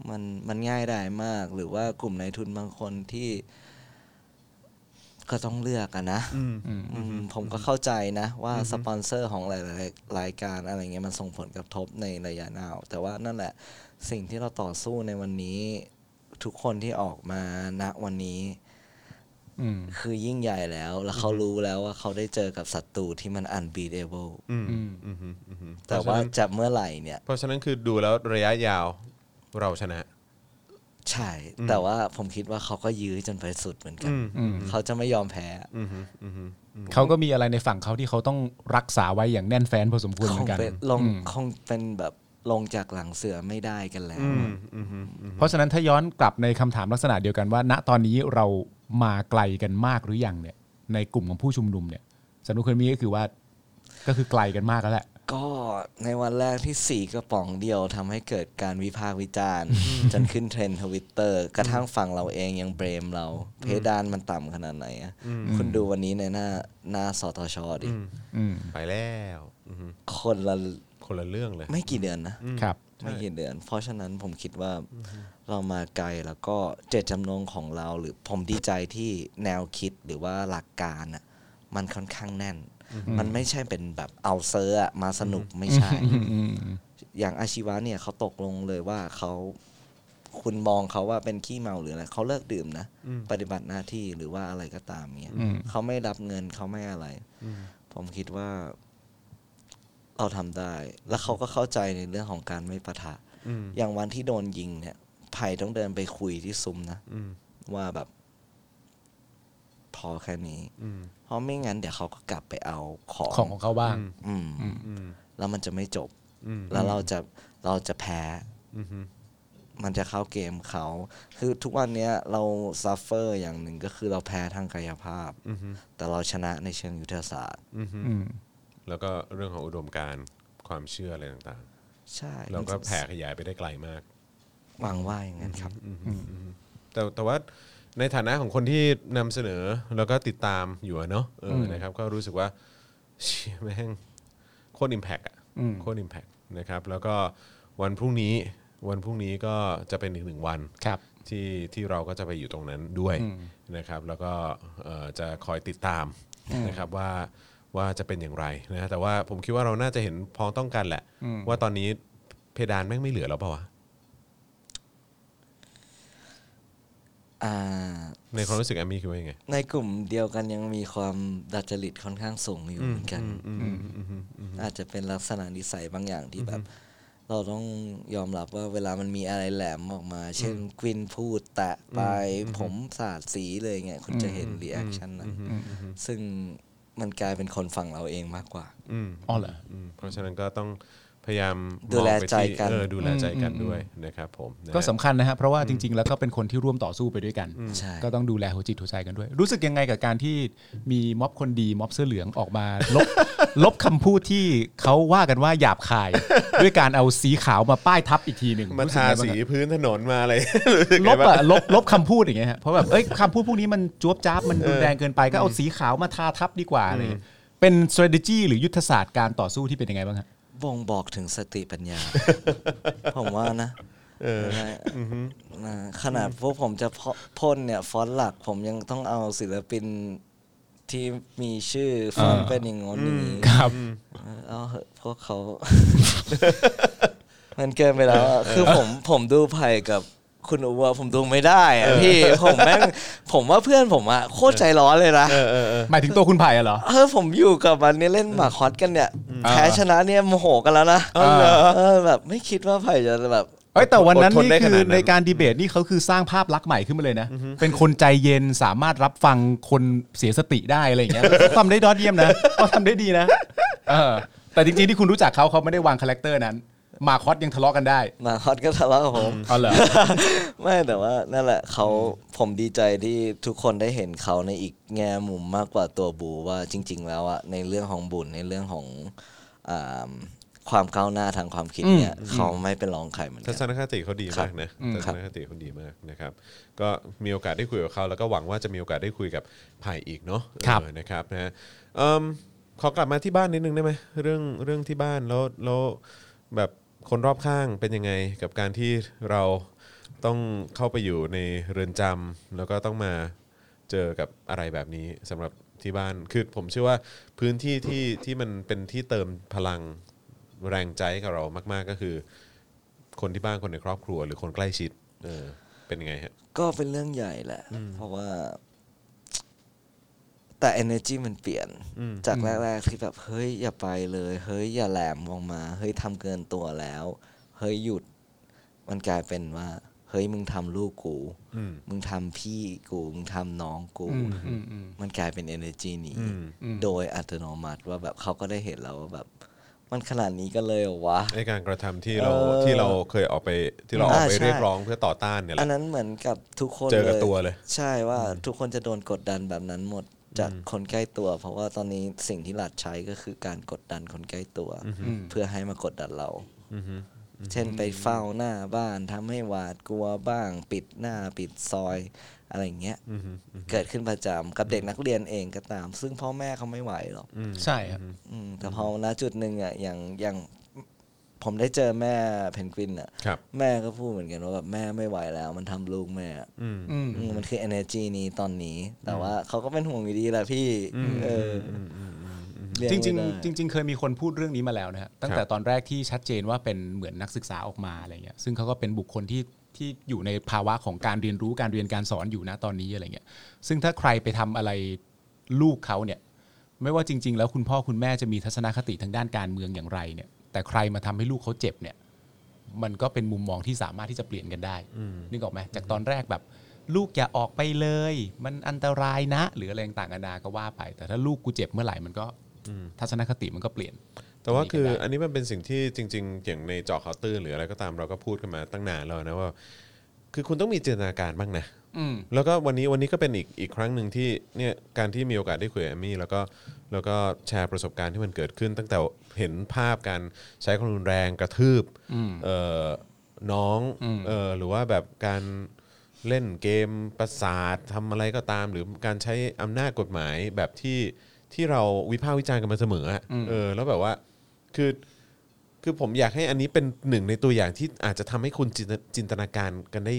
S3: มันมันง่ายได้มาก หรือว่ากลุ่มนายทุนบางคนที่ ก็ต้องเลือกอะนะ
S2: อืม
S4: อืม
S3: อืมผมก็เข้าใจนะ ว่าสปอนเซอร์ของหลายๆรายการอะไรเงี้ยมันส่งผลกระทบในระยะยาวแต่ว่านั่นแหละ สิ่งที่เราต่อสู้ในวันนี้ ทุกคนที่ออกมาณวันนี้
S4: อืม
S3: คือยิ่งใหญ่แล้ว แล้วเขารู้แล้วว่าเขาได้เจอกับศัตรูที่มัน unbeatable
S2: อืม
S4: อืม
S2: อืมอืมอืมอืม
S3: แต่ว่าจะเมื่อไหร่เนี่ย
S2: เพราะฉะนั้นคือดูแล้วระยะยาวเราชนะ
S3: ใช่ แต่ว่าผมคิดว่าเขาก็ยื้อจนไปสุดเหมือนกัน
S2: อืม
S4: อืม
S3: เขาจะไม่ยอมแพ้
S2: อืมอืมอืมอืม
S4: เขาก็มีอะไรในฝั่งเขาที่เขาต้องรักษาไว้อย่างแน่นแฟ้นพอสมควรเห
S3: ค
S4: มือง นกัน
S3: เป็นลง
S4: อืม
S3: คงเป็นแบบลงจากหลังเสือไม่ได้กันแล้ว
S2: อืมอืมอืมอืม
S4: เพราะฉะนั้นถ้าย้อนกลับในคำถามลักษณะเดียวกันว่า ณตอนนี้เรามาไกลกันมากหรือยังเนี่ย ในกลุ่มของผู้ชุมนุมเนี่ยสำนุคนมีก็คือว่าก็คือไกลกันมากแล้วแหละ
S3: ก็ในวันแรกที่สี่กระป๋องเดียวทำให้เกิดการวิพากษ์วิจารณ์ จนขึ้นเทรนด์ทวิตเตอร์กระทั่งฝั่งเราเองยังเบรมเรา เพดานมันต่ำขนาดไหนอะคุณดูวันนี้ในหน้าหน้าสทชดิ
S4: อืม
S2: ไปแล้วอืม
S3: คนละ
S2: คนละเรื่องเลย
S3: ไม่กี่เดือนนะ
S4: ครับ
S3: ไม่กี่เดือน เพราะฉะนั้นผมคิดว่าเรามาไกลแล้วก็เจตจำนงของเรา หรือผมดีใจที่แนวคิดหรือว่าหลักการอ่ะมันค่อนข้างแน่น มันไม่ใช่เป็นแบบเอาเซอร์อะมาสนุกไม่ใช่
S4: อืม
S3: อย่างอาชีวะเนี่ยเขาตกลงเลยว่าเขาคุณมองเขาว่าเป็นขี้เมาหรืออะไรเขาเลิกดื่มนะ ปฏิบัติหน้าที่หรือว่าอะไรก็ตามเนี่ย
S4: อืม
S3: เขาไม่รับเงินเขาไม่อะไร ผมคิดว่าเราทำได้ แล้วเขาก็เข้าใจในเรื่องของการไม่ปะทะ
S2: อืม
S3: อย่างวันที่โดนยิงเนี่ยไผ่ต้องเดินไปคุยที่ซุ้มนะ
S2: อืม
S3: ว่าแบบ พอแค่นี้
S2: อืม
S3: เพราะไม่งั้นเดี๋ยวเขาก็กลับไปเอาของ
S4: ของของเขาบ้าง
S3: อืม
S2: อืม
S3: แล้วมันจะไม่จบ
S2: อืม
S3: แล้วเราจะเราจะแพ้
S2: อืมอืม
S3: มันจะเข้าเกมเขา คือทุกวันเนี้ยเราซัฟเฟอร์อย่างหนึ่งก็คือเราแพ้ทางกายภาพ
S2: อืม
S3: แต่เราชนะในเชิงยุทธศาสตร์
S2: อืม
S4: อืม
S2: แล้วก็เรื่องของอุดมการณ์ความเชื่ออะไรต่าง
S3: ใช่
S2: ๆ เราก็แผ่ขยายไปได้ไกลมาก
S3: หวังว่าอย่างนั้นครับ
S2: แต่แต่ว่าในฐานะของคนที่นำเสนอแล้วก็ติดตามอยู่อะเนาะเอออนะครับ ก็รู้สึกว่าเชี่ยแม่งโคตรอิมแพกอะโคตรอิมแพกนะครับ แล้วก็วันพรุ่งนี้วันพรุ่งนี้ก็จะเป็นอีกหนึ่งวัน
S4: ครับ
S2: ที่ที่เราก็จะไปอยู่ตรงนั้นด้วยนะครับ แล้วก็เอ่อจะคอยติดตามนะครับว่าว่าจะเป็นอย่างไรนะแต่ว่าผมคิดว่าเราน่าจะเห็นพ้องต้องกันแหละ ว่าตอนนี้เพดานแม่งไม่เหลือแล้วเปล่าวะ
S3: อ่า
S2: ในความรู้สึกแอมมี่คิดว่ายังไง
S3: ในกลุ่มเดียวกันยังมีความดัดจริตค่อนข้างสูงอยู่เหมือนกัน อาจจะเป็นลักษณะนิสัยบางอย่างที่แบบ เราต้องยอมรับว่าเวลามันมีอะไรแหลมออกมา เช่นกวินพูดแตะไปผมสาดสีเลยเงี้ยคุณจะเห็นรีแอคชั่นนั้นซึ่งมันกลายเป็นคนฝั่งเราเองมากกว่า
S2: อืม
S4: อ๋อเหรอ
S2: อืมเพราะฉะนั้นก็ต้องพยายาม
S3: ดูแล
S2: มองไปที่
S3: ใจกัน
S2: เออดูแลใจกันด้วยนะครับผมนะฮะ
S4: ก็สำคัญนะฮะเพราะว่าจริง ๆ แล้วก็เป็นคนที่ร่วมต่อสู้ไปด้วยกัน
S3: ใช่
S4: ก็ต้องดูแลหัวจิตหัวใจกันด้วย รู้สึกยังไงกับการที่มีม็อบคนดีม็อบเสื้อเหลืองออกมา ลบ ลบคำพูดที่เขาว่ากันว่าหยาบคาย ด้วยการเอาสีขาวมาป้ายทับอีกทีหนึ่ง
S2: มา
S4: รู้สึก
S2: ทา
S4: ยังไงบ้าง
S2: สี
S4: ฮะ
S2: พื้นถนนมาอะไร รู้สึกไง
S4: ลบ
S2: บ้าง
S4: อะลบลบคำพูดอย่างเงี้ยฮะเพราะแบบเอ้ยคำพูดพวกนี้มันจวบจ้าบมันรุนแรงเกินไปก็เอาสีขาวมาทาทับดีกว่าอะไรเลยเป็น strategy หรือยุทธศาสตร์การต่อสู้ที่เป็นยังไงบ้างฮะ
S3: บ่งบอกถึงสติปัญ ญา ผมว่านะนะนะขนาดพวกผมจะพพ่นเนี่ยฟอนต์หลักผมยังต้องเอาศิลปินที่มีชื่อฟอนต์เป็นอย่างงนอย่างนี้
S4: ครับ
S3: เออเอาเหอะพวกเขา มันเกินไปแล้วอะคือผมผมดูไผ่กับคุณอูวผมดูไม่ได้อะพี่ผมแม่งผมว่าเพื่อนผมอะโคตรใจร้อนเลยนะ
S4: หมายถึงตัวคุณไผ่อะเหรอ
S3: เออผมอยู่กับมันเนี่ยเล่นหมากฮอตกันเนี่ย แพ้ชนะเนี่ยโมโหกันแล้วนะ
S4: เออเหรอ
S3: เออแบบไม่คิดว่าไผ่จะแบบ
S4: เอ้ยแต่วันนั้น
S2: อดทน
S4: นี่
S2: ได้
S4: คื
S2: ข
S4: อ
S2: นาดนั้น
S4: ในการดีเบตนี่เขาคือสร้างภาพลักษณ์ใหม่ขึ้นมาเลยนะ เป็นคนใจเย็นสามารถรับฟังคนเสียสติได้อะไร อย่างเงี้ยเขาทำได้ยอดเยี่ยมนะเขาทำได้ดีนะเออแต่จริงๆที่คุณรู้จักเขาเขาไม่ได้วางคาแรคเตอร์นั้น มาคอสยังทะเลาะกันได้
S3: หมากฮอตก็ทะเลาะกับผม
S4: อ๋อเหรอ
S3: ไม่แต่ว่านั่นแหละเขาผมดีใจที่ทุกคนได้เห็นเขาในอีกแง่มุมมากกว่าตัวบูว่าจริง ๆ แล้วอะในเรื่องของบุญในเรื่องของอ่าความก้าวหน้าทางความคิดเนี่ยเขาไม่เป็นรองใครเหมือน
S2: ทั
S3: กัน
S2: ศนคติเขาดีมากนะทัศ
S3: ครับ
S2: นคติเขาดีมากนะครับ ก็มีโอกาสได้คุยกับเขาแล้วก็หวังว่าจะมีโอกาสได้คุยกับไผ่อีกเนาะ
S4: ครับ
S2: เออนะครับนะฮะเอิ่มขอกลับมาที่บ้านนิดนึงได้ไหมเรื่องเรื่องที่บ้านแล้วแล้วแบบคนรอบข้างเป็นยังไงกับการที่เราต้องเข้าไปอยู่ในเรือนจำแล้วก็ต้องมาเจอกับอะไรแบบนี้สำหรับที่บ้านคือผมเชื่อว่าพื้นที่ที่ที่มันเป็นที่เติมพลังแรงใจให้กับเรามาก ๆก็คือ คนที่บ้านคนในครอบครัว หรือคนใกล้ชิดเออเป็นยังไงฮะ
S3: ก็เป็นเรื่องใหญ่แหละ เพราะว่า แต่ energy มันเปลี่ยน จากแรก ๆ ที่แบบเฮ้ยอย่าไปเลย เฮ้ยอย่าแหลมลงมา เฮ้ยทำเกินตัวแล้ว เฮ้ยหยุด มันกลายเป็นว่า เฮ้ยมึงทำลูกกู
S2: อืม
S3: มึงทำพี่กู มึงทำน้องกู
S4: อืมอืมอืม
S3: มันกลายเป็น energy นี้
S2: อืม
S4: อืม
S3: โดยอัตโนมัติว่าแบบเขาก็ได้เห็นแล้วว่าแบบ มันขนาดนี้ก็เลยเหรอวะ
S2: ไอการกระทำที่เรา
S3: เออ
S2: ที่เราเคยออกไปที่เราออกไป
S3: อ่าใช่
S2: เรียกร้องเพื่อต่อต้านเนี่ยแห
S3: อั
S2: ละ
S3: นนั้นเหมือนกับทุกคน
S2: เจอกับตัวเลย
S3: ใช่ว่าทุกคนจะโดนกดดันแบบนั้นหมดจากคนใกล้ตัว เพราะว่าตอนนี้สิ่งที่หลัดใช้ก็คือการกดดันคนใกล้ตัว เพื่อให้มากดดันเรา เช่นไปเฝ้าหน้าบ้านทำให้หวาดกลัวบ้าง ปิดหน้าปิดซอยอะไรอย่างเงี้ยเกิดขึ้นประจำกับเด็กนักเรียนเองก็ตาม ซึ่งพ่อแม่เขาไม่ไหวหรอก
S4: ใช่ครับ
S3: อืมแต่พอณจุดหนึ่งอ่ะอย่างอย่างผมได้เจอแม่เพนกวินอ่ะ
S2: ครับ
S3: แม่ก็พูดเหมือนกันว่าแบบแม่ไม่ไหวแล้ว มันทำลูกแม่อะ
S2: อืม
S4: อืม
S3: อืมมันคือ energy นี้ตอนนี้ แต่ว่าเขาก็เป็นห่วงอยู่ดีแหละพี่เอออ
S4: จ
S3: เยไม่ได้
S4: ริงๆจริง ๆ เคยมีคนพูดเรื่องนี้มาแล้วนะฮะตั้งแต่ตอนแรกที่ชัดเจนว่าเป็นเหมือนนักศึกษาออกมาอะไรเงี้ยซึ่งเขาก็เป็นบุคคลที่ที่อยู่ในภาวะของการเรียนรู้การเรียนการสอนอยู่นะตอนนี้อะไรเงี้ยซึ่งถ้าใครไปทำอะไรลูกเขาเนี่ย ไม่ว่าจริง ๆ แล้วคุณพ่อคุณแม่จะมีทัศนคติทางด้านการเมืองอย่างไรเนี่ย แต่ใครมาทำให้ลูกเขาเจ็บเนี่ย มันก็เป็นมุมมองที่สามารถที่จะเปลี่ยนกันได้นึกออกไหมจากตอนแรกแบบ ลูกอย่าออกไปเลย มันอันตรายนะ หรืออะไรต่างๆนานาก็ว่าไป แต่ถ้าลูกกูเจ็บเมื่อไหร่มันก็ทัศนคติมันก็เปลี่ยน
S2: แต่ว่าคือ
S4: ได้
S2: อันนี้มันเป็นสิ่งที่จริง ๆ อย่างในเจอข่าวตื้นหรืออะไรก็ตามเราก็พูดกันมาตั้งนานแล้วนะว่า คือคุณต้องมีจินตนาการบ้างนะ
S4: อืม
S2: แล้วก็วันนี้วันนี้ก็เป็นอีกอีกครั้งหนึ่งที่เนี่ยการที่มีโอกาสได้คุยกับแอมมี่แล้วก็แล้วก็แชร์ประสบการณ์ที่มันเกิดขึ้น ตั้งแต่เห็นภาพการใช้ความรุนแรงกระทืบเอ่อน้องเอ่อหรือว่าแบบการเล่นเกมประสาททำอะไรก็ตาม หรือการใช้อำนาจกฎหมายแบบที่ที่เราวิพากษ์วิจารณ์กันมาเสมออะเออแล้วแบบว่าคือ คือผมอยากให้อันนี้เป็นหนึ่งในตัวอย่างที่อาจจะทำให้คุณจินตจินตนาการกันได้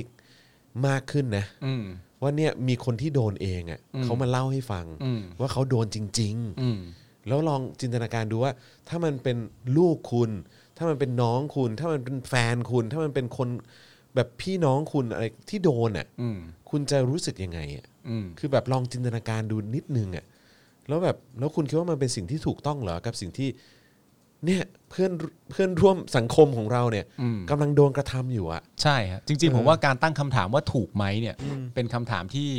S2: มากขึ้นนะ
S4: อืม
S2: ว่าเนี่ยมีคนที่โดนเองอะ่ะเขามาเล่าให้ฟัง
S4: อืม
S2: ว่าเขาโดนจริง
S4: อืม
S2: ๆ แล้วลองจินตนาการดูว่า ถ้ามันเป็นลูกคุณ ถ้ามันเป็นน้องคุณ ถ้ามันเป็นแฟนคุณ ถ้ามันเป็นคนแบบพี่น้องคุณอะไรที่โดนอะ่ะ
S4: อืม
S2: คุณจะรู้สึกยังไงอะ่ะ
S4: อืม
S2: คือแบบลองจินตนาการดูนิดนึงอะ่ะแล้วแบบแล้วคุณคิดว่ามันเป็นสิ่งที่ถูกต้องเหรอกับสิ่งที่เนี่ยเพื่อนเพื่อนร่วมสังคมของเราเนี่ย
S4: อืม
S2: กำลังโดนกระทำอยู่อ่ะ
S4: ใช่ฮะจริงๆผมว่าการตั้งคำถามว่าถูกไหมเนี่ยเป็นคำถามที่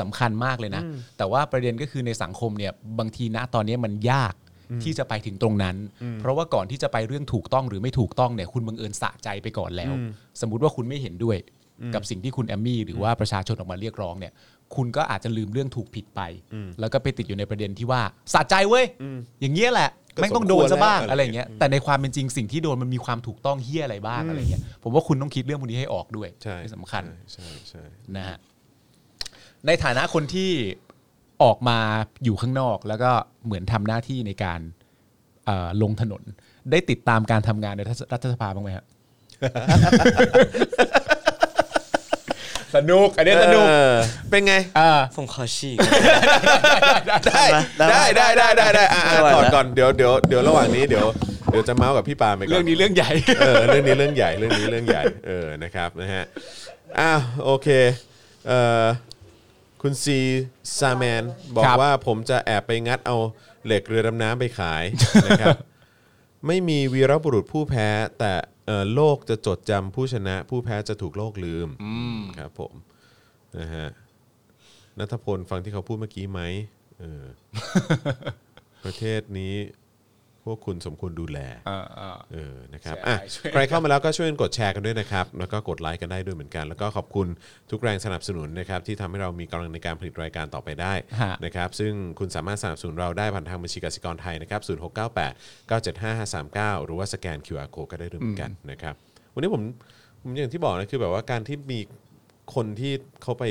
S4: สำคัญมากเลยนะ แต่ว่าประเด็นก็คือในสังคมเนี่ยบางทีณตอนนี้มันยากที่จะไปถึงตรงนั้น เพราะว่าก่อนที่จะไปเรื่องถูกต้องหรือไม่ถูกต้องเนี่ยคุณบังเอิญสะใจไปก่อนแล้ว สมมติว่าคุณไม่เห็นด้วยกับสิ่งที่คุณแอมมี่หรือว่าประชาชนออกมาเรียกร้องเนี่ย คุณก็อาจจะลืมเรื่องถูกผิดไป แล้วก็ไปติดอยู่ในประเด็นที่ว่าสะใจเว้ยอย่างเงี้ยแหละ
S2: ก็
S4: แม่งต้องโดนซะบ้าง
S2: สมควรแล้ว
S4: อะไรอย่างเงี้ยแต่ในความเป็นจริงสิ่งที่โดนมันมีความถูกต้องเฮี้ยอะไรบ้างอะไรเงี้ยผมว่าคุณต้องคิดเรื่องพวกนี้ให้ออกด้วย
S2: ใช่
S4: ที่สำคัญ
S2: ใช่ใช่
S4: นะฮะในฐานะคนที่ออกมาอยู่ข้างนอก แล้วก็เหมือนทำหน้าที่ในการเอ่อลงถนน ได้ติดตามการทำงานในรัฐรัฐสภาบ้าง ไหมครับ สนุกอันเนี้ยสนุก
S2: เออเป็นไง
S4: อ่า
S3: ผมขอฉีก
S2: ได้ได้ได้ได้ได้ได้อ่ะอ่ะ
S3: ได้ไหว
S2: ถอด
S3: นะ
S2: ก่อนเดี๋ยวเดี๋ยวเดี๋ยวระหว่างนี้เดี๋ยวเดี๋ยวจะเมาส์กับพี่ปาไปก่อน
S4: เรื่องนี้เรื่องใหญ่
S2: เออเรื่องนี้เรื่องใหญ่เรื่องนี้เรื่องใหญ่เออนะครับนะฮะอ้าวโอเคเอ่อคุณซีซาแมนบอ
S4: ค
S2: ก
S4: รับ
S2: ว่าผมจะแอบไปงัดเอาเหล็กเรือดำน้ำไปขายนะครับ ไม่มีวีรบุรุษผู้แพ้ แต่เอ่อโลกจะจดจำผู้ชนะ ผู้แพ้จะถูกโลกลืมครับผมนะฮะนัทพลฟังที่เขาพูดเมื่อกี้ไหมเออ ประเทศนี้ พวกคุณสมควรดูแล
S4: อ่าอ่า
S2: เออ นะครับ
S4: แชร์
S2: อ่ะ
S4: ช่วย
S2: ใครเข้ามาแล้วก็ช่วยกดแชร์กันด้วยนะครับ แล้วก็กดไลค์กันได้ด้วยเหมือนกัน แล้วก็ขอบคุณทุกแรงสนับสนุนนะครับที่ทำให้เรามีกำลังในการผลิตรายการต่อไปได้นะครับ ซึ่งคุณสามารถสนับสนุนเราได้ผ่านทางบัญชีกสิกรไทยนะครับศูนย์หกเก้าแปดเก้าเจ็ดห้าห้าสามเก้าหรือว่าสแกน QR code ก็ได้ด้วยเหมือนกันนะครับ วันนี้ผมผมอย่างที่บอกนะคือแบบว่าการที่มีคนที่เขาไป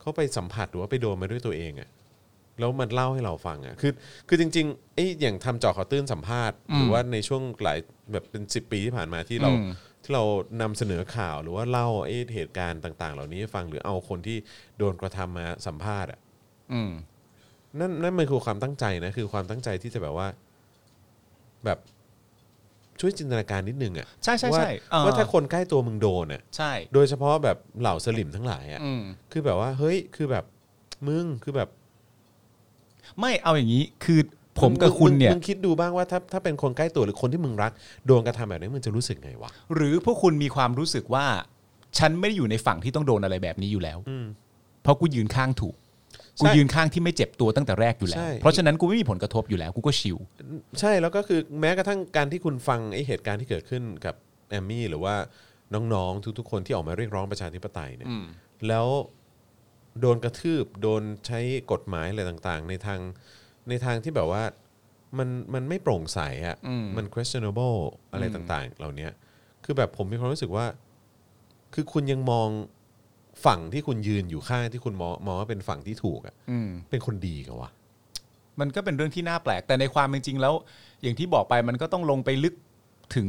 S2: เขาไปสัมผัสหรือว่าไปโดนมาด้วยตัวเองอะ แล้วมันเล่าให้เราฟังอ่ะ คือ คือจริงๆไอ้อย่างทำเจาะข่าวตื้นสัมภาษณ์ หรือว่าในช่วงหลายแบบเป็น 10 ปีที่ผ่านมาที่เราที่เรานำเสนอข่าวหรือว่าเล่าไอ้เหตุการณ์ต่าง ๆ เหล่านี้ให้ฟังหรือเอาคนที่โดนกระทำมาสัมภาษณ์อ่ะ
S4: อืม
S2: นั่นนั่นมันคือความตั้งใจนะ คือความตั้งใจที่จะแบบว่า แบบ ช่วยจินตนาการนิดนึงอ่ะ
S4: ใช่ใช่ใช่
S2: ว่า
S4: อ่า
S2: ว่าถ้าคนใกล้ตัวมึงโดนอ่ะ
S4: ใช่
S2: โดยเฉพาะแบบเหล่าสลิมทั้งหลายอ่ะ
S4: อืม
S2: คือแบบว่าเฮ้ยคือแบบมึงคือแบบ
S4: ไม่เอาอย่างนี้คือผมกับคุณเนี่ย
S2: มึงคิดดูบ้างว่าถ้าถ้าเป็นคนใกล้ตัวหรือคนที่มึงรักโดนกระทำแบบนี้มึงจะรู้สึกไงวะ
S4: หรือพวกคุณมีความรู้สึกว่า ฉันไม่ได้อยู่ในฝั่งที่ต้องโดนอะไรแบบนี้อยู่แล้ว
S2: อืม
S4: เพราะกูยืนข้างถูก กู
S2: ใช่
S4: ยืนข้างที่ไม่เจ็บตัวตั้งแต่แรกอยู่แล้ว
S2: ใช่
S4: เพราะฉะนั้นกูไม่มีผลกระทบอยู่แล้วกูก็ชิล
S2: ใช่แล้วก็คือแม้กระทั่งการที่คุณฟังไอเหตุการณ์ที่เกิดขึ้นกับแอมมี่หรือว่าน้องๆทุกๆ คนที่ออกมาเรียกร้องประชาธิปไตยเนี่ย
S4: อืม
S2: แล้วโดนกระทืบโดนใช้กฎหมายอะไรต่างๆ ในทางในทางที่แบบว่ามันมันไม่โปร่งใสอะ่ะมัน questionable อะไรต่างๆ เหล่านี้คือแบบผมมีความรู้สึกว่า คือคุณยังมองฝั่งที่คุณยืนอยู่ข้างที่คุณมองมองว่าเป็นฝั่งที่ถูกอะ่ะ
S4: อืม
S2: เป็นคนดีกันวะ
S4: มันก็เป็นเรื่องที่น่าแปลก แต่ในความเป็นจริงแล้ว อย่างที่บอกไปมันก็ต้องลงไปลึกถึง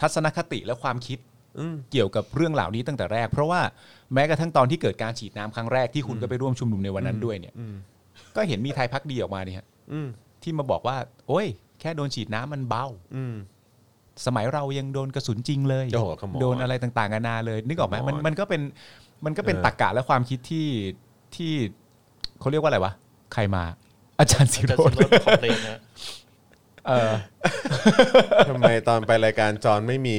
S4: ทัศนคติและความคิด
S2: อืม
S4: เกี่ยวกับเรื่องเหล่านี้ตั้งแต่แรก เพราะว่าแม้กระทั่งตอนที่เกิดการฉีดน้ำครั้งแรกที่คุณก็ไปร่วมชุมนุมในวันนั้นด้วยเนี่ย
S2: อืม
S4: ก็เห็นมีไทยพักดีออกมาเนี่ย
S2: อืม
S4: ที่มาบอกว่า โอ้ย แค่โดนฉีดน้ำมันเบา
S2: อืม
S4: สมัยเรายังโดนกระสุนจริงเลย
S2: โอ้โห come on
S4: โดนอะไรต่างๆนานาเลย นึกออกไหม
S2: Come
S4: มัน
S2: on
S4: มันก็เป็นมันก็เป็น
S2: เออ
S4: ตรรกะและความคิดที่ที่เขาเรียกว่าอะไรวะ ใครมา อาจารย์สิ
S5: จะ
S4: โร
S5: สุด
S4: จน์
S5: เลิศของเพลงนะ
S4: เออ
S2: ทำไมตอนไปรายการจอนไม่มี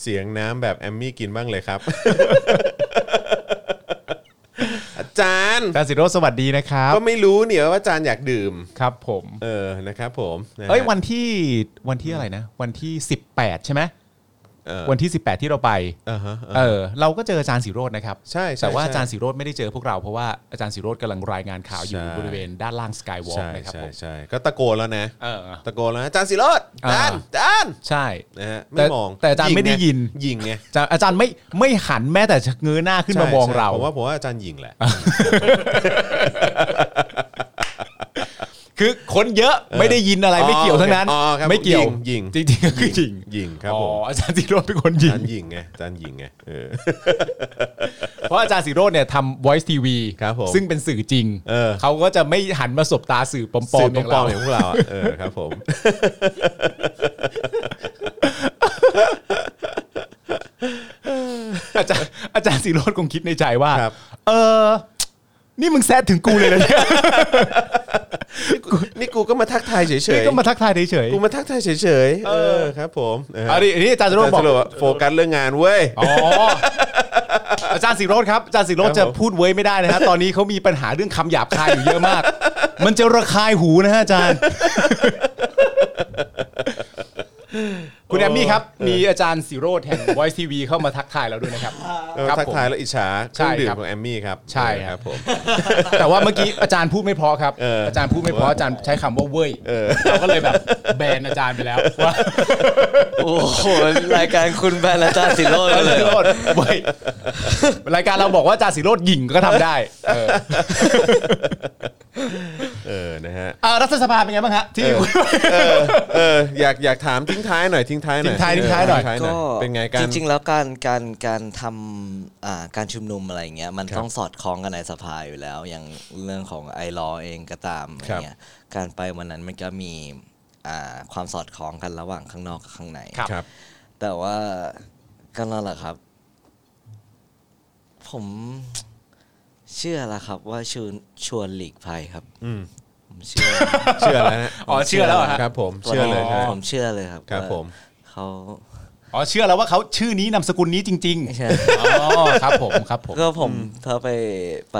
S2: เสียงน้ำแบบแอมมี่กินบ้างเลยครับ อาจารย์
S4: อาจารย์สิโรจน์สวัสดีนะครับ
S2: ก็ไม่รู้เนี่ยว่าอาจารย์อยากดื่ม
S4: ครับผม
S2: เออนะครับผมะฮะ
S4: เอ้ยวันที่วันที่อะไรนะ วันที่ 18 ใช่ไหม
S2: เออ
S4: วันที่ 18 ที่เราไป
S2: อ่าฮะอ่า
S4: เอ
S2: ฮะ
S4: อ เราก็เจออาจารย์สิโรจน์นะครับ
S2: ใช่ใช่
S4: แต่ว่า
S2: ใช่
S4: อาจารย์สิโรจน์ไม่ได้เจอพวกเราเพราะว่าอาจารย์สิโรจน์กำลังรายงานข่าวอยู่
S2: ใช่
S4: บริเวณด้านล่างสกายวอล์ก
S2: ใช่
S4: นะครับ
S2: ใช่
S4: ผม
S2: ใช่ก็ตะโกนแล้วนะ
S4: เออ
S2: ตะโกนแล้วนะอาจารย์สิโรดอาจารย์อาจารย์
S4: ใช่
S2: นะฮะ
S4: แต่
S2: ไม่มอง
S4: แต่อาจารย์ไม่ได้ยิน
S2: ยิงไง
S4: อาจารย์อาจารย์ไม่ไม่หันแม้แต่จะเงยหน้าขึ้นมามอง
S2: ใช่ใช่
S4: เรา
S2: ผมว่าผมว่าอาจารย์ยิงแหละ
S4: คือคนเยอะไม่ได้ยินอะไร
S2: อ๋อ
S4: ไม่เกี่ยวทั้งนั้น
S2: อ๋อครับ
S4: ไม่เกี่ยว
S2: ยิงยิ
S4: จ
S2: ง
S4: ริงๆก็คือยิง
S2: ยิงครับ
S4: อ๋
S2: ผ
S4: อ
S2: ม
S4: อาจารย์สิโรจน์เป็นคนยิ
S2: อาง จารย์ยิงไงอาจารย์ยิงไงเออ
S4: เพราะอาจารย์สิโรจน์เนี่ยทำ voice tv
S2: ครับผม
S4: ซึ่งเป็นสื่อจริง
S2: เออ
S4: ก็จะไม่หันมาสบตาสื่อปลอมๆ
S2: สื่อ
S4: อ
S2: ป
S4: ย่าง
S2: ลอ
S4: เรา
S2: มๆอย่างพวกเราอะเออครับผม
S4: อาจารย์อาจารย์สิโรจน์คงคิดในใจว่า
S2: ครับ
S4: เออ นี่มึงแซดถึงกูเลยนะเนี่ย
S2: นี่กูก็มาทักทายเฉย
S4: นี่
S2: ๆ
S4: ก็มาทักทายเฉย
S2: กูมาทักทายเฉยๆ เออครับผม
S4: ๆอันนี้อันนี้อาจารย์สิโรจน์บอก
S2: สรุปว่าโฟกัสเรื่องงานเว้ย
S4: อ๋อ อาจารย์สิโรธครับ อาจารย์สิโรธ
S2: ครับ
S4: จะ
S2: ผม
S4: พูดเว้ยไม่ได้นะฮะ ตอนนี้เขามีปัญหาเรื่องคำหยาบคายอยู่เยอะมาก มันจะระคายหูนะฮะอาจารย์ คุณแอมมี่ครับ มีอาจารย์สิโรธแห่ง Voice TV เข้ามาทักทายเราด้วยนะครับ
S2: เออ
S4: ครับ
S2: ทัก
S4: ผม
S2: ทายแล้วอิจฉาเค
S4: ใช่
S2: รื่องดื่ม
S4: ครับ
S2: ของแอมมี่ครับ
S4: ใช่ค
S2: เออค
S4: รับ
S2: รับผม
S4: แต่ว่าเมื่อกี้อาจารย์พูดไม่เพอครับ
S2: เอออ
S4: อาจารย์พูดไม่เพออาจารย์ใช้คำว่าเว้ยเราก็เลยแบบแบนอาจารย์ไป แล้วว่า
S3: โอ้โหรายการคุณแบรนด์อาจารย์สิโรจน์
S4: อาจาร
S3: เล
S4: ย์
S3: ย
S4: สิ
S3: เหร
S4: โร
S3: อ
S4: ธเว้ยรายการเราบอกว่าอาจารย์สิโรธหยิ่งก็ทำได้เออ
S2: เออนะฮะ
S4: อ่ารัฐสภาเป็นไงบ้างฮะที่
S2: เอออยากอยากถามทิ้งท้ายหน่อยทิ้งท้ายหน่อย
S4: ทิ้งท้ายทิ้งท้ายหน่อย
S2: เ
S3: ก็
S2: เป็นไงกัน
S3: จริง ๆ แล้วการการการทำอ่าการชุมนุมอะไรอย่างเงี้ยมันต้องสอดคล้องกันในสภาอยู่แล้ว อย่างเรื่องของไอรอเองก็ตามอะไรเงี้ยการไปวันนั้นมันก็มีอ่าความสอดคล้องกันระหว่างข้างนอกกับข้างใน
S4: ครับ
S2: ครับ
S3: แต่ว่าก็นั่นแหละครับ ผมเชื่อละครับ ว่าชวนชวนหลีกภัยครับ
S2: อืม
S3: ผมเชื่อ
S2: เชื่อแล้วนะ
S4: อ๋อเชื่อแล้วเหรอฮะ
S2: ครับผมเชื่อเลยใช่ไหม
S3: ผมเชื่อเลยครับ
S2: ครับ
S3: ว่า
S2: ผม
S3: เขา
S4: อ๋อเชื่อแล้วว่าเขาชื่อนี้นามสกุลนี้จริง
S3: ไม่ใช่
S4: ๆอ๋อครับผมครับผม
S3: ก็ผมถ้าไปไป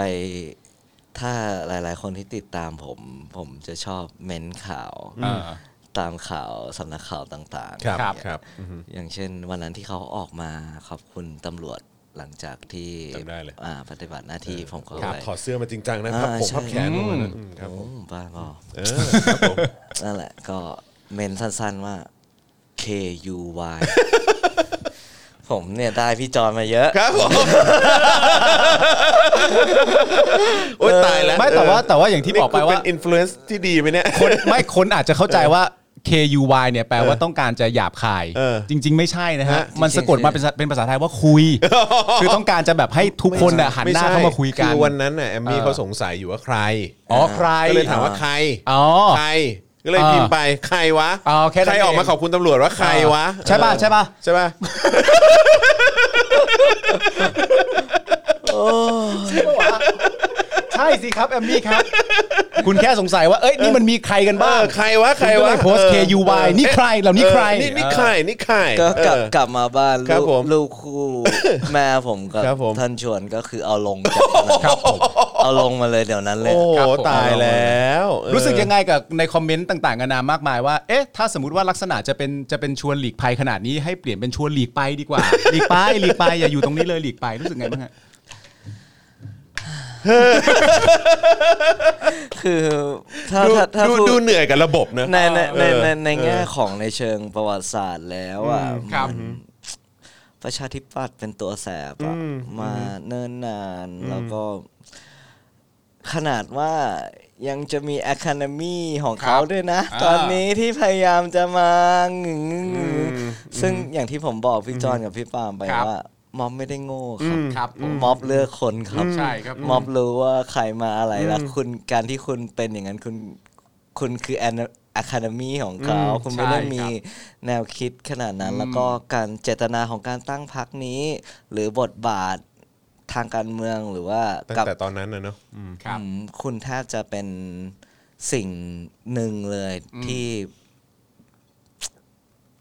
S3: ถ้าหลาย ๆ คนที่ติดตามผม ผมจะชอบเม้นข่าว
S4: อ่า
S3: ตามข่าวสำนักข่าวต่างๆ
S2: ครับ
S4: ครับ
S2: ครับอือฮึ
S3: อย่างเช่นวันนั้นที่เขาออกมาขอบคุณตำรวจหลังจากที่
S2: จำได้เลย
S3: อ่าปฏิบัติหน้าที่ผมก็
S2: ครับ
S3: ไป
S2: ถอดเสื้อมาจริงจังนะครับ
S3: อ่า
S2: ผม
S3: ใช่
S2: พับแขนลงมานะอืมครับผม
S3: อืมบ้าบอ
S2: เออครับผม
S3: นั่นแหละก็เมนสั้นๆว่า K U Y ผมเนี่ยได้พี่จอนมาเยอะ
S2: ครับผมโอ๊ยตายแล้ว
S4: ไม่แต่ว่าแต่ว่าอย่างที่บอก
S2: นี่
S4: ไป
S2: คุณ
S4: ว่า
S2: เป็นอินฟลูเอนซ์ที่ดีไหมเนี่ย
S4: คนไม่คนอาจจะเข้าใจว่า KUY เนี่ยแปลว่าต้องการจะหยาบคาย
S2: เออ
S4: จริง ๆ ไม่ใช่นะฮะ
S2: ฮะ
S4: มันสะกดมาเป็นเป็นภาษาไทยว่าคุย คือต้องการจะแบบให้ทุกคนน่ะหันหน้า
S2: ไใช่
S4: เข้ามาคุยกัน
S2: คือวันนั้นน่ะแอมมี่
S4: เออ
S2: เขาสงสัยอยู่ว่าใคร
S4: อ๋อใคร
S2: ก็เลยถามว่าใคร
S4: อ๋อ
S2: ใคร ก็เลย
S4: อ่า
S2: พิมพ์ไปใครวะ
S4: อ๋อแค่นั้น
S2: ใครออกมา
S4: เอง
S2: ขอบคุณตำรวจว่าใครวะ
S5: ใช่ป่ะ
S2: เออ
S5: ใช่ป่ะ
S2: ใช่ป่ะ
S5: ใช่สิครับแอมมี่ครับ คุณแค่สงสัยว่าเอ้ยนี่มันมีใครกันบ้าง
S2: เออใครวะใคร
S5: คุณก็
S2: วะ
S5: เลยโพสต์
S2: เออ
S5: KUY นี่ใครเหล่านี้
S2: ออ
S5: ใคร
S2: นี่นี่ใครนี่ใคร
S3: ก็กลับ
S2: เออ
S3: กลับมาบ้าน
S2: ครับ
S3: ลูก
S2: ผม
S3: ลูกคู่ แม่ผมกับ
S2: ครับผม
S3: ท่านชวนก็คือเอาลงจากครับผมเอาลงมาเลยเดี๋ยวนั้นเลย
S2: โอ้โห
S3: ครับผม
S2: ตายแล้วเออ
S4: รู้สึกยังไงกับในคอมเมนต์ต่างๆนานามากมายว่า เอ๊ะ ถ้าสมมติว่าลักษณะจะเป็นจะเป็นชวนหลีกภัยขนาดนี้ให้เปลี่ยนเป็นชวนหลีกไปดี กว่า หลีกไปหลีกไปอย่าอยู่ตรงนี้เลยหลีกไปรู้สึกไงบ้างฮะ
S3: คือถ้า
S2: ดู
S3: ถ้าถ้า
S2: ดู
S3: พู
S2: ดูเหนื่อยกับระบบเนอะ
S3: ในใน
S2: เอ
S3: ใน
S2: อ
S3: ในใน
S2: เออ
S3: แง่ของในเชิงประวัติศาสตร์แล้วอ่ะมันประชาธิปัตย์เป็นตัวแสบอะมาเนิ่นนานแล้วก็ ขนาดว่ายังจะมี Academy ของเขาด้วยนะ
S4: อ่า
S3: ตอนนี้ที่พยายามจะมาหงึงหงึงหงึงซึ่งอย่างที่ผมบอกพี่จอนกับพี่ปาล์มไป
S4: ครับ
S3: ว่า ม็อบไม่ได้โง่ครับ
S4: ครับผม
S3: ม็อบเลือกคนครับ
S4: ใช่ครับ
S3: ม็อบรู้ว่าใครมาอะไรแล้วคุณการที่คุณเป็นอย่างนั้นคุณคุณคือแอนอะคาเดมีของเขา คุณไม่ได้
S4: ใช่ครับ
S3: มีแนวคิดขนาดนั้น แล้วก็การเจตนาของการตั้งพักนี้ หรือบทบาททางการเมืองหรือว่า
S2: ตั้ง
S3: กับ
S2: แต่ตอนนั้นนะเนอะอืม
S4: ครับ
S3: อืมคุณแทบจะเป็นสิ่งหนึ่งเลยที่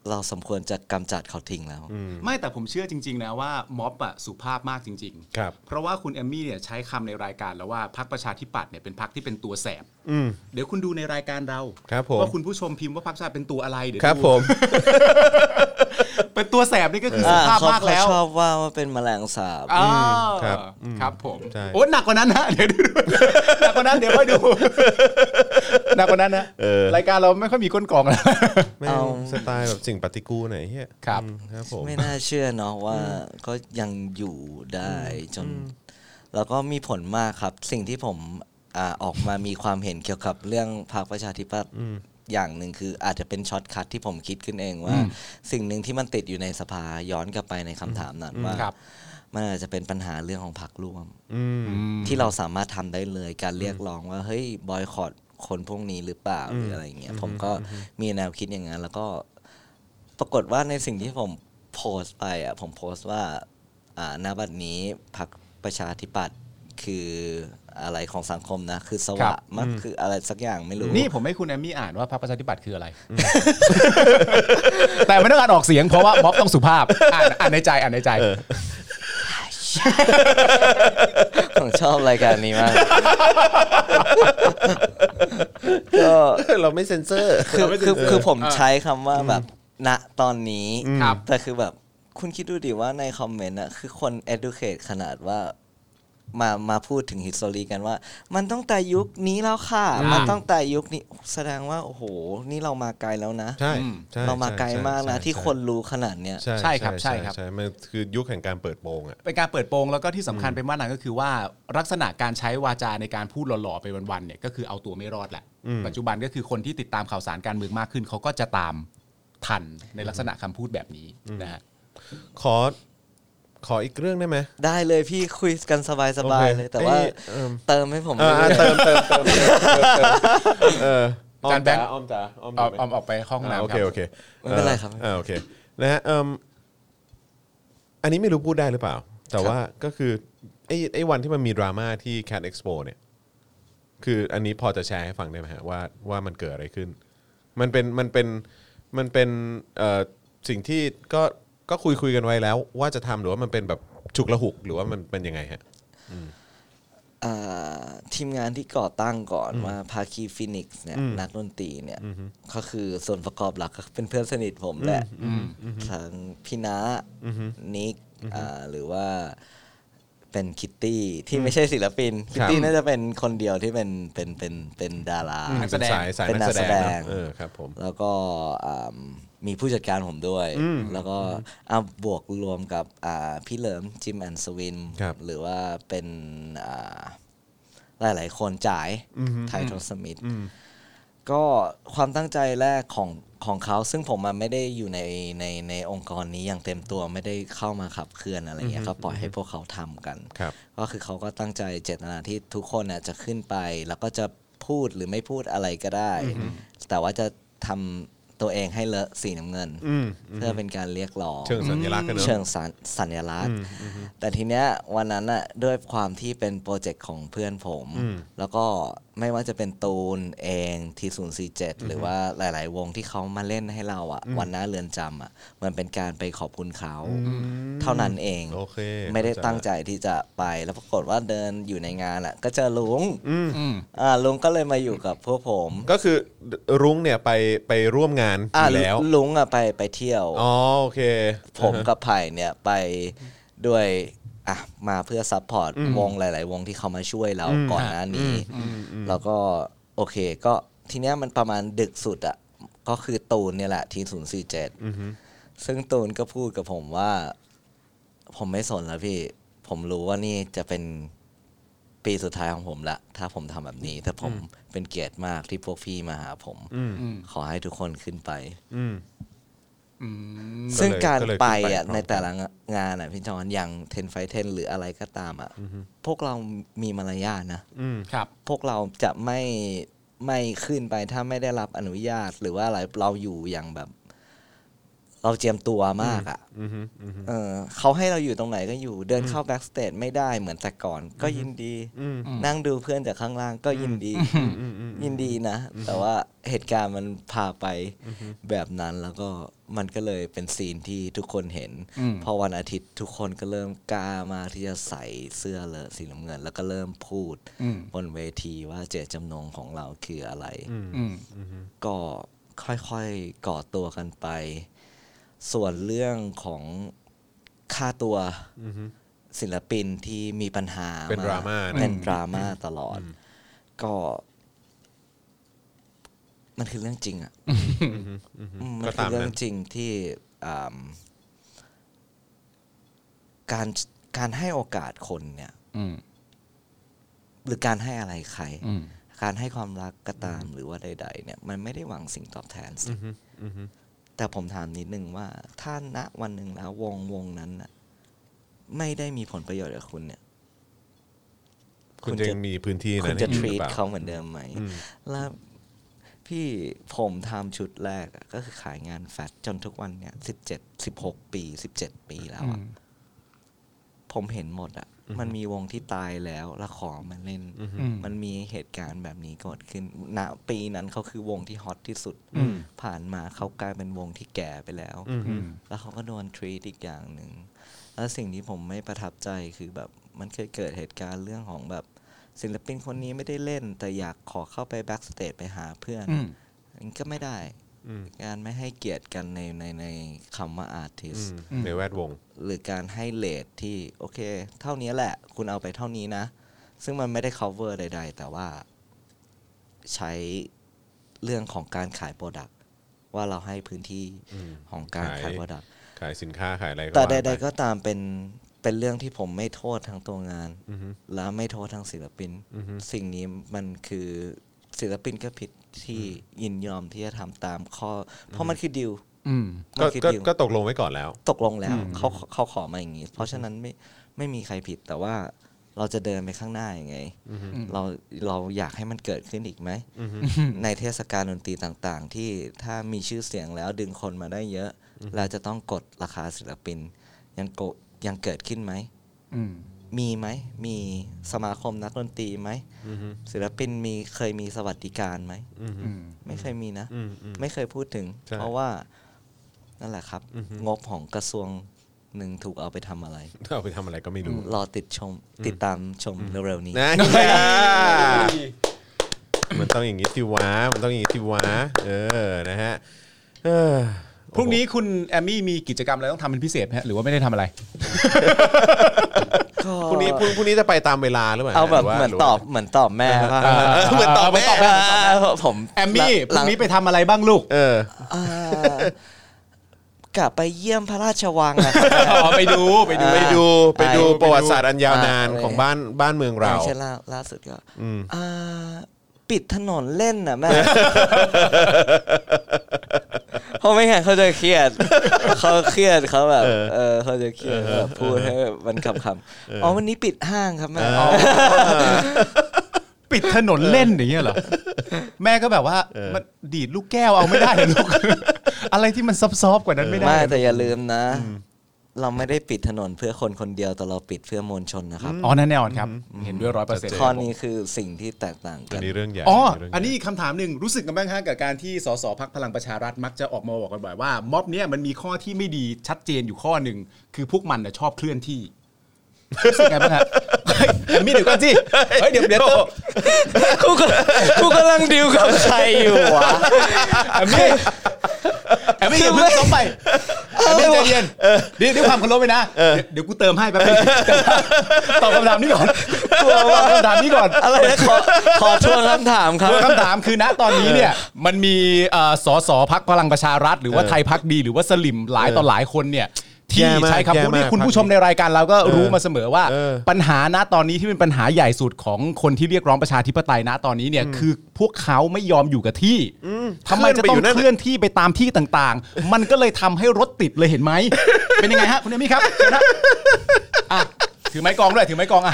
S3: เราสมควรจะกำจัดเขาทิ้งแล้ว
S4: ไม่แต่ผมเชื่อจริงๆนะว่าม็อบอะสุภาพมากจริงๆ
S2: ครับ
S4: เพราะว่าคุณแอมมี่เนี่ยใช้คำในรายการแล้วว่าพรรคประชาธิปัตย์เนี่ยเป็นพรรคที่เป็นตัวแสบ
S2: อืม
S4: เดี๋ยวคุณดูในรายการเรา
S2: ครับผม
S4: ว่าคุณผู้ชมพิมพ์ว่าพรรคชาติเป็นตัวอะไรเดี๋ยว
S2: ครับ
S4: ดู
S2: ผม
S4: เป็นตัวแสบนี่ก็คือสุ
S3: อ่า
S4: ภาพมาก
S3: เขาเขา
S4: แล้ว
S3: ชอบว่าว่าเป็นแมลงสาบ
S4: อ่า
S2: ครับ
S4: ครับผม
S2: ใช่
S4: โอ้หนักกว่านั้นนะเดี๋ยวดู หนักกว่านั้นเดี๋ยวค่อยดู หนักกว่านั้นนะ
S2: เออ
S4: รายการเราไม่ค่อยมีก้นกรองแล้ว
S2: ไม่
S3: เอา
S2: สไตล์แบบสิ่งปฏิกูลหน่อยเฮีย
S4: ครับ
S2: อืมครับผม
S3: ไม่น่าเชื่อเนาะว่าก็ยังอยู่ได้จน แล้วก็มีผลมากครับ สิ่งที่ผมอ่าออกมามีความเห็นเกี่ยวกับเรื่องพรรคประชาธิปัตย์อย่างหนึ่งคืออาจจะเป็นช็อตคัทที่ผมคิดขึ้นเองว่า สิ่งหนึ่งที่มันติดอยู่ในสภาย้อนกลับไปในคำถามนั้นว่า
S4: ครับ
S3: มันอาจจะเป็นปัญหาเรื่องของพรรคร่วม
S2: อืม
S3: ที่เราสามารถทำได้เลยการเรียกร้องว่าเฮ้ยบอยคอตคนพวกนี้หรือเปล่าหรืออะไรอย่างเงี้ยผมก็มีแนวคิดอย่างนั้น แล้วก็ปรากฏว่าในสิ่งที่ผมโพสต์ไปอ่ะผมโพสต์ว่าอ่าณบัดนี้พรรคประชาธิปัตย์คืออะไรของสังคมนะ คือส
S4: ครั
S3: วะ
S4: บ
S3: มันคืออะไรสักอย่างไม่รู้
S4: นี่ผมให้คุณแอมมี่อ่านว่าพรรคประชาธิปัตย์คือ อะไร แต่ไม่ต้องการออกเสียงเพราะว่าม็อบต้องสุภาพอ่านอ่านในใจอ่านในใจ
S3: ผมชอบรายการนี้ม ากก็
S2: เราไม่เซ็นเซอร์
S3: คือคือคือผมใช้คำว่าแบบณตอนนี้
S4: ครับ
S3: แต่คือแบบคุณคิดดูดิว่าในคอมเมนต์อะคือคน educate ขนาดว่ามามาพูดถึง history กันว่า มันต้องแต่ยุคนี้แล้วค่ะ มันต้องแต่ยุคนี้ แสดงว่า โอ้โห นี่เรามาไกลแล้วนะ
S2: ใช่ใช่
S3: เรามาไกล
S2: ใช่
S3: มากนะ
S2: ใช่
S3: ที่
S2: ใช่
S3: คนรู้ขนาดเนี้ย
S2: ใช่
S4: ใช่ครับใช่ครับ
S2: ใช่มันคือยุคแห่งการเปิดโปงอ่ะ
S4: เป็นการเปิดโปงแล้วก็ที่สำคัญเป็นว่านั้นก็คือว่าลักษณะการใช้วาจาในการพูดหล่อๆไปวันๆเนี่ยก็คือเอาตัวไม่รอดแหละ ปัจจุบันก็คือคนที่ติดตามข่าวสารการเมืองมากขึ้นเขาก็จะตามทันในลักษณะคำพูดแบบนี้นะฮะ
S2: ขอ ขออีกเรื่องได้ไหม
S3: ได้เลยพี่คุยกันสบายสบายๆเลย แต่ว่า
S2: เอ้ยเอิ่ม
S3: เติมให้ผม
S2: เออ
S3: ด้วย
S2: อ่ะเติมเติมเติมเติมเติมเติมเออออม
S4: จานแบงค์
S2: ออมจ๋าออม
S4: เอา
S2: จ๋า
S4: เอาออกไปห้อง
S2: อ่ะ
S4: น้ำ
S2: โอ
S4: ค
S2: เค
S4: รับ
S2: โอเค
S3: ไม่เป็นไรครับ
S2: อ่าโอเคนะฮะเอิ่มอันนี้ไม่รู้พูดได้หรือเปล่า แต่ว่าก็คือไอ้ไอ้วันที่มันมีดราม่าที่ Cat Expo เนี่ย คืออันนี้พอจะแชร์ให้ฟังได้ไหมฮะว่าว่ามันเกิดอะไรขึ้น มันเป็นมันเป็นมันเป็นเอ่อสิ่งที่ก็ก็คุยคุยกันไว้แล้ว ว่าจะทำหรือว่ามันเป็นแบบฉุกละหุกหรือว่ามันเป็นยังไงฮะ
S3: อ่าทีมงานที่ก่อตั้งก่อนว่าภาคีฟินิกซ์เนี่ยนักดนตรีเนี่ยก็คือส่วนประกอบหลักก็เป็นเพื่อนสนิทผมแหละทั้งพี่นะนิกอ่าหรือว่าเป็นคิตตี้ที่ไม่ใช่ศิลปิน คิตตี้น่าจะเป็นคนเดียวที่เป็นเป็นเป็นเป็นดารา
S4: นักแสดง
S2: สายสาย
S3: เป็น
S2: นักแสดง
S3: นักแสดง
S2: เนอะเออครับผม
S3: แล้วก็อ่ามีผู้จัดการผมด้วย แล้วก็อ่ะบวกรวมกับอ่าพี่เหลิมจิมแอนสวิน
S2: ครับ
S3: หรือว่าเป็นอ่าหลาย ๆ คนจ่ายไททอสมิธก็ความตั้งใจแรกของของเขา ซึ่งผมมันไม่ได้อยู่ในในในองค์กรนี้อย่างเต็มตัวไม่ได้เข้ามาขับเคลื่อนอะไรเงี้ยก็ปล่อยให้พวกเขาทำกัน
S2: ครับ
S3: ก็คือเขาก็ตั้งใจเจตนาที่ทุกคนน่ะจะขึ้นไป แล้วก็จะพูดหรือไม่พูดอะไรก็ได้ แต่ว่าจะทำตัวเองให้เลอะสีน้ำเงิน
S2: อืม
S3: เพื่อเป็นการเรียกร้อง
S2: เชิงสัญลักษณ์กันเนอะ
S3: เชิงสัญสัญลักษณ์ แต่ทีเนี้ยวันนั้นอะด้วยความที่เป็นโปรเจกต์ของเพื่อนผม
S2: อืม
S3: แล้วก็ไม่ว่าจะเป็นตูนเองทีศูนย์สี่เจ็ดหรือว่าหลาย ๆ วงที่เขามาเล่นให้เราอะวันหน้าเรือนจำอะเหมือนเป็นการไปขอบคุณเขา เท่านั้นเอง
S2: โอเค
S3: ไม่ได้ตั้งใจ
S2: เข้า
S3: ที่จะไปแล้วปรากฏว่าเดินอยู่ในงานอะก็เจอลุง
S2: อืม
S4: อืม
S3: อ่าลุงก็เลยมาอยู่กับพวกผม
S2: ก็คือรุ้งเนี่ยไปไปร่วมงานอ
S3: อ่า
S2: ยู่แล้ว
S3: ลุงอะไปไปเที่ยว
S2: อ๋อโอเค
S3: ผมกับไผ่เนี่ยไปด้วยอ่ะมาเพื่อซัพพอร์ตวงหลาย ๆ วงที่เขามาช่วยเรา
S2: อืม
S3: ก่อนหน้านี้ แล้วก็โอเคก็ทีเนี้ยมันประมาณดึกสุดอ่ะก็คือตูนเนี่ยแหละทีศูนย์สี่เจ็ด
S2: อือฮึ
S3: ซึ่งตูนก็พูดกับผมว่า ผมไม่สนแล้วพี่ ผมรู้ว่านี่จะเป็นปีสุดท้ายของผมละ ถ้าผมทำแบบนี้ ถ้าผมเป็นเกียรติมากที่พวกพี่มาหาผม
S2: อืม
S4: อืม
S3: ขอให้ทุกคนขึ้นไป
S2: อืม
S4: อืม
S3: ซึ่ง
S2: ก็เลย
S3: การ
S2: ก็เลยขึ้
S3: ไป
S2: นไป
S3: อ่ะ
S2: พร้อม
S3: ในแต่ละงานอ่ะพี่จอนอย่างเทนไฟเทนหรืออะไรก็ตามอ่ะพวกเรามีมารยาทนะ
S2: อืม
S4: ครับ
S3: พวกเราจะไม่ไม่ขึ้นไปถ้าไม่ได้รับอนุญาต หรือว่าอะไรเราอยู่อย่างแบบ เราเจียมตัวมากอ่ะ
S2: อืมฮึอืมฮึ
S3: เออเขาให้เราอยู่ตรงไหนก็อยู่เดินเข้าแบ็กสเตจไม่ได้เหมือนแต่ก่อน ก็ยินดี
S2: อืม
S3: นั่งดูเพื่อนจากข้างล่างก็ยินดี
S2: อืมอืม
S3: ยินดีนะ แต่ว่าเหตุการณ์มันพาไปแบบนั้นแล้วก็มันก็เลยเป็นซีนที่ทุกคนเห็น
S4: อืม
S3: พอวันอาทิตย์ทุกคนก็เริ่มกล้ามากที่จะใส่เสื้อเลอะสีน้ำเงิน แล้วก็เริ่มพูด
S4: อืม
S3: บนเวทีว่าเจตจำนงของเราคืออะไร
S4: อืม
S3: ก็ค่อยๆก่อตัวกันไป ส่วนเรื่องของค่าตัวศิลปินที่มีปัญหา
S2: เป็นดราม่านะ
S3: เป็นดราม่าตลอด ก็ มันคือเรื่องจริงอ่ะอืมมั
S2: ก็
S3: นคื
S2: ตา
S3: อ
S2: ม
S3: เรื่อ
S2: นั้
S3: ง
S2: น
S3: จริงที่อ่ำการการให้โอกาสคนเนี่ย
S4: อืม
S3: หรือการให้อะไรใคร
S4: อืม
S3: การให้ความรักก็ตามหรือว่าใด ๆ เนี่ย มันไม่ได้หวังสิ่งตอบแทนสิแต่ผมถามนิดนึงว่า ถ้าณวันหนึ่งแล้ววงวงนั้นน่ะไม่ได้มีผลประโยชน์กับคุณเนี่ย
S2: คุณจะยังมีพื้นที่
S3: คุ
S2: นั้
S3: ณ
S2: น
S3: จะ
S2: ให้อยู่หรือ
S3: treat
S2: ปล่
S3: เขาเหมือนเดิมไหม แล้วพี่ผมทำชุดแรกอะก็คือขายงานแฟชจนทุกวันเนี่ยสิบเจ็ดสิบหกปีสิบเจ็ดปีแล้วอะ
S4: อืม
S3: ผมเห็นหมดอะมันมีวงที่ตายแล้วแล้วขอมาเล่น มันมีเหตุการณ์แบบนี้เกิดขึ้นณปีนั้นเขาคือวงที่ฮอตที่สุด ผ่านมาเขากลายเป็นวงที่แก่ไปแล้ว
S4: อืม
S3: แล้วเขาก็โดนทรีตอีกอย่างหนึ่ง แล้วสิ่งที่ผมไม่ประทับใจคือแบบมันเคยเกิดเหตุการณ์เรื่องของแบบศิลปินคนนี้ไม่ได้เล่น แต่อยากขอเข้าไปแบ็กสเตจไปหาเพื่อน
S4: อืม
S3: มันก็ไม่ได้ การไม่ให้เกียรติกันในในในคำว่าอาร์ติส
S2: อืมในแวดวง
S3: หรือการให้เลทที่โอเค เท่านี้แหละ คุณเอาไปเท่านี้นะ ซึ่งมันไม่ได้ cover ใด ๆ แต่ว่าใช้เรื่องของการขายโปรดักว่าเราให้พื้นที่
S2: อืม
S3: ของการ
S2: ขา
S3: ขาย ยโปรดัก
S2: ขายสินค้าขายอะไรก็
S3: แต่
S2: ว่า
S3: ใด
S2: ไป
S3: ๆ ก็ตามเป็นเป็นเรื่องที่ผมไม่โทษทางตัวงาน
S2: อือฮึ
S3: และไม่โทษทางศิลปิน
S2: อือฮึ
S3: สิ่งนี้มันคือศิลปินก็ผิดที่ยินยอมที่จะทำตามข้ออเพราะมันคือดิว
S4: อืม
S3: มั
S2: ก็
S3: คือ
S2: ก็
S3: ดิว
S2: ก็ตกลงไว้ก่อนแล้ว
S3: ตกลงแล้วเขาเขาขอมาอย่างนี้ เพราะฉะนั้นไม่ไม่มีใครผิดแต่ว่าเราจะเดินไปข้างหน้ายัางไง เราเราอยากให้มันเกิดขึ้นอีกไหม
S2: อือฮึ
S3: ในเทศกาลดนตรีต่างๆ ที่ถ้ามีชื่อเสียงแล้วดึงคนมาได้เยอะ เราจะต้องกดราคาศิลปิน ยังโกยังเกิดขึ้นไหม
S4: อืม
S3: มีไหม มีสมาคมนักดนตรีไหม
S2: อือฮึ
S3: ศิลปินมีเคยมีสวัสดิการไหม
S2: อือฮึ
S4: อืม
S3: ไม่เคยมีนะ
S2: อืมอืม
S3: ไม่เคยพูดถึง
S2: ใช่
S3: เพราะว่านั่นแหละครับ งบของกระทรวงหนึ่งถูกเอาไปทำอะไร
S2: เอาไปทำอะไรก็ไม่รู้
S3: รอติดชม ติดตามชมเร็วๆนี้
S2: นะมันต้องอย่างนี้สิวะมันต้องอย่างนี้สิวะเออนะฮะเออ
S4: พรุ่งนี้คุณแอมมี่มีกิจกรรมอะไรต้องทำเป็นพิเศษไหมฮะหรือว่าไม่ได้ทำอะไร
S2: พรุ่งนี้พรุ่งพรุ่งนี้จะไปตามเวลาหรือเปล่า
S3: เอาแบบ
S2: รืว่
S3: เหมือน
S2: รืว่า
S3: ตอบเหมือนตอบแม่ป่ะ
S2: เออเออเหมือนตอบแม่
S3: เออผม
S4: แอมมี่พ
S3: ห
S4: รุ่
S3: ลั
S4: ง
S3: ง
S4: นี้ไปทำอะไรบ้างลูก
S2: เออ
S3: เอ่อกลับไปเยี่ยมพระราชวัง อะครับ
S4: อ๋อไปดูไปดู
S2: ไปดูไปดู
S3: ไปดู
S2: ประวัติศาสตร์อันยาว
S3: อ่ะ
S2: นาน
S3: ไป
S2: ของบ้านบ้านเมืองเรา
S3: ไม่ใช่ล่าล่าสุดก็เอ่อปิดถนนเล่นน่ะ แม่ เพราะไม่งั้นเขาจะเครียด เขาเครียดเขาแบบ เออเขาจะเครียดแบบ พูดให้มันคำคำอ๋อวันนี้ปิดห้างครับแม่
S4: ปิดถนนเล่นอย่างเงี้ยเหรอแม่ก็แบบว่ามันดีดลูกแก้วเอาไม่ได้เหรอลูก อะไรที่มันซับซ้อนกว่านั้นไม่ได้
S3: ไม่
S4: เหรอ
S3: แต่อย่าลืมนะ เราไม่ได้ปิดถนนเพื่อคนคนเดียวแต่เราปิดเพื่อมวลชนนะครับ
S4: อ๋อนั่นแน่นอนครับ เห็นด้วยร้อยเปอร์เซ็นต์
S3: ข้อนี้คือสิ่งที่แตกต่าง
S2: อั
S3: กัน น
S2: นี้เรื่องใหญ่
S4: อ๋อ
S2: เรื่งใหญ่
S5: อันนี้อีกคำถามหนึ่งรู้สึกกันบ้างฮะกับการที่สสพักพลังประชารัฐมักจะออกมาบอกกันบ่อยว่า ม็อบเนี่ยมันมีข้อที่ไม่ดีชัดเจนอยู่ข้อหนึ่งคือพวกมันน่ะชอบเคลื่อนที่รู้สึกไงบ้างฮะเฮ้ยแอมมี่เดี๋ยวก่อนสิเฮ้ยเดี๋ยวเดี๋ยวเติม
S3: กูกกูกำลังดิวกับใครอยู่วะ
S5: แอมมี่แอมมี่อย่าเพิ่งเข้าไปแอมมี่ใจเย็นดีด้วยความเคารพไปนะเดี๋ยวเดี๋ยวกูเติมให้แป๊บนึงตอบคำถามนี้ก่อนตอบคำถามนี้ก่อน
S3: อะไรนะขอขอทวนคำถามครับ
S5: คำถามคือณตอนนี้เนี่ยมันมีเอ่อสสพักพลังประชารัฐ หรือว่าไทยพักดี หรือว่าสลิมหลายต่อหลายคนเนี่ยที่ใช้คำพูดที่คุณผู้ชมในรายการเราก็รู้มาเสมอว่า ปัญหาณตอนนี้ที่เป็นปัญหาใหญ่สุดของคนที่เรียกร้องประชาธิปไตยณตอนนี้เนี่ยคือพวกเขาไม่ยอมอยู่กับที่ทำไมจะต้องเคลื่อนที่ไปตามที่ต่างๆ มันก็เลยทำให้รถติดเลยเห็นไหม เป็นยังไงฮะคุณเอมี่ครับเชิญครับอ่ะถือไม้กองด้วยถือไม้กองอ่ะ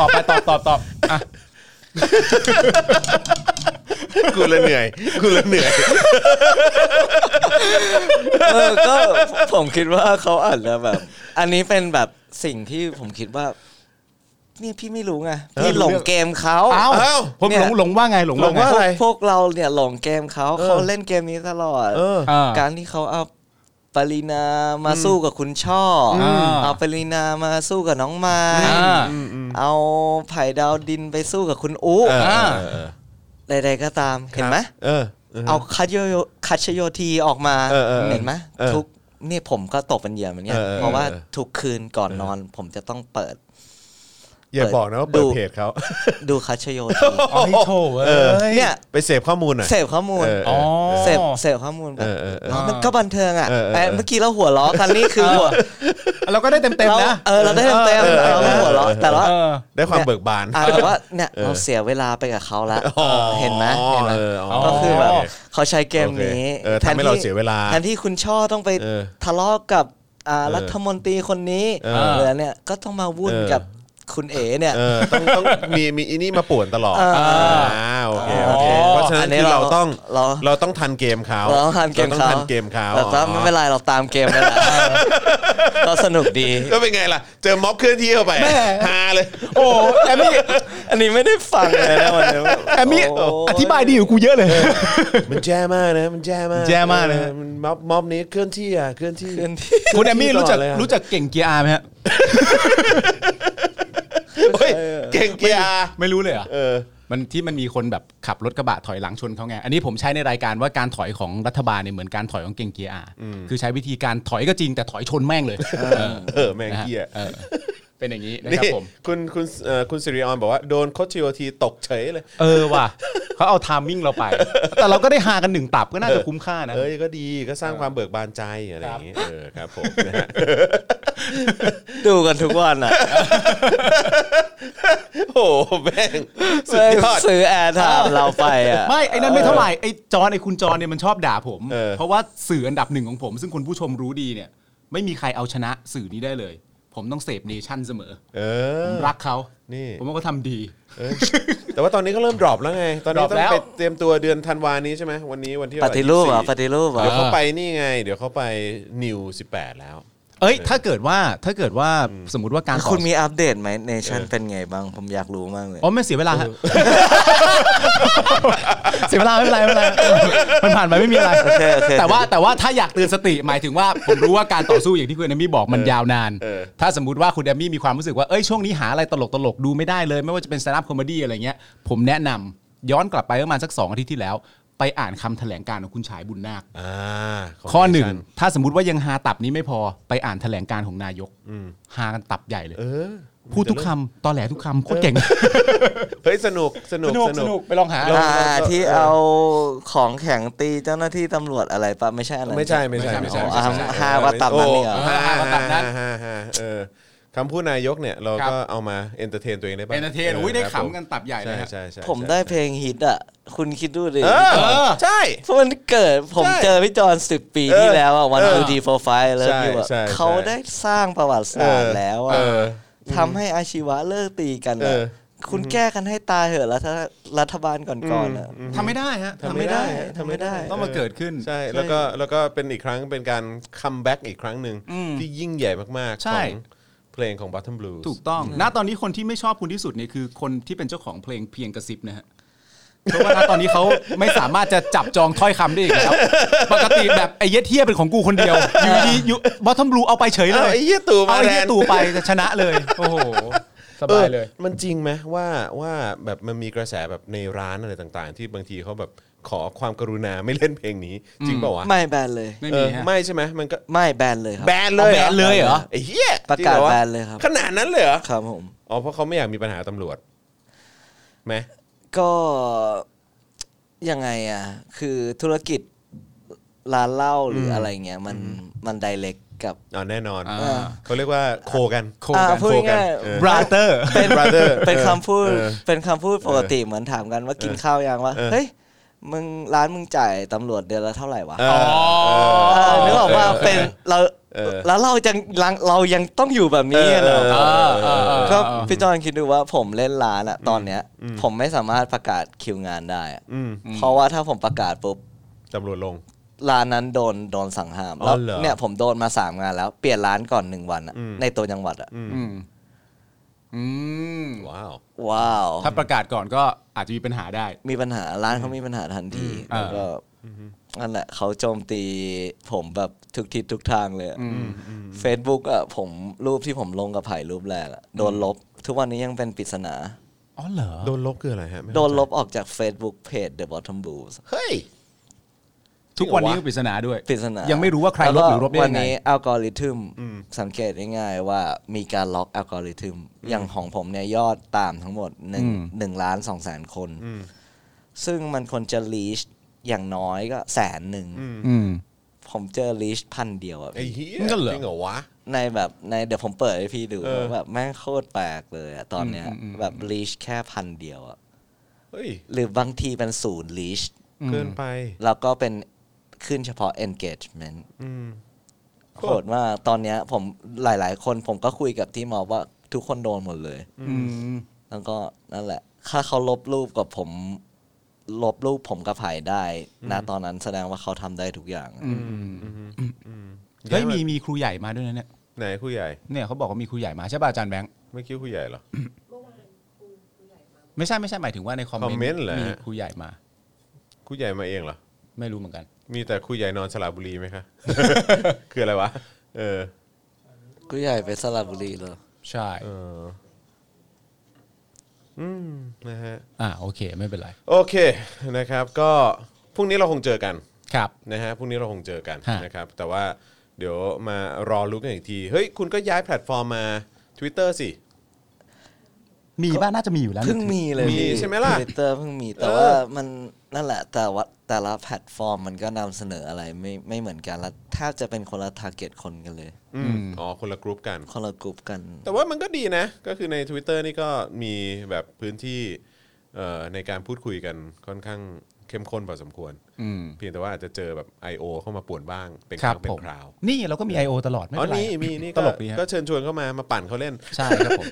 S5: ตอบไปตอบตอบตอบอ่ะ
S2: กูละเหนื่อยกูละเหนื่อย
S3: เออก็ผมคิดว่าเขาอาจจะแบบ อันนี้เป็นแบบสิ่งที่ผมคิดว่า เนี่ยพี่ไม่รู้ไงพี่หลงเกมเขา
S4: เอ้า
S2: เอ้า
S4: ผมหลงหลงว่าไงหลง
S2: หล
S4: ว่างไง
S2: ว่าอะไร
S3: พวกเราเนี่ยหลงเกมเขา
S2: เออ
S3: เขาเล่นเกมนี้ตลอด
S2: เออ
S4: เออ
S3: การที่เขาเอาปรินามาสู้กับคุณช่ออ
S4: ม
S3: เอาปรินามาสู้กับน้องไม้
S4: อ่า
S3: เอาไผ่ดาวดินไปสู้กับคุณอู้
S2: เออเออเออ
S3: ใดๆก็ตามเห็นไหม
S2: เออเออ
S3: เอาคัชโยโยคัชโยทีออกมา
S2: เออเออเออ
S3: เห็นไหม
S2: เออ
S3: ทุกเนี่ยผมก็ตกเป็นเหยื่อเหมือนกัน
S2: เออเออ
S3: เพราะว่า
S2: เออ
S3: ทุกคืนก่อนนอน ผมจะต้องเปิด
S2: อย่าบอกนะว่าเปิด
S3: ดู
S2: เพจเขา
S3: ดูคัชโยที
S4: อ๋อให้โชว์เออ
S3: เนี่ย
S2: ไปเสพข้อมูลหน่อย
S3: เสพข้อมูล
S2: เออเออ
S3: เสพเสพข้อมูลไป
S2: เออเออเออ
S3: แล้วมันก็บันเทิงอ่ะ
S2: เออเออ
S3: เอ้ยเมื่อกี้เราหัวล้อกันนี่คือหัว
S4: เราก็ได้เต็มเต็ม
S3: เรา
S4: นะ
S3: เออเราได้เต็มเต็มเราไม่หัวล้อแต่ว่า
S4: เออ
S2: ได้ความเบิกบาน
S3: อ่ะแต่ว่าเนี่ยเราเสียเวลาไปกับเขาละ
S2: อ๋อ
S3: เห็นไหมเห็นไหม
S2: เอออ๋อ
S3: ก็คือแบบ
S2: โอเค
S3: เขาใช้เกมนี้
S2: โอเคเออทำให้เราเสียเวลา
S3: แทนที่คุณช่อต้องไป
S2: เออ
S3: ทะเลาะกับอ่า
S2: เออ
S3: รัฐมนตรีคนนี้
S2: เออ
S3: เหลือเนี่ยก็ต้องมาวุ่น
S2: เออ
S3: กับคุณเอ๋เนี่ย
S2: เออต้องต้องมีมีอีนี่มาป่วนตลอด
S3: เอออ่
S2: าโอเคโอเค
S4: อ๋อ
S2: เพราะฉะนั้น
S3: อันนี้
S2: คือเรา
S3: เรา
S2: ต้อง
S3: เรา
S2: เราต้องทันเกมเขา
S3: เราต้องทานเกม
S2: รต้อ
S3: เขา
S2: งทันเกมเขา
S3: แต่ว่าไม่เป็นไรเราตามเกมนั่น แหละเราสนุกดี
S2: ก็เป็นไงล่ะ เจอม็อบเคลื่อนที่เข้าไปฮาเลย
S4: โอ้แอมมี่
S3: อันนี้ไม่ได้ฟังเลยนะวันนี้
S4: แอมมี่
S3: โย
S4: อธิบายดีอยู่ากูเยอะเลย
S2: มันแย่มากนะมันแย่มาก
S4: แย่มากนะ
S2: เออมันม็อบม็อบนี้เคลื่อนที่อ่ะเคลื่อนที่
S3: เพื่อนที่
S4: คุณแอมมี่รู้จัก
S2: ต่อเลยอะ
S4: รู้จักเก่งเกียร์อาร์ไหมฮะ
S2: เฮ้ยเก่งเกียร์
S4: ไม่รู้เลยเหรอ่ะ
S2: เออ
S4: มันที่มันมีคนแบบขับรถกระบะถอยหลังชนเขาไงอันนี้ผมใช้ในรายการว่าการถอยของรัฐบาลเนี่ยเหมือนการถอยของเก่งเกียร์อาร์คือใช้วิธีการถอยก็จริงแต่ถอยชนแม่งเลยเออ
S2: เออแม่ง
S4: นะฮะ
S2: เกียร์
S4: เออเป็นอย่างนี้นะ
S2: นี่
S4: ครับผม
S2: คุณคุณเอ่อคุณสิริออนบอกว่าโดนโคชทีโอทีตกเฉยเลย
S4: เออว่ะเขาเอาทามมิ่งเราไป แต่เราก็ได้หากันหนึ่งตับก็น่าจะคุ้มค่านะ
S2: เอ้ยก็ดีก็สร้างความเบิกบานใจอะไรอย่างงี้เออครับ ผมนะฮะ
S3: ดูกันทุกวันอ่ะ
S2: โอ้โหแม่งสุดยอด
S3: ซื้อแอร์ไทม์เราไปอ่ะ
S4: ไม่ ไอ้นั่นไม่เท่าไหร่ ไอ้จอนไอ้คุณจอนเนี่ยมันชอบด่าผม
S2: เออ
S4: เพราะว่าสื่ออันดับหนึ่งของผม ซึ่งคุณผู้ชมรู้ดีเนี่ย ไม่มีใครเอาชนะสื่อนี้ได้เลย ผมต้องเสพเนชั่นเสมอ
S2: เอ
S4: ผ
S2: อ
S4: มรักเขา
S2: นี่
S4: ผมว่าเขาทำดี
S2: เออแต่ว่าตอนนี้ก็เริ่มดรอปแล้วไง ตอนนี้
S4: ดรอป
S2: ต้อ
S4: แล้
S2: ง
S4: ว
S2: ไปเตรียมตัวเดือนธันวานี้ใช่ไหมวันนี้วันที่
S3: ปฏิรูปเหรอ
S2: 24
S3: ปฏิรูปเหรอ
S2: เดี๋ยวเขาไปนี่ไง เดี๋ยวเขาไปนิว18 แล้ว
S4: เอ้ย ถ้าเกิดว่าถ้าเกิดว่าสมมติว่าการต่อ
S3: คุณมีอัปเดตไหมเนชั่นเป็นไงบ้าง ผมอยากรู้มากเลย
S4: อ๋อไม่เสียเวลาฮะ เสียเวลาไม่เป็นไรไม่เป็นไรเออมันผ่านไปไม่มีอะไร
S3: โอเคโอเค
S4: แต่ว่าแต่ว่าถ้าอยากเตือนสติหมายถึงว่า ผมรู้ว่าการต่อสู้อย่างที่คุณแอมมี่บอกมันยาวนาน
S2: เออ
S4: ถ้าสมมติว่าคุณแอมมี่มีความรู้สึกว่า เอ้ยช่วงนี้หาอะไรตลกตลกๆดูไม่ได้เลย ไม่ว่าจะเป็นสแตนด์อัพคอมเมดี้อะไรเงี้ย ผมแนะนำย้อนกลับไปประมาณสัก 2 อาทิตย์ที่แล้ว ไปอ่านคำแถลงการณ์ของคุณชายบุญนาค
S2: อ่าข
S4: ข้อห
S2: ดิ
S4: นึ่ง
S2: ฉั
S4: ถ้าสมมติว่ายังหาตับนี้ไม่พอไปอ่านแถลงการณ์ของนายกหากันตับใหญ่เลย
S2: เออ
S4: พูดทุกคำตอแหลทุกคำโคตรเก่ง
S2: เฮ้ยสนุกสนุกสนุก
S4: ไปลองหา
S2: ล
S3: อ่า
S2: เราเรา
S3: ที่เอาของแข็งตีเจ้าหน้าที่ตำรวจอะไรปะไม่ใช่อันนั้น
S2: ไม่ใช่ไม่ใช่
S4: ไม่ใช่ไม่ใช่
S3: อ๋อ
S4: ไม่ใช่
S3: ห้าว่าตับนั้นนี่เหรอ
S2: โห้า
S4: ห้าว่าตับนั้น
S2: ห้าห้าเออคำพูดนายกเนี่ยเราก็เอามาเอนเตอร์เทนตัวเองได้บ้าง
S4: เอนเตอร์เทนอุ้ยได้ขำกันตับใหญ่เลย
S2: ใช่
S4: ฮะ
S2: ใช่ใช่
S3: ผมได้เพลงฮิตอ่ะ คุณคิดดูดิ
S2: เออใช่
S3: เพราะมันเกิดผม
S2: ใช่
S3: เจอพี่จอนสิบปีที่แล้วอ่ะวันดูดีโฟไฟแล้ว
S2: ใช่
S3: อยู่
S2: ใช่
S3: อ่ะ
S2: ใช่
S3: เขาได้สร้างประวัติศาสตร์แล้วอ่ะ
S2: เออ
S3: ทำให้อาชีวะเลิกตีกัน
S2: เอ
S3: อ่ะ
S2: อ
S3: คุณแก้กันให้ตายเหอะแล้วถ้ารัฐบาลก่อนๆน่ะ
S4: ทำไม่ได้ฮะ
S2: ทำไม่ได้
S3: ทำไม่ได้
S2: ทำไม่ได้
S4: ต้องมาเกิดขึ้น
S2: ใช่แล้วก็แล้วก็เป็นอีกครั้งเป็นการคัมแบ็กอีกครั้งหนึ่ง
S4: อืม
S2: ที่ยิ่งใหญ่มากๆขอ
S4: ใช่
S2: งเพลงของ Bottom Blues
S4: ถูกต้องณตอนนี้คนที่ไม่ชอบคุณที่สุดเนี่ยคือคนที่เป็นเจ้าของเพลงเพียงกระซิบนะฮะ เพราะว่าณตอนนี้เขาไม่สามารถจะจับจองถ้อยคำได้อีกแล้ว ปกติแบบไอ้เหี้ยเทียเป็นของกูคนเดียว อยู่ดีอยู่บอททอมบลูเอาไปเฉยเล
S2: เอา
S4: ย
S2: ไอ้เหี้ยตู่มา
S4: เอาไอ้
S2: แท
S4: เหี้ย
S2: น
S4: ตู่ไปจะชนะเลย โอ้โห
S2: เอบ
S4: สา
S2: อย
S4: เลย
S2: มันจริงไหมว่าว่าแบบมันมีกระแสแบบในร้านอะไรต่างๆ ที่บางทีเขาแบบขอความกรุณาไม่เล่นเพลงนี้ จริงเปล่าวะ
S3: ไม่แบนเลย
S4: ไม่
S2: เอ
S4: มี
S2: อ
S4: ฮะ
S2: ไม่ใช่ไหมมันก็
S3: ไม่แบนเลยครับ
S2: แบนเลย
S4: เอาแบนเลยเหรอ
S2: ไอ้เหี้ย
S3: ประกาศ
S2: จงหอว
S3: แบนเลยครับ
S2: ขนาดนั้นเลยเหรอ
S3: ครับผม
S2: อ๋อเพราะเขาไม่อยากมีปัญหาตำรวจไหม
S3: ก็ยังไงอ่ะ คือธุรกิจร้านเหล้าหรืออะไรเงี้ยมันมันไดเล็กกับ
S2: อ๋อแน่นอน
S4: อ่า
S3: อ่า
S2: เขาเรียกว่าโคกันโค
S3: อ่า
S2: กัน
S3: พูด
S2: โคกัน
S3: ง่าย
S2: เออ
S4: บราเตอร์
S3: เป็น
S2: brother
S3: เป็นคำพูด
S2: เออ
S3: เป็นคำพูดปกติเหมือนถามกันว่ากินข้าวยังวะ
S2: เออ
S3: เฮ้ยมึงร้านมึงจ่ายตำรวจเดือนละเท่าไหร่วะ
S2: เออเออ
S3: เออนึกออกว่าเป็นเรา
S2: เออ
S3: แล้วเรายังเรายังต้องอยู่แบบนี้เหรอ
S2: เออเออ
S3: ก็พี่จอนคิดดูว่าผมเล่นร้านอะตอนเนี้ย ผมไม่สามารถประกาศคิวงานได้อะ
S2: อืม
S3: เพราะว่าถ้าผมประกาศปุ๊บ
S2: ตำรวจลง
S3: ร้านนั้นโดนโดนสั่งห้าม
S2: อ๋
S3: แล้ว
S2: อเหรอ
S3: เนี่ยผมโดนมาสามงานแล้วเปลี่ยนร้านก่อนหนึ่งวันอะในตัวจังหวัดอะ
S4: อืมอืม
S2: ว้าว
S3: ว้าว
S4: ถ้าประกาศก่อนก็อาจจะมีปัญหาได้
S3: มีปัญหาร้านเขามีปัญหาทันที
S4: อืม
S3: แล้วก็นั่นแหละเขาโจมตีผมแบบทุกทิศทุกทางเลยเฟซบุ๊กอะผมรูปที่ผมลงกับไผ่รูปแรกอะโดนลบ ทุกวันนี้ยังเป็นปริศนา
S4: อ๋อเหรอ
S2: โดนลบคืออะไรฮะไม่เข้าใจ
S3: โดนลบออกจาก Facebook Page The Bottom Blues
S2: เฮ้ย
S4: ทุกวันนี้ก็ปริศนาด้วย
S3: ปริศนา
S4: ยั
S3: ยัง
S4: ไม่รู้ว่าใครลบหรือลบได้
S3: วั
S4: ยังไง
S3: นี้อัลกอริทึมสังเกตง่ายๆว่ามีการล็อกอัลกอริทึมอย่างของผมเนี่ยยอดตามทั้งหมดหนึ่ง
S4: อืม
S3: หนึ่งล้านสองแสนคน
S2: อืม
S3: ซึ่งมันควรจะลีชอย่างน้อยก็แสนหนึ่ง
S4: อืม
S3: ผมเจอลีชพันเดียวอะ
S2: ไอ้เหี้ย
S4: งั้นเหรอ
S2: จริงเหรอวะ
S3: ในแบบในเดี๋ยวผมเปิดให้พี่ดู
S2: เออ
S3: แบบแม่งโคตรแปลกเลยอะตอนเนี้ยแบบลีชแค่พันเดียวอะ
S2: เฮ้ย
S3: หรือบางทีเป็นศูนย์ลีช
S2: เกินไป
S3: แล้วก็เป็นขึ้นเฉพาะ engagement
S2: อืม
S3: โหดมากตอนเนี้ยผมหลาย ๆ คนผมก็คุยกับที่มอบว่าทุกคนโดนหมดเลย
S4: อืม
S3: แล้วก็นั่นแหละ ถ้าเขาลบรูปกับผม ลบรูปผมกับไผ่ได้นะตอนนั้นแสดงว่าเขาทำได้ทุกอย่าง
S4: เฮ้ยมีมีครูใหญ่มาด้วยนะเนี่ย
S2: ไหนครูใหญ่
S4: เนี่ยเขาบอกว่ามีครูใหญ่มาใช่ป่ะอาจารย์แบงค์
S2: ไม่คิดว่าครูใหญ่เหรอ
S4: ไม่ใช่ไม่ใช่หมายถึงว่าในคอมเมน
S2: ค
S4: ต์
S2: อมเมนต์เหรอ
S4: มีครูใหญ่มา
S2: ครูใหญ่มาเองเหรอ
S4: ไม่รู้เหมือนกัน
S2: มีแต่ครูใหญ่นอนสระบุรีไหมคะ คืออะไรวะ เออ
S3: กูใหญ่ไปสระบุรีเลย
S4: ใช่
S2: เออ อืม นะฮะ
S4: อ่าโอเคไม่เป็นไร
S2: โอเคนะครับ ก็พรุ่งนี้เราคงเจอกัน
S4: ครับ
S2: นะฮะพรุ่งนี้เราคงเจอกัน
S4: ฮะ
S2: นะครับแต่ว่าเดี๋ยวมารอรู้กันอีกที เฮ้ย คุณก็ย้ายแพลตฟอร์มมา Twitter สิ
S4: มีบ้านน่าจะมีอยู่แล้วนะ
S3: เพิ่งมีเลย
S2: มีใช่ไหมล่ะ
S3: ทวิตเตอร์เพิ่งมีแต่
S2: เออ
S3: ว่ามันนั่นแหละ แต่ว่าแต่ละแพลตฟอร์มมันก็นำเสนออะไรไม่ไม่เหมือนกันและแทบจะเป็นคนละทาร์เก็ตคนกันเลย
S2: อืมอ๋อ คนละกรุ๊ปกัน
S3: คนละกลุ่มกัน
S2: แต่ว่ามันก็ดีนะ ก็คือใน Twitter นี่ก็มีแบบพื้นที่เอ่อในการพูดคุยกันค่อนข้างเข้มข้นพอสมควร
S4: อืม
S2: เพียงแต่ว่าอาจจะเจอแบบ I.O. เข้ามาป่วนบ้าง เป็น
S4: ค
S2: ค
S4: รั
S2: รั้
S4: บ
S2: งเป็
S4: ผ
S2: น
S4: ม
S2: คราว
S4: นี่เราก็มี I.O. ตลอดไม่
S2: อ๋อ
S4: เป็นไร
S2: นี่มีนี่
S4: ตลกดีฮะ
S2: ก็เชิญชวนเข้ามามาปั่นเขาเล่น
S4: ใช่ครับผม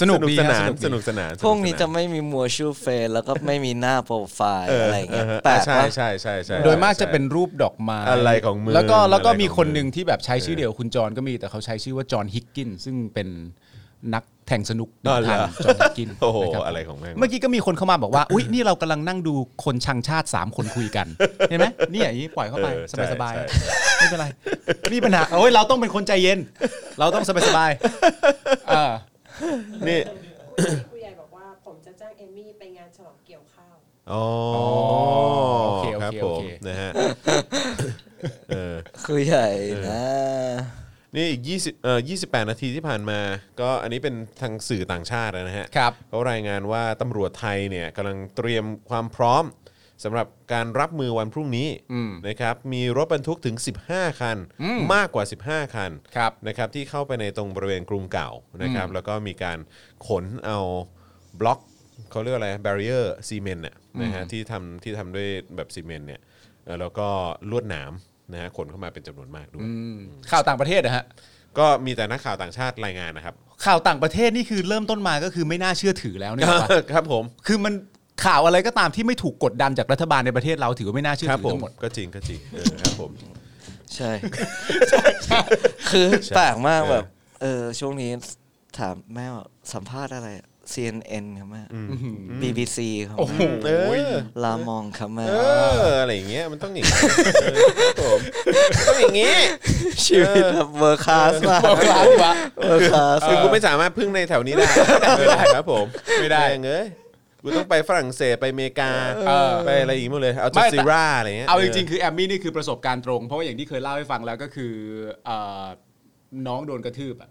S4: สนุกดี
S2: ส
S4: ฮะ
S2: นาน
S4: ดี
S2: สนุกสนาน
S3: พวกนี้
S2: ส
S3: จะ
S2: กสา
S3: ไม่มีมัวชูเฟนแล้วก็ไม่มีหน้าโปรไฟล์อะไรเงี้ย
S2: เออ
S3: แปลก
S2: ใช่
S3: ว่า
S2: ใช่ใช่ใช่
S4: โดยมากจะเป็นรูปดอกไม้
S2: อะไรของมึง
S4: แล้วก็แล้วก็
S2: อะไรของ
S4: มีคน
S2: มึง
S4: หนึ่งที่แบบใช้ชื่อเดียวคุณจรก็มีแต่เขาใช้ชื่อว่าจอห์นฮิกกินซึ่งเป็นนักแทงสนุก
S2: อ๋อเหรอง
S4: ทาจอห์นฮิกกิน
S2: โอ้โห
S4: นะครับ
S2: อะไรของแม่งวะ
S4: เมื่อกี้ก็มีคนเข้ามาบอกว่า อุ๊ย นี่เรากำลังนั่งดูคนชังชาติ 3 คนคุยกัน เห็นไหมเนี่ยอย่างนี้ปล่อยเข้าไป
S2: เออ
S4: ส
S2: ใช่
S4: บายสบายๆ
S2: ใช่
S4: ไม่เป็นไรมีปัญหาโอ้ยเราต้องเป็นคนใจเย็น เราต้องสบายสบายๆเออ
S2: นี่
S6: ผู้ใหญ่บอกว่าผมจะจ้างเอมี่ไปงานฉลองเกี่ยวข้าว
S2: อ๋อ
S4: โอเคโอ
S2: ครับ
S4: เค
S2: ผ
S4: โอ
S2: ม
S4: เค
S2: นะฮะเออ
S3: คือใหญ่นะ
S2: นี่อีก20เอ่อ28 นาทีที่ผ่านมา ก็อันนี้เป็นทางสื่อต่างชาตินะฮะ
S4: ครับ
S2: เขารายงานว่าตำรวจไทยเนี่ยกำลังเตรียมความพร้อมสำหรับการรับมือวันพรุ่งนี้นะครับมีรถบรรทุกถึง 15 คัน มากกว่า 15 คัน
S4: ครับ
S2: นะครับที่เข้าไปในตรงบริเวณกรุงเก่านะครับแล้วก็มีการขนเอาบล็อกเขาเรียกอะไรบ a รี i อร์ซีเมนต์น่ะนะฮะที่ทำที่ทำด้วยแบบซีเมนต์เนี่ยเอ่อแล้วก็ลวดหนามนะฮะขนเข้ามาเป็นจำนวนมากด้วย
S4: อืมข่าวต่างประเทศนะฮะ
S2: ก็มีแต่นักข่าวต่างชาติรายงานนะครับ
S4: ข่าวต่างประเทศนี่คือเริ่มต้นมาก็คือไม่น่าเชื่อถือแล้ว เนี่ยว่ะ
S2: ครับผม
S4: คือมันข่าวอะไรก็ตามที่ไม่ถูกกดดันจากรัฐบาลในประเทศเราถือว่าไม่น่าเชื่อ
S2: ครับ
S4: ถื
S2: ผ
S4: อ
S2: ม
S4: ทั้งหมด
S2: ก็จริงก็จริงเอ อครับผม
S3: ใช่ คือแปลกมาก
S2: เออ
S3: แบบ เออ ช่วงนี้ถามแม่ว่าสัมภาษณ์อะไร CNN ครับแม่ BBC ครับแม่
S2: เออ
S3: ลามองครับแม่
S2: เอออะไรอย่างเงี้ยมันต้องอย่างงี้ เออครับผมต้องอย่างงี้
S3: ชีวิตแบบเวอร์คลาสมากเวอร์คลาสเวอร์คลาส
S2: คือกูไม่สามารถพึ่งในแถวนี้ได้เออครับผม
S4: ไม่ได้
S2: แงเอ้ยกูต้องไปฝรั่งเศสไปอเมริกา
S4: เออ
S2: ไปอะไรอีกหมดเลยเอา
S4: ไม่
S2: จัส
S4: แต่
S2: ซีราอะไรเงี้ย
S4: เอาจริงๆคือแอมมี่นี่คือประสบการณ์ตรง เพราะว่าอย่างที่เคยเล่าให้ฟังแล้วก็คือเอ่อน้องโดนกระทืบอะ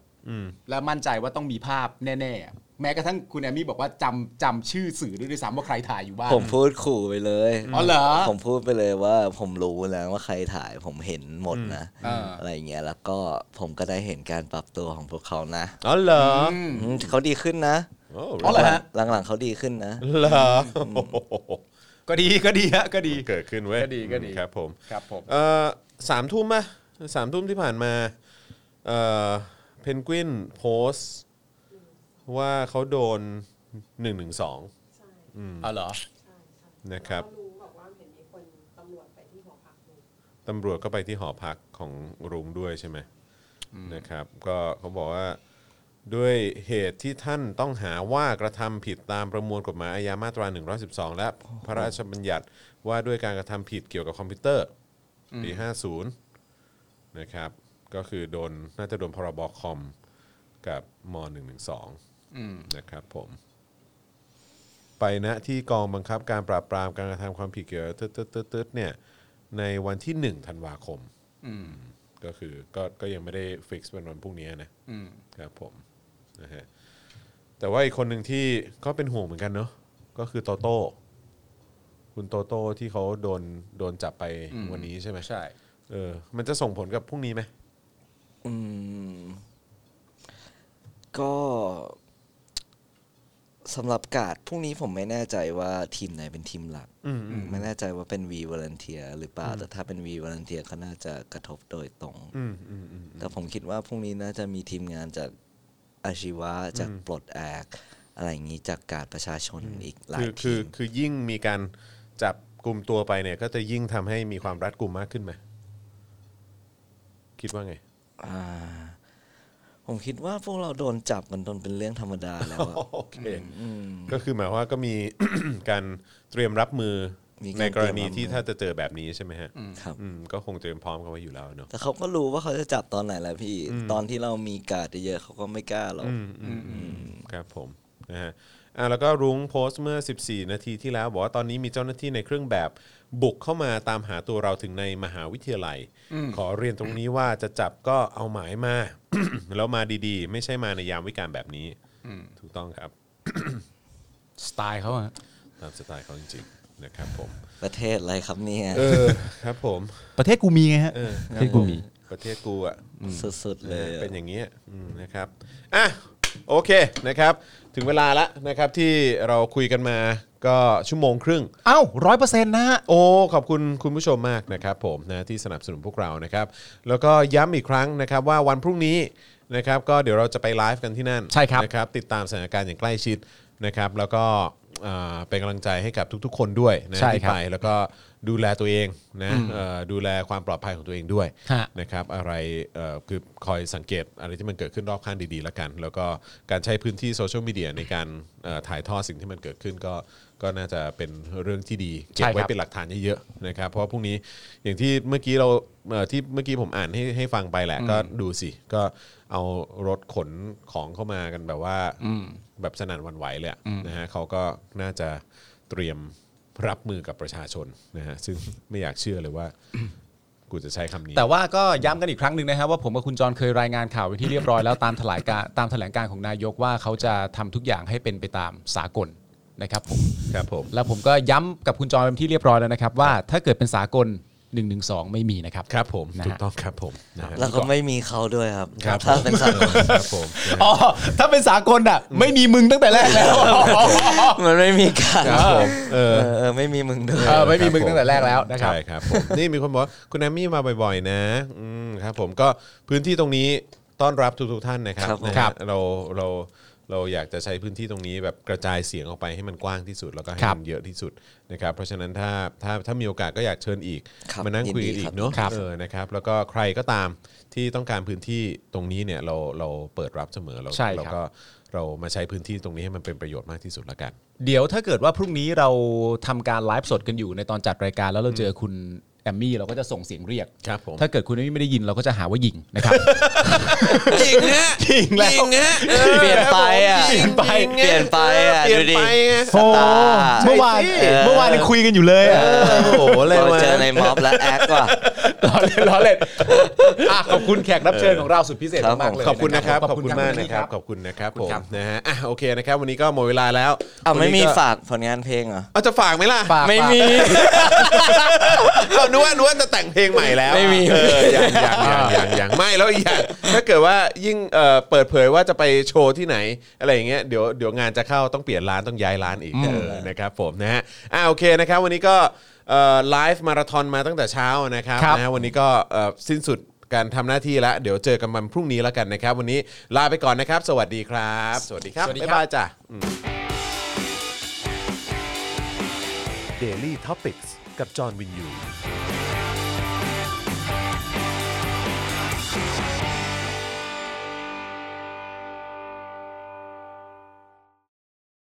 S4: แล้วมั่นใจว่าต้องมีภาพแน่ๆอะแม้กระทั่งคุณแอมมี่บอกว่าจำจำชื่อสื่อด้วยซ้ำว่าใครถ่ายอยู่บ้าง
S3: ผมพูดขู่ไปเลย
S4: อ๋อเหรอ
S3: ผมพูดไปเลยว่าผมรู้แล้วว่าใครถ่ายผมเห็นหมดนะ
S4: อืมอ่า
S3: อะไรอย่างเงี้ยแล้วก็ผมก็ได้เห็นการปรับตัวของพวกเขานะ
S2: อ๋อเหรอ
S4: อืม
S3: อืมเขาดีขึ้นนะ
S2: โอ้
S4: อ๋อเหรอฮะ
S3: หลังๆเขาดีขึ้นนะ
S2: เหรอ
S4: ก็ดีก็ดีฮะก็ดี
S2: เกิดขึ้นเว้ย
S4: ก็ดีก็ดี
S2: ครับผม
S4: ครับผม
S2: เอ่อสามทุ่มป่ะสามทุ่มที่ผ่านมาเอ่อเพนกวินโพสต์ว่าเขาโดนหนึ่งหนึ่งสอง
S6: ใช่
S4: อ๋อเหรอ
S6: ใช่ใช่
S2: นะครับ
S6: แล้วก็รู้บอกว่าเห็นมีคนตำรวจไปที่หอพักดู
S2: ตำรวจก็ไปที่หอพักของรุ้งด้วยใช่ไหมนะครับ ก็เขาบอกว่า ด้วยเหตุที่ท่านต้องหาว่ากระทำผิดตามประมวลกฎหมายอาญามาตรา 112 และพระราชบัญญัติว่าด้วยการกระทำผิดเกี่ยวกับคอมพิวเตอร์ปี50 นะครับ ก็คือโดนน่าจะโดนพรบคอมกับม 112 นะครับผม ไปณที่กองบังคับการปราบปรามการกระทำความผิดเกี่ยวกับตึ๊ดตึ๊ดตึ๊ดตึ๊ดเนี่ยในวันที่ 1 ธันวาคม ก็คือก็ก็ยังไม่ได้ฟิกซ์เป็นวันพรุ่งนี้นะ
S4: อืม
S2: ครับผมนะฮะแต่ว่าอีกคนหนึ่งที่ก็เป็นห่วงเหมือนกันเนาะก็คือโตโต้คุณโตโต้ที่เขาโดนโดนจับไป
S4: อืม
S2: วันนี้ใช่ไหม
S4: ใช่
S2: เออมันจะส่งผลกับพรุ่งนี้ไหม
S3: อืม ก็สำหรับการ์ดพรุ่งนี้ผมไม่แน่ใจว่าทีมไหนเป็นทีมหลัก
S2: อืม
S3: ไม่แน่ใจว่าเป็นวีวอลเนเทียหรือเปล่า แต่ถ้าเป็นวีวอลเนเทียก็น่าจะกระทบโดยตรง
S2: อืมอืมอืม
S3: แต่ผมคิดว่าพรุ่งนี้น่าจะมีทีมงานจากอาชีวะจากปลดแอกอะไรอย่างนี้จากการประชาชนอีกหลาย
S2: คือคื
S3: ที
S2: อ
S3: ม
S2: คือยิ่งมีการจับกลุ่มตัวไปเนี่ย ก็จะยิ่งทำให้มีความรัดกลุ่มมากขึ้นไหมคิดว่าไง
S3: าผมคิดว่าพวกเราโดนจับกันจนเป็นเรื่องธรรมดาแล้วอะ
S2: โอเคก็คือหมายว่าก็มี การเตรียมรับมือ
S3: มีการ
S2: ในกรณีที่
S3: เตรียมรับมือ
S2: ถ้าจะเจอแบบนี้ใช่ไหมฮะ
S3: ครับ
S2: อืมก็คงเตรียมพร้อมกันไว้อยู่แล้วเนอะ
S3: แต่เขาก็รู้ว่าเขาจะจับตอนไหนแหละพี่ ตอนที่เรามีการดเยอะๆเขาก็ไม่กล้าหรอก
S2: อืมอืมอืมครับผมนะฮะอ่าแล้วก็รุ้งโพสต์เมื่อ 14 นาทีที่แล้ว บอกว่าตอนนี้มีเจ้าหน้าที่ในเครื่องแบบบุกเข้ามาตามหาตัวเราถึงในมหาวิทยาลัย ขอเรียนตรงนี้ว่าจะจับก็เอาหมายมา แล้วมาดีๆ ไม่ใช่มาในยามวิการแบบนี้ถูกต้องครับ
S4: สไตล์เขาอะ
S2: ตามสไตล์เขาจริงๆนะครับผม
S3: ประเทศอะไรครับเนี่ย
S2: เออครับผม
S4: ประเทศกูมีไงฮะ
S2: เออ
S4: ประเทศกูมี
S2: ประเทศกูอ่ะ
S3: สุดๆเลย
S2: เป็นอย่างนี้ยอืมนะครับอ่ะโอเคนะครับถึงเวลาแล้วนะครับที่เราคุยกันมาก็ชั่วโมงครึ่ง
S4: เอ้าร้อยเปอร์เซ็นต์นะฮะ
S2: โอ้ ขอบคุณคุณผู้ชมมากนะครับผมนะที่สนับสนุนพวกเรานะครับ แล้วก็ย้ำอีกครั้งนะครับว่าวันพรุ่งนี้นะครับก็เดี๋ยวเราจะไปไลฟ์กันที่นั่น
S4: ใช่ครับ
S2: นะครับติดตามสถานการณ์อย่างใกล้ชิดนะครับ แล้วก็เอ่อเป็นกำลังใจให้กับทุกๆ คนด้วยนะ
S4: ใช่
S2: ที่
S4: ครับ
S2: ไปแล้วก็ดูแลตัวเองนะเอ่อดูแลความปลอดภัยของตัวเองด้วย
S4: ฮะ
S2: นะครับอะไรเอ่อคือคอยสังเกตอะไรที่มันเกิดขึ้นรอบข้างดีๆแล้วกัน แล้วก็การใช้พื้นที่โซเชียลมีเดียในการเอ่อถ่ายทอดสิ่งที่มันเกิดขึ้นก็ก็น่าจะเป็นเรื่องที่ดีเก็บ
S4: ใช่ครับ
S2: ไว้เป็น เป็นหลักฐานเยอะๆนะครับ เพราะว่าพรุ่งนี้อย่างที่เมื่อกี้เราเอ่อที่เมื่อกี้ผมอ่านให้ให้ฟังไปแหละก็ดูสิ ก็เอารถขนของเข้ามากันแบบว่าแบบสนั่นหวันไหวเลยอะนะฮะเขาก็น่าจะเตรียมรับมือกับประชาชนนะฮะซึ่งไม่อยากเชื่อเลยว่า กูจะใช้คำนี้
S4: แต่ว่าก็ย้ำกันอีกครั้งหนึ่งนะครับว่าผมกับคุณจรเคยรายงานข่าวไปที่เรียบร้อยแล้วตามแถลงการตามแถลงการของนายกว่าเขาจะทำทุกอย่างให้เป็นไปตามสากลนะครับผม
S2: ครับผม
S4: แล้วผมก็ย้ำกับคุณจรเป็นที่เรียบร้อยแล้วนะครับ ว่าถ้าเกิดเป็นสากล1นึไม่มีนะครับ
S2: ครับผม
S4: นะฮะ
S2: ถูกต้องครับผมนะฮะ
S3: แล้วก็ไม่มีเขาด้วยครับ
S2: ครับ
S3: ถ้าเป็นสังคม
S2: ครับผมนะฮะ
S4: อ๋อถ้าเป็นสากลอ่ะไม่มีมึงตั้งแต่แรกแล้ว
S3: มันไม่มีการ
S2: ครับผมเอ
S3: เอ
S2: อ
S3: อเออไม่มีมึงด้วย
S4: เออไม่มีมึงตั้งแต่แรกแล้วนะครับ
S2: ใช่ ครับผม นี่มีคนบอกว่าคุณแอมมี่มาบ่อยๆ นะอืมครับผมก็พื้นที่ตรงนี้ ต้อนรับทุกๆท่านนะครับ
S3: ครับผม
S2: นะฮะเราเราเราอยากจะใช้พื้นที่ตรงนี้แบบกระจายเสียงออกไปให้มันกว้างที่สุด แล้วก็ให้
S4: ครับ
S2: มันเยอะที่สุดนะครับเพราะฉะนั้นถ้าถ้าถ้ามีโอกาสก็อยากเชิญอีก
S3: ครับ
S2: มานั่งคุยกัน
S3: ยินดี
S2: อี
S3: ครั
S2: ก
S3: บ
S2: เนาะ
S4: ครับ
S2: เออนะครับแล้วก็ใครก็ตามที่ต้องการพื้นที่ตรงนี้เนี่ยเราเราเปิดรับเสมอเรา
S4: ใช่ครับ
S2: เราก็เรามาใช้พื้นที่ตรงนี้ให้มันเป็นประโยชน์มากที่สุดละกัน
S4: เดี๋ยวถ้าเกิดว่าพรุ่งนี้เราทำการไลฟ์สดกันอยู่ในตอนจัดรายการแล้วเราเจอคุณแอมมี่เราก็จะส่งเสียงเรียก
S2: ครับผม
S4: ถ้าเกิดคุณแอมมี่ไม่ได้ยินเราก็จะหาว่าหยิงนะครับ
S3: จริงฮะจริงแล้วเปลี่ยนไปอ่ะ
S2: เปลี่ยนไป
S3: เปลี่ยนไปอ่ะ
S2: เปลี่ย
S3: ดู
S2: น
S3: ดิ
S2: ไปไง
S4: โอ้
S3: เมื่
S4: เมื่อวาว
S3: อานน
S4: เมื่อวานยังคุยกันอยู่เลยอะ
S2: โอ้โหอะไร
S3: เรา
S2: วะ
S3: เจอในม็อบและแอคว่ะ
S4: ล้อเล่นล้อเล่นอ่ะขอบคุณแขกรับเชิญของเราสุดพิเศษ
S3: ครับ
S4: มากๆเลย
S2: ขอบคุณนะครับ ขอบคุณมาก
S4: ณ
S2: นะครับ ขอบคุณนะครับผม
S4: ครับ
S2: นะฮะอ่ะโอเคนะครับ วันนี้ก็หมดเวลาแล้ว
S3: เอาไม่
S2: วัน
S3: มี
S2: นี้ก็
S3: ฝากผลงานเพลงเหรอ
S2: เอาจะฝากไหมล่ะ
S4: ฝาก
S3: ไม่มี
S2: เอานึกว่านึกว่าจะแต่งเพลงใหม่แล้ว
S3: ไม่มี
S2: เอออย่างอย่างอย่างอย่างอย่างไม่แล้วอีกอย่างถ้าเกิดว่ายิ่งเอ่อเปิดเผยว่าจะไปโชว์ที่ไหนอะไรอย่างเงี้ยเดี๋ยวเดี๋ยวงานจะเข้าต้องเปลี่ยนร้านต้องย้ายร้านอีกเออนะครับผมนะฮะอ่ะโอเคนะครับ วันนี้ก็เอ่อไลฟ์มาราธอนมาตั้งแต่เช้านะครับ
S4: ครับ
S2: นะฮะวันนี้ก็เอ่อสิ้นสุดการทำหน้าที่แล้วเดี๋ยวเจอกันวันพรุ่งนี้แล้วกันนะครับ วันนี้ลาไปก่อนนะครับ สวัสดีครับ สวัสดีครับบ๊ายบายจ้ะ
S1: Daily t o p i c กกับจอห์นวินยู